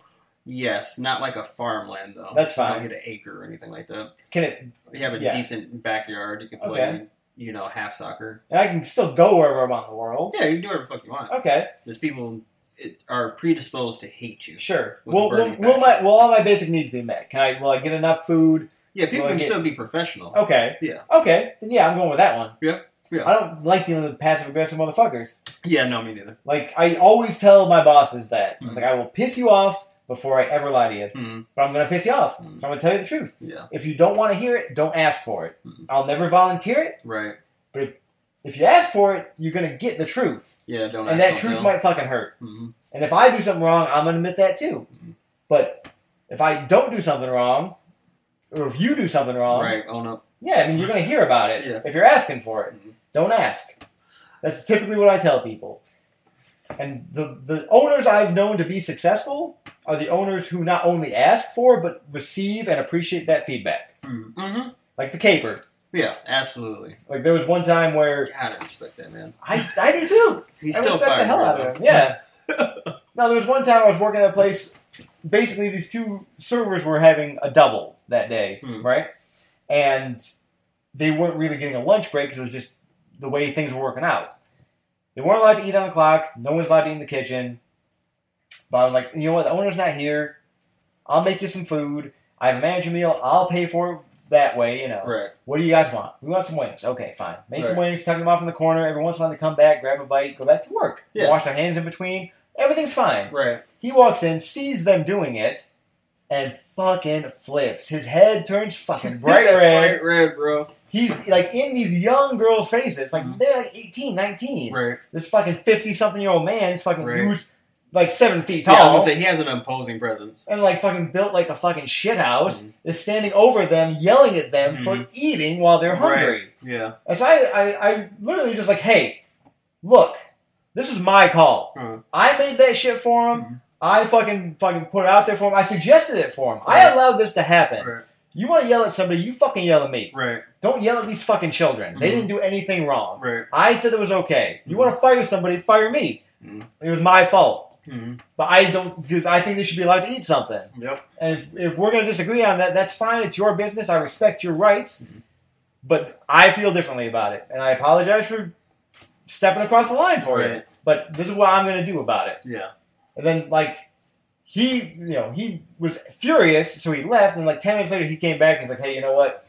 [SPEAKER 2] Yes, not like a farmland though.
[SPEAKER 1] That's
[SPEAKER 2] You don't
[SPEAKER 1] fine.
[SPEAKER 2] get an acre or anything like that.
[SPEAKER 1] Can it
[SPEAKER 2] You have a
[SPEAKER 1] Yeah.
[SPEAKER 2] decent backyard. You can play,
[SPEAKER 1] Okay.
[SPEAKER 2] you know, half soccer.
[SPEAKER 1] and I can still go wherever I want in the world.
[SPEAKER 2] Yeah, you can do whatever the fuck you want.
[SPEAKER 1] Okay,
[SPEAKER 2] There's people it, are predisposed to hate you.
[SPEAKER 1] sure.
[SPEAKER 2] With
[SPEAKER 1] Will,
[SPEAKER 2] a
[SPEAKER 1] will,
[SPEAKER 2] burning
[SPEAKER 1] will my
[SPEAKER 2] passion.
[SPEAKER 1] will all my basic needs be met? Can I will I get enough food?
[SPEAKER 2] Yeah, people
[SPEAKER 1] Well, Oh.
[SPEAKER 2] can
[SPEAKER 1] yeah.
[SPEAKER 2] still be professional.
[SPEAKER 1] Okay.
[SPEAKER 2] Yeah.
[SPEAKER 1] Okay. Then yeah, I'm going with that one.
[SPEAKER 2] Yeah, yeah.
[SPEAKER 1] I don't like dealing with passive aggressive motherfuckers.
[SPEAKER 2] Yeah, no, me neither.
[SPEAKER 1] Like I always tell my bosses that.
[SPEAKER 2] Mhm.
[SPEAKER 1] Like I will piss you off before I ever lie to you.
[SPEAKER 2] Hmm,
[SPEAKER 1] But I'm gonna piss you off.
[SPEAKER 2] Mhm.
[SPEAKER 1] So I'm gonna tell you the truth.
[SPEAKER 2] yeah,
[SPEAKER 1] If you don't want to hear it, don't ask for it.
[SPEAKER 2] Mhm.
[SPEAKER 1] I'll never volunteer it.
[SPEAKER 2] right.
[SPEAKER 1] If you ask for it, you're gonna get the truth.
[SPEAKER 2] Yeah, don't.
[SPEAKER 1] and that
[SPEAKER 2] ask,
[SPEAKER 1] truth
[SPEAKER 2] don't
[SPEAKER 1] might fucking hurt.
[SPEAKER 2] tell. Mhm.
[SPEAKER 1] And if I do something wrong, I'm gonna admit that too.
[SPEAKER 2] Mhm.
[SPEAKER 1] But if I don't do something wrong, or if you do something wrong,
[SPEAKER 2] right, own up.
[SPEAKER 1] Yeah, I mean, you're going to hear about it
[SPEAKER 2] Yeah.
[SPEAKER 1] if you're asking for it.
[SPEAKER 2] Mhm.
[SPEAKER 1] Don't ask. That's typically what I tell people. And the, the owners I've known to be successful are the owners who not only ask for, but receive and appreciate that feedback.
[SPEAKER 2] Mm-hmm.
[SPEAKER 1] Like the caper.
[SPEAKER 2] Yeah, absolutely.
[SPEAKER 1] Like there was one time where
[SPEAKER 2] God, I respect that man.
[SPEAKER 1] I, I do too.
[SPEAKER 2] He's
[SPEAKER 1] I
[SPEAKER 2] still
[SPEAKER 1] respect
[SPEAKER 2] fired.
[SPEAKER 1] the hell
[SPEAKER 2] bro,
[SPEAKER 1] out of
[SPEAKER 2] though.
[SPEAKER 1] him. Yeah.
[SPEAKER 2] [LAUGHS]
[SPEAKER 1] no, there was one time I was working at a place. Basically, these two servers were having a double that day,
[SPEAKER 2] Hmm.
[SPEAKER 1] right? And they weren't really getting a lunch break because it was just the way things were working out. They weren't allowed to eat on the clock. No one's allowed to eat in the kitchen. But I'm like, you know what? The owner's not here. I'll make you some food. I have a manager meal. I'll pay for it that way, you know.
[SPEAKER 2] Right.
[SPEAKER 1] What do you guys want? We want some wings. Okay, fine. Make some
[SPEAKER 2] Right.
[SPEAKER 1] wings, tuck them off in the corner. Every once in a while, they come back, grab a bite, go back to work.
[SPEAKER 2] Yeah.
[SPEAKER 1] Wash their hands in between. Everything's fine.
[SPEAKER 2] Right.
[SPEAKER 1] He walks in, sees them doing it, and fucking flips. His head turns
[SPEAKER 2] [LAUGHS]
[SPEAKER 1] fucking bright red.
[SPEAKER 2] Bright red, bro.
[SPEAKER 1] He's like in these young girls' faces. Like
[SPEAKER 2] Mhm.
[SPEAKER 1] they're like 18, 19.
[SPEAKER 2] Right.
[SPEAKER 1] This fucking 50 something year old man's fucking
[SPEAKER 2] Right.
[SPEAKER 1] who's like seven feet
[SPEAKER 2] Yeah, I was
[SPEAKER 1] tall
[SPEAKER 2] gonna say he has an imposing presence.
[SPEAKER 1] and like fucking built like a fucking shit house
[SPEAKER 2] Mm-hmm.
[SPEAKER 1] is standing over them, yelling at them for eating while they're hungry.
[SPEAKER 2] Yeah.
[SPEAKER 1] And so I, I, I literally just like, hey, look, this is my call.
[SPEAKER 2] Mhm.
[SPEAKER 1] I made that shit for him.
[SPEAKER 2] Mhm.
[SPEAKER 1] I fucking fucking put it out there for him. I suggested it for him. I
[SPEAKER 2] Right.
[SPEAKER 1] allowed this to happen.
[SPEAKER 2] Right.
[SPEAKER 1] You want to yell at somebody, you fucking yell at me.
[SPEAKER 2] Right.
[SPEAKER 1] Don't yell at these fucking children. They
[SPEAKER 2] Mhm.
[SPEAKER 1] didn't do anything wrong.
[SPEAKER 2] Right.
[SPEAKER 1] I said it was okay.
[SPEAKER 2] Mm-hmm.
[SPEAKER 1] You want to fire somebody, fire me.
[SPEAKER 2] Mhm.
[SPEAKER 1] It was my fault.
[SPEAKER 2] Mhm.
[SPEAKER 1] But I don't because I think they should be allowed to eat something.
[SPEAKER 2] Yep.
[SPEAKER 1] And if, if we're going to disagree on that, that's fine. It's your business. I respect your rights. But I feel differently about it. And I apologize for stepping across the line for you.
[SPEAKER 2] Right.
[SPEAKER 1] But this is what I'm going to do about it.
[SPEAKER 2] Yeah.
[SPEAKER 1] And then, like, he, you know, he was furious, so he left. And, like, 10 minutes later, he came back and was like, hey, you know what?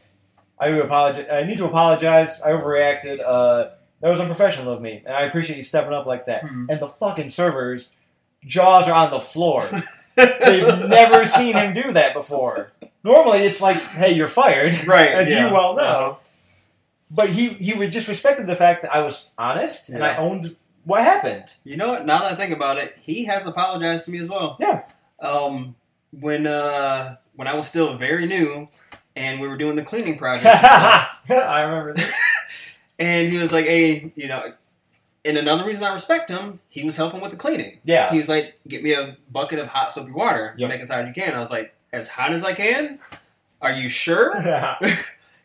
[SPEAKER 1] I, apologize. I need to apologize. I overreacted. Uh, that was unprofessional of me. And I appreciate you stepping up like that.
[SPEAKER 2] Mhm.
[SPEAKER 1] And the fucking servers' jaws are on the floor.
[SPEAKER 2] [LAUGHS]
[SPEAKER 1] They've never seen him do that before. Normally, it's like, hey, you're fired,
[SPEAKER 2] Right.
[SPEAKER 1] as
[SPEAKER 2] yeah.
[SPEAKER 1] you well know. But he he was just respected the fact that I was honest and I
[SPEAKER 2] Yeah.
[SPEAKER 1] owned what happened.
[SPEAKER 2] You know what? Now that I think about it, he has apologized to me as well.
[SPEAKER 1] Yeah.
[SPEAKER 2] Um, when uh, when I was still very new, and we were doing the cleaning project, and
[SPEAKER 1] [LAUGHS]
[SPEAKER 2] stuff,
[SPEAKER 1] I remember that.
[SPEAKER 2] and he was like, "Hey, you know," and another reason I respect him, he was helping with the cleaning.
[SPEAKER 1] Yeah,
[SPEAKER 2] [LAUGHS] He was like, "Get me a bucket of hot soapy water.
[SPEAKER 1] Yep.
[SPEAKER 2] Make as hot as you can." I was like, "As hot as I can? Are you sure?"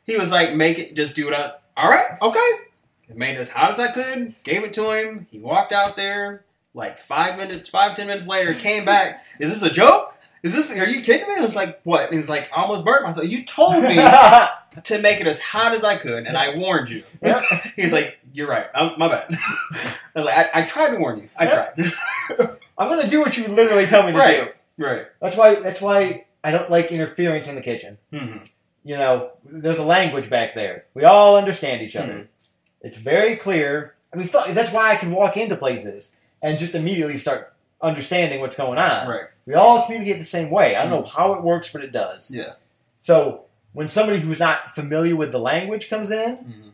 [SPEAKER 2] he was like, "Make it. Just do it up." All right. Okay. I made it as hot as I could. Gave it to him. He walked out there. like five minutes, five ten minutes later, came back. Is this a joke? Is this? Are you kidding me? It was like what? And he was like, I almost burnt myself. You
[SPEAKER 1] [LAUGHS]
[SPEAKER 2] told [LAUGHS] me to make it as hot as I could, and I warned you.
[SPEAKER 1] Yep.
[SPEAKER 2] [LAUGHS] He's like, you're right. I'm, my bad. [LAUGHS] I was like, I, I tried to warn you. I
[SPEAKER 1] Yep.
[SPEAKER 2] tried. [LAUGHS]
[SPEAKER 1] I'm gonna do what you literally tell me to
[SPEAKER 2] Right.
[SPEAKER 1] do.
[SPEAKER 2] right.
[SPEAKER 1] That's why. That's why I don't like interference in the kitchen.
[SPEAKER 2] hmm
[SPEAKER 1] You know, there's a language back there. We all understand each
[SPEAKER 2] Mm-hmm.
[SPEAKER 1] other. It's very clear. I mean, fuck, that's why I can walk into places and just immediately start understanding what's going on.
[SPEAKER 2] Right. Mm-hmm.
[SPEAKER 1] We all communicate the same way. I don't know how it works, but it does.
[SPEAKER 2] Yeah.
[SPEAKER 1] So when somebody who's not familiar with the language comes in,
[SPEAKER 2] Mhm.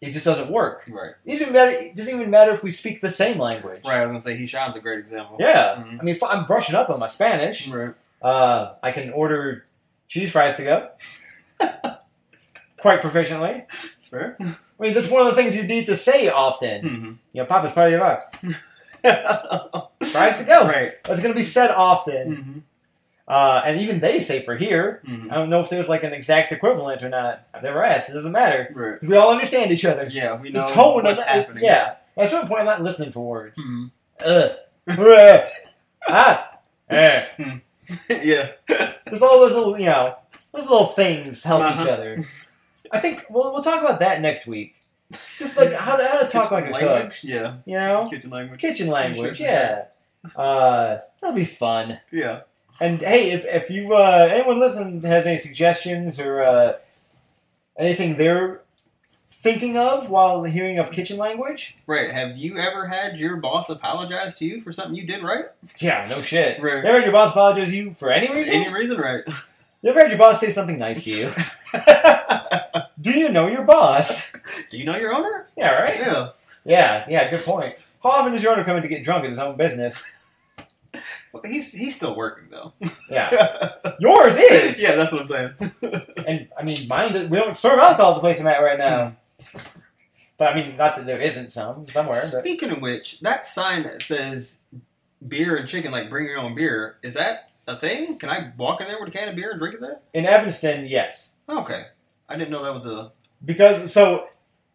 [SPEAKER 1] it just doesn't work.
[SPEAKER 2] Right.
[SPEAKER 1] It doesn't, matter, it doesn't even matter if we speak the same language.
[SPEAKER 2] Right. I was gonna say Hisham's a great example.
[SPEAKER 1] Yeah.
[SPEAKER 2] Mhm.
[SPEAKER 1] I mean, fu- I'm brushing up on my Spanish.
[SPEAKER 2] Right.
[SPEAKER 1] Uh, I can order cheese fries to go [LAUGHS] quite proficiently. I
[SPEAKER 2] It's fair.
[SPEAKER 1] mean, that's one of the things you need to say often.
[SPEAKER 2] Mhm.
[SPEAKER 1] You know, Papa's party about
[SPEAKER 2] [LAUGHS]
[SPEAKER 1] fries to go.
[SPEAKER 2] Right.
[SPEAKER 1] That's going to be said often.
[SPEAKER 2] Mhm.
[SPEAKER 1] Uh, and even they say for here.
[SPEAKER 2] Mhm.
[SPEAKER 1] I don't know if there's like an exact equivalent or not. I've never asked. It doesn't matter.
[SPEAKER 2] Right.
[SPEAKER 1] We all understand each other.
[SPEAKER 2] Yeah, we
[SPEAKER 1] The
[SPEAKER 2] know
[SPEAKER 1] tone of
[SPEAKER 2] what's
[SPEAKER 1] it-
[SPEAKER 2] happening.
[SPEAKER 1] Yeah. At a certain point, I'm not listening for words.
[SPEAKER 2] Mhm.
[SPEAKER 1] Ugh. Ugh. ah. Eh.
[SPEAKER 2] [LAUGHS] yeah.
[SPEAKER 1] There's all those little, you know, those little things help each
[SPEAKER 2] Uh-huh.
[SPEAKER 1] other. I think we'll, we'll talk about that next week. [LAUGHS] Just like how to, how to talk like a cook,
[SPEAKER 2] language. Yeah.
[SPEAKER 1] you know?
[SPEAKER 2] Kitchen language.
[SPEAKER 1] Kitchen language,
[SPEAKER 2] sure.
[SPEAKER 1] yeah. Uh, that'll be fun.
[SPEAKER 2] Yeah.
[SPEAKER 1] And hey, if, if you uh, anyone listening has any suggestions or uh, anything they're thinking of while hearing of kitchen language,
[SPEAKER 2] Right. Have you ever had your boss apologize to you for something you did right?
[SPEAKER 1] yeah, no shit.
[SPEAKER 2] Right.
[SPEAKER 1] You ever had your boss apologize to you for any reason?
[SPEAKER 2] Any reason, right?
[SPEAKER 1] [LAUGHS] you ever had your boss say something nice to you? Do you know your boss?
[SPEAKER 2] Do you know your owner?
[SPEAKER 1] Yeah, right.
[SPEAKER 2] Yeah.
[SPEAKER 1] Yeah, yeah, good point. How often does your owner come in to get drunk at his own business?
[SPEAKER 2] Well, he's he's still working though.
[SPEAKER 1] [LAUGHS] Yeah. Yours is!
[SPEAKER 2] [LAUGHS] yeah, that's what I'm saying.
[SPEAKER 1] And, I mean, mine, we don't serve alcohol at the place I'm at right now. But, I mean, not that there isn't some, somewhere. But.
[SPEAKER 2] Speaking of which, that sign that says beer and chicken, like bring your own beer, is that a thing? Can I walk in there with a can of beer and drink it there?
[SPEAKER 1] In Evanston, yes.
[SPEAKER 2] Okay. I didn't know that was a
[SPEAKER 1] Because, so,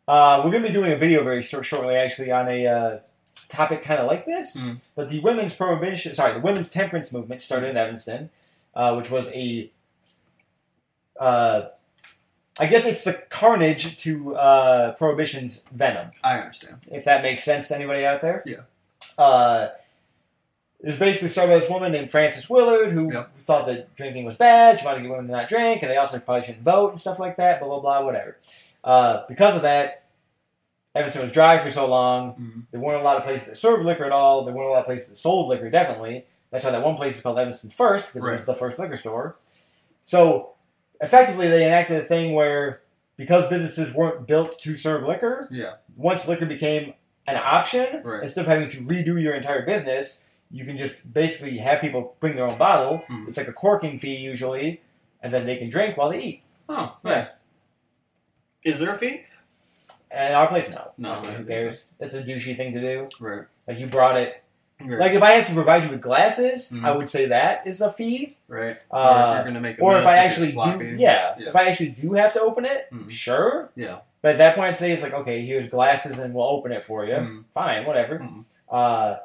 [SPEAKER 1] uh, we're going to be doing a video very short, shortly, actually, on a uh, topic kind of like this.
[SPEAKER 2] Hmm.
[SPEAKER 1] But the women's prohibition, sorry, the women's temperance movement started in Evanston, uh, which was a, uh, I guess it's the carnage to uh, prohibition's venom.
[SPEAKER 2] I understand.
[SPEAKER 1] if that makes sense to anybody out there.
[SPEAKER 2] Yeah.
[SPEAKER 1] Uh, it was basically started by this woman named Frances Willard who
[SPEAKER 2] Yep.
[SPEAKER 1] thought that drinking was bad. She wanted to get women to not drink, and they also probably shouldn't vote and stuff like that. Blah blah blah, whatever. Uh, because of that, Evanston was dry for so long.
[SPEAKER 2] Mhm.
[SPEAKER 1] There weren't a lot of places that served liquor at all. There weren't a lot of places that sold liquor. Definitely, that's why that one place is called Evanston First because it was
[SPEAKER 2] Right.
[SPEAKER 1] the first liquor store. So effectively, they enacted a thing where because businesses weren't built to serve liquor,
[SPEAKER 2] Yeah.
[SPEAKER 1] once liquor became an option,
[SPEAKER 2] Right.
[SPEAKER 1] instead of having to redo your entire business, you can just basically have people bring their own bottle.
[SPEAKER 2] Mhm.
[SPEAKER 1] It's like a corking fee usually, and then they can drink while they eat.
[SPEAKER 2] Oh,
[SPEAKER 1] Yeah.
[SPEAKER 2] yeah. Is there a fee?
[SPEAKER 1] And our place, no,
[SPEAKER 2] No,
[SPEAKER 1] Okay,
[SPEAKER 2] I
[SPEAKER 1] who
[SPEAKER 2] don't think
[SPEAKER 1] cares? That's a douchey thing to do.
[SPEAKER 2] Right.
[SPEAKER 1] Like you brought it.
[SPEAKER 2] Right.
[SPEAKER 1] Like if I have to provide you with glasses,
[SPEAKER 2] Mhm.
[SPEAKER 1] I would say that is a fee.
[SPEAKER 2] right. or if
[SPEAKER 1] Uh,
[SPEAKER 2] you're gonna make a
[SPEAKER 1] or if
[SPEAKER 2] mess
[SPEAKER 1] I
[SPEAKER 2] and get
[SPEAKER 1] actually
[SPEAKER 2] sloppy.
[SPEAKER 1] do, yeah,
[SPEAKER 2] Yeah.
[SPEAKER 1] if I actually do have to open it,
[SPEAKER 2] Mhm.
[SPEAKER 1] sure.
[SPEAKER 2] Yeah.
[SPEAKER 1] But at that point, I'd say it's like, okay, here's glasses, and we'll open it for you.
[SPEAKER 2] Mhm.
[SPEAKER 1] Fine, whatever.
[SPEAKER 2] Mhm.
[SPEAKER 1] Uh,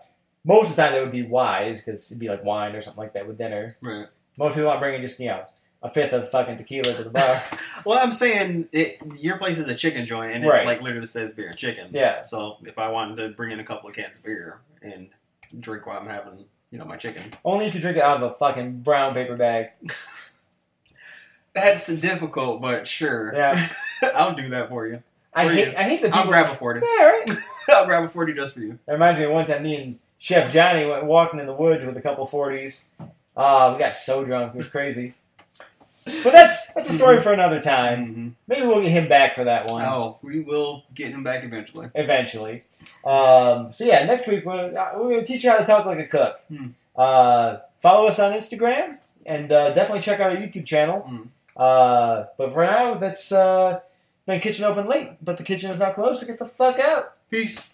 [SPEAKER 1] most of the time, that would be wise because it'd be like wine or something like that with dinner.
[SPEAKER 2] Right.
[SPEAKER 1] Most people aren't bringing just you know a fifth of fucking tequila to the
[SPEAKER 2] [LAUGHS]
[SPEAKER 1] bar.
[SPEAKER 2] Well, I'm saying it, your place is a chicken joint, and
[SPEAKER 1] Right.
[SPEAKER 2] it like literally says beer and chicken.
[SPEAKER 1] Yeah.
[SPEAKER 2] So if I wanted to bring in a couple of cans of beer and drink while I'm having, you know, my chicken,
[SPEAKER 1] Only if you drink it out of a fucking brown paper bag.
[SPEAKER 2] that's difficult, but sure.
[SPEAKER 1] Yeah.
[SPEAKER 2] [LAUGHS] I'll do that for you. [LAUGHS]
[SPEAKER 1] I
[SPEAKER 2] Or you-
[SPEAKER 1] hate, I hate the people.
[SPEAKER 2] I'll grab a [LAUGHS] forty.
[SPEAKER 1] Yeah, right.
[SPEAKER 2] I'll grab a forty just for you.
[SPEAKER 1] That reminds me of one time me and Chef Johnny went walking in the woods with a couple forties. Uh, we got so drunk, it was crazy. But that's that's a story for another time.
[SPEAKER 2] Mm-hmm.
[SPEAKER 1] Maybe we'll get him back for that one.
[SPEAKER 2] Oh, we will get him back eventually.
[SPEAKER 1] eventually. Um, so yeah, next week we're, uh, we're gonna teach you how to talk like a cook.
[SPEAKER 2] Hmm.
[SPEAKER 1] Uh, follow us on Instagram and uh, definitely check out our YouTube channel.
[SPEAKER 2] Hmm.
[SPEAKER 1] Uh, but for now, that's uh, been kitchen open late, but the kitchen is not closed, so get the fuck out.
[SPEAKER 2] Peace.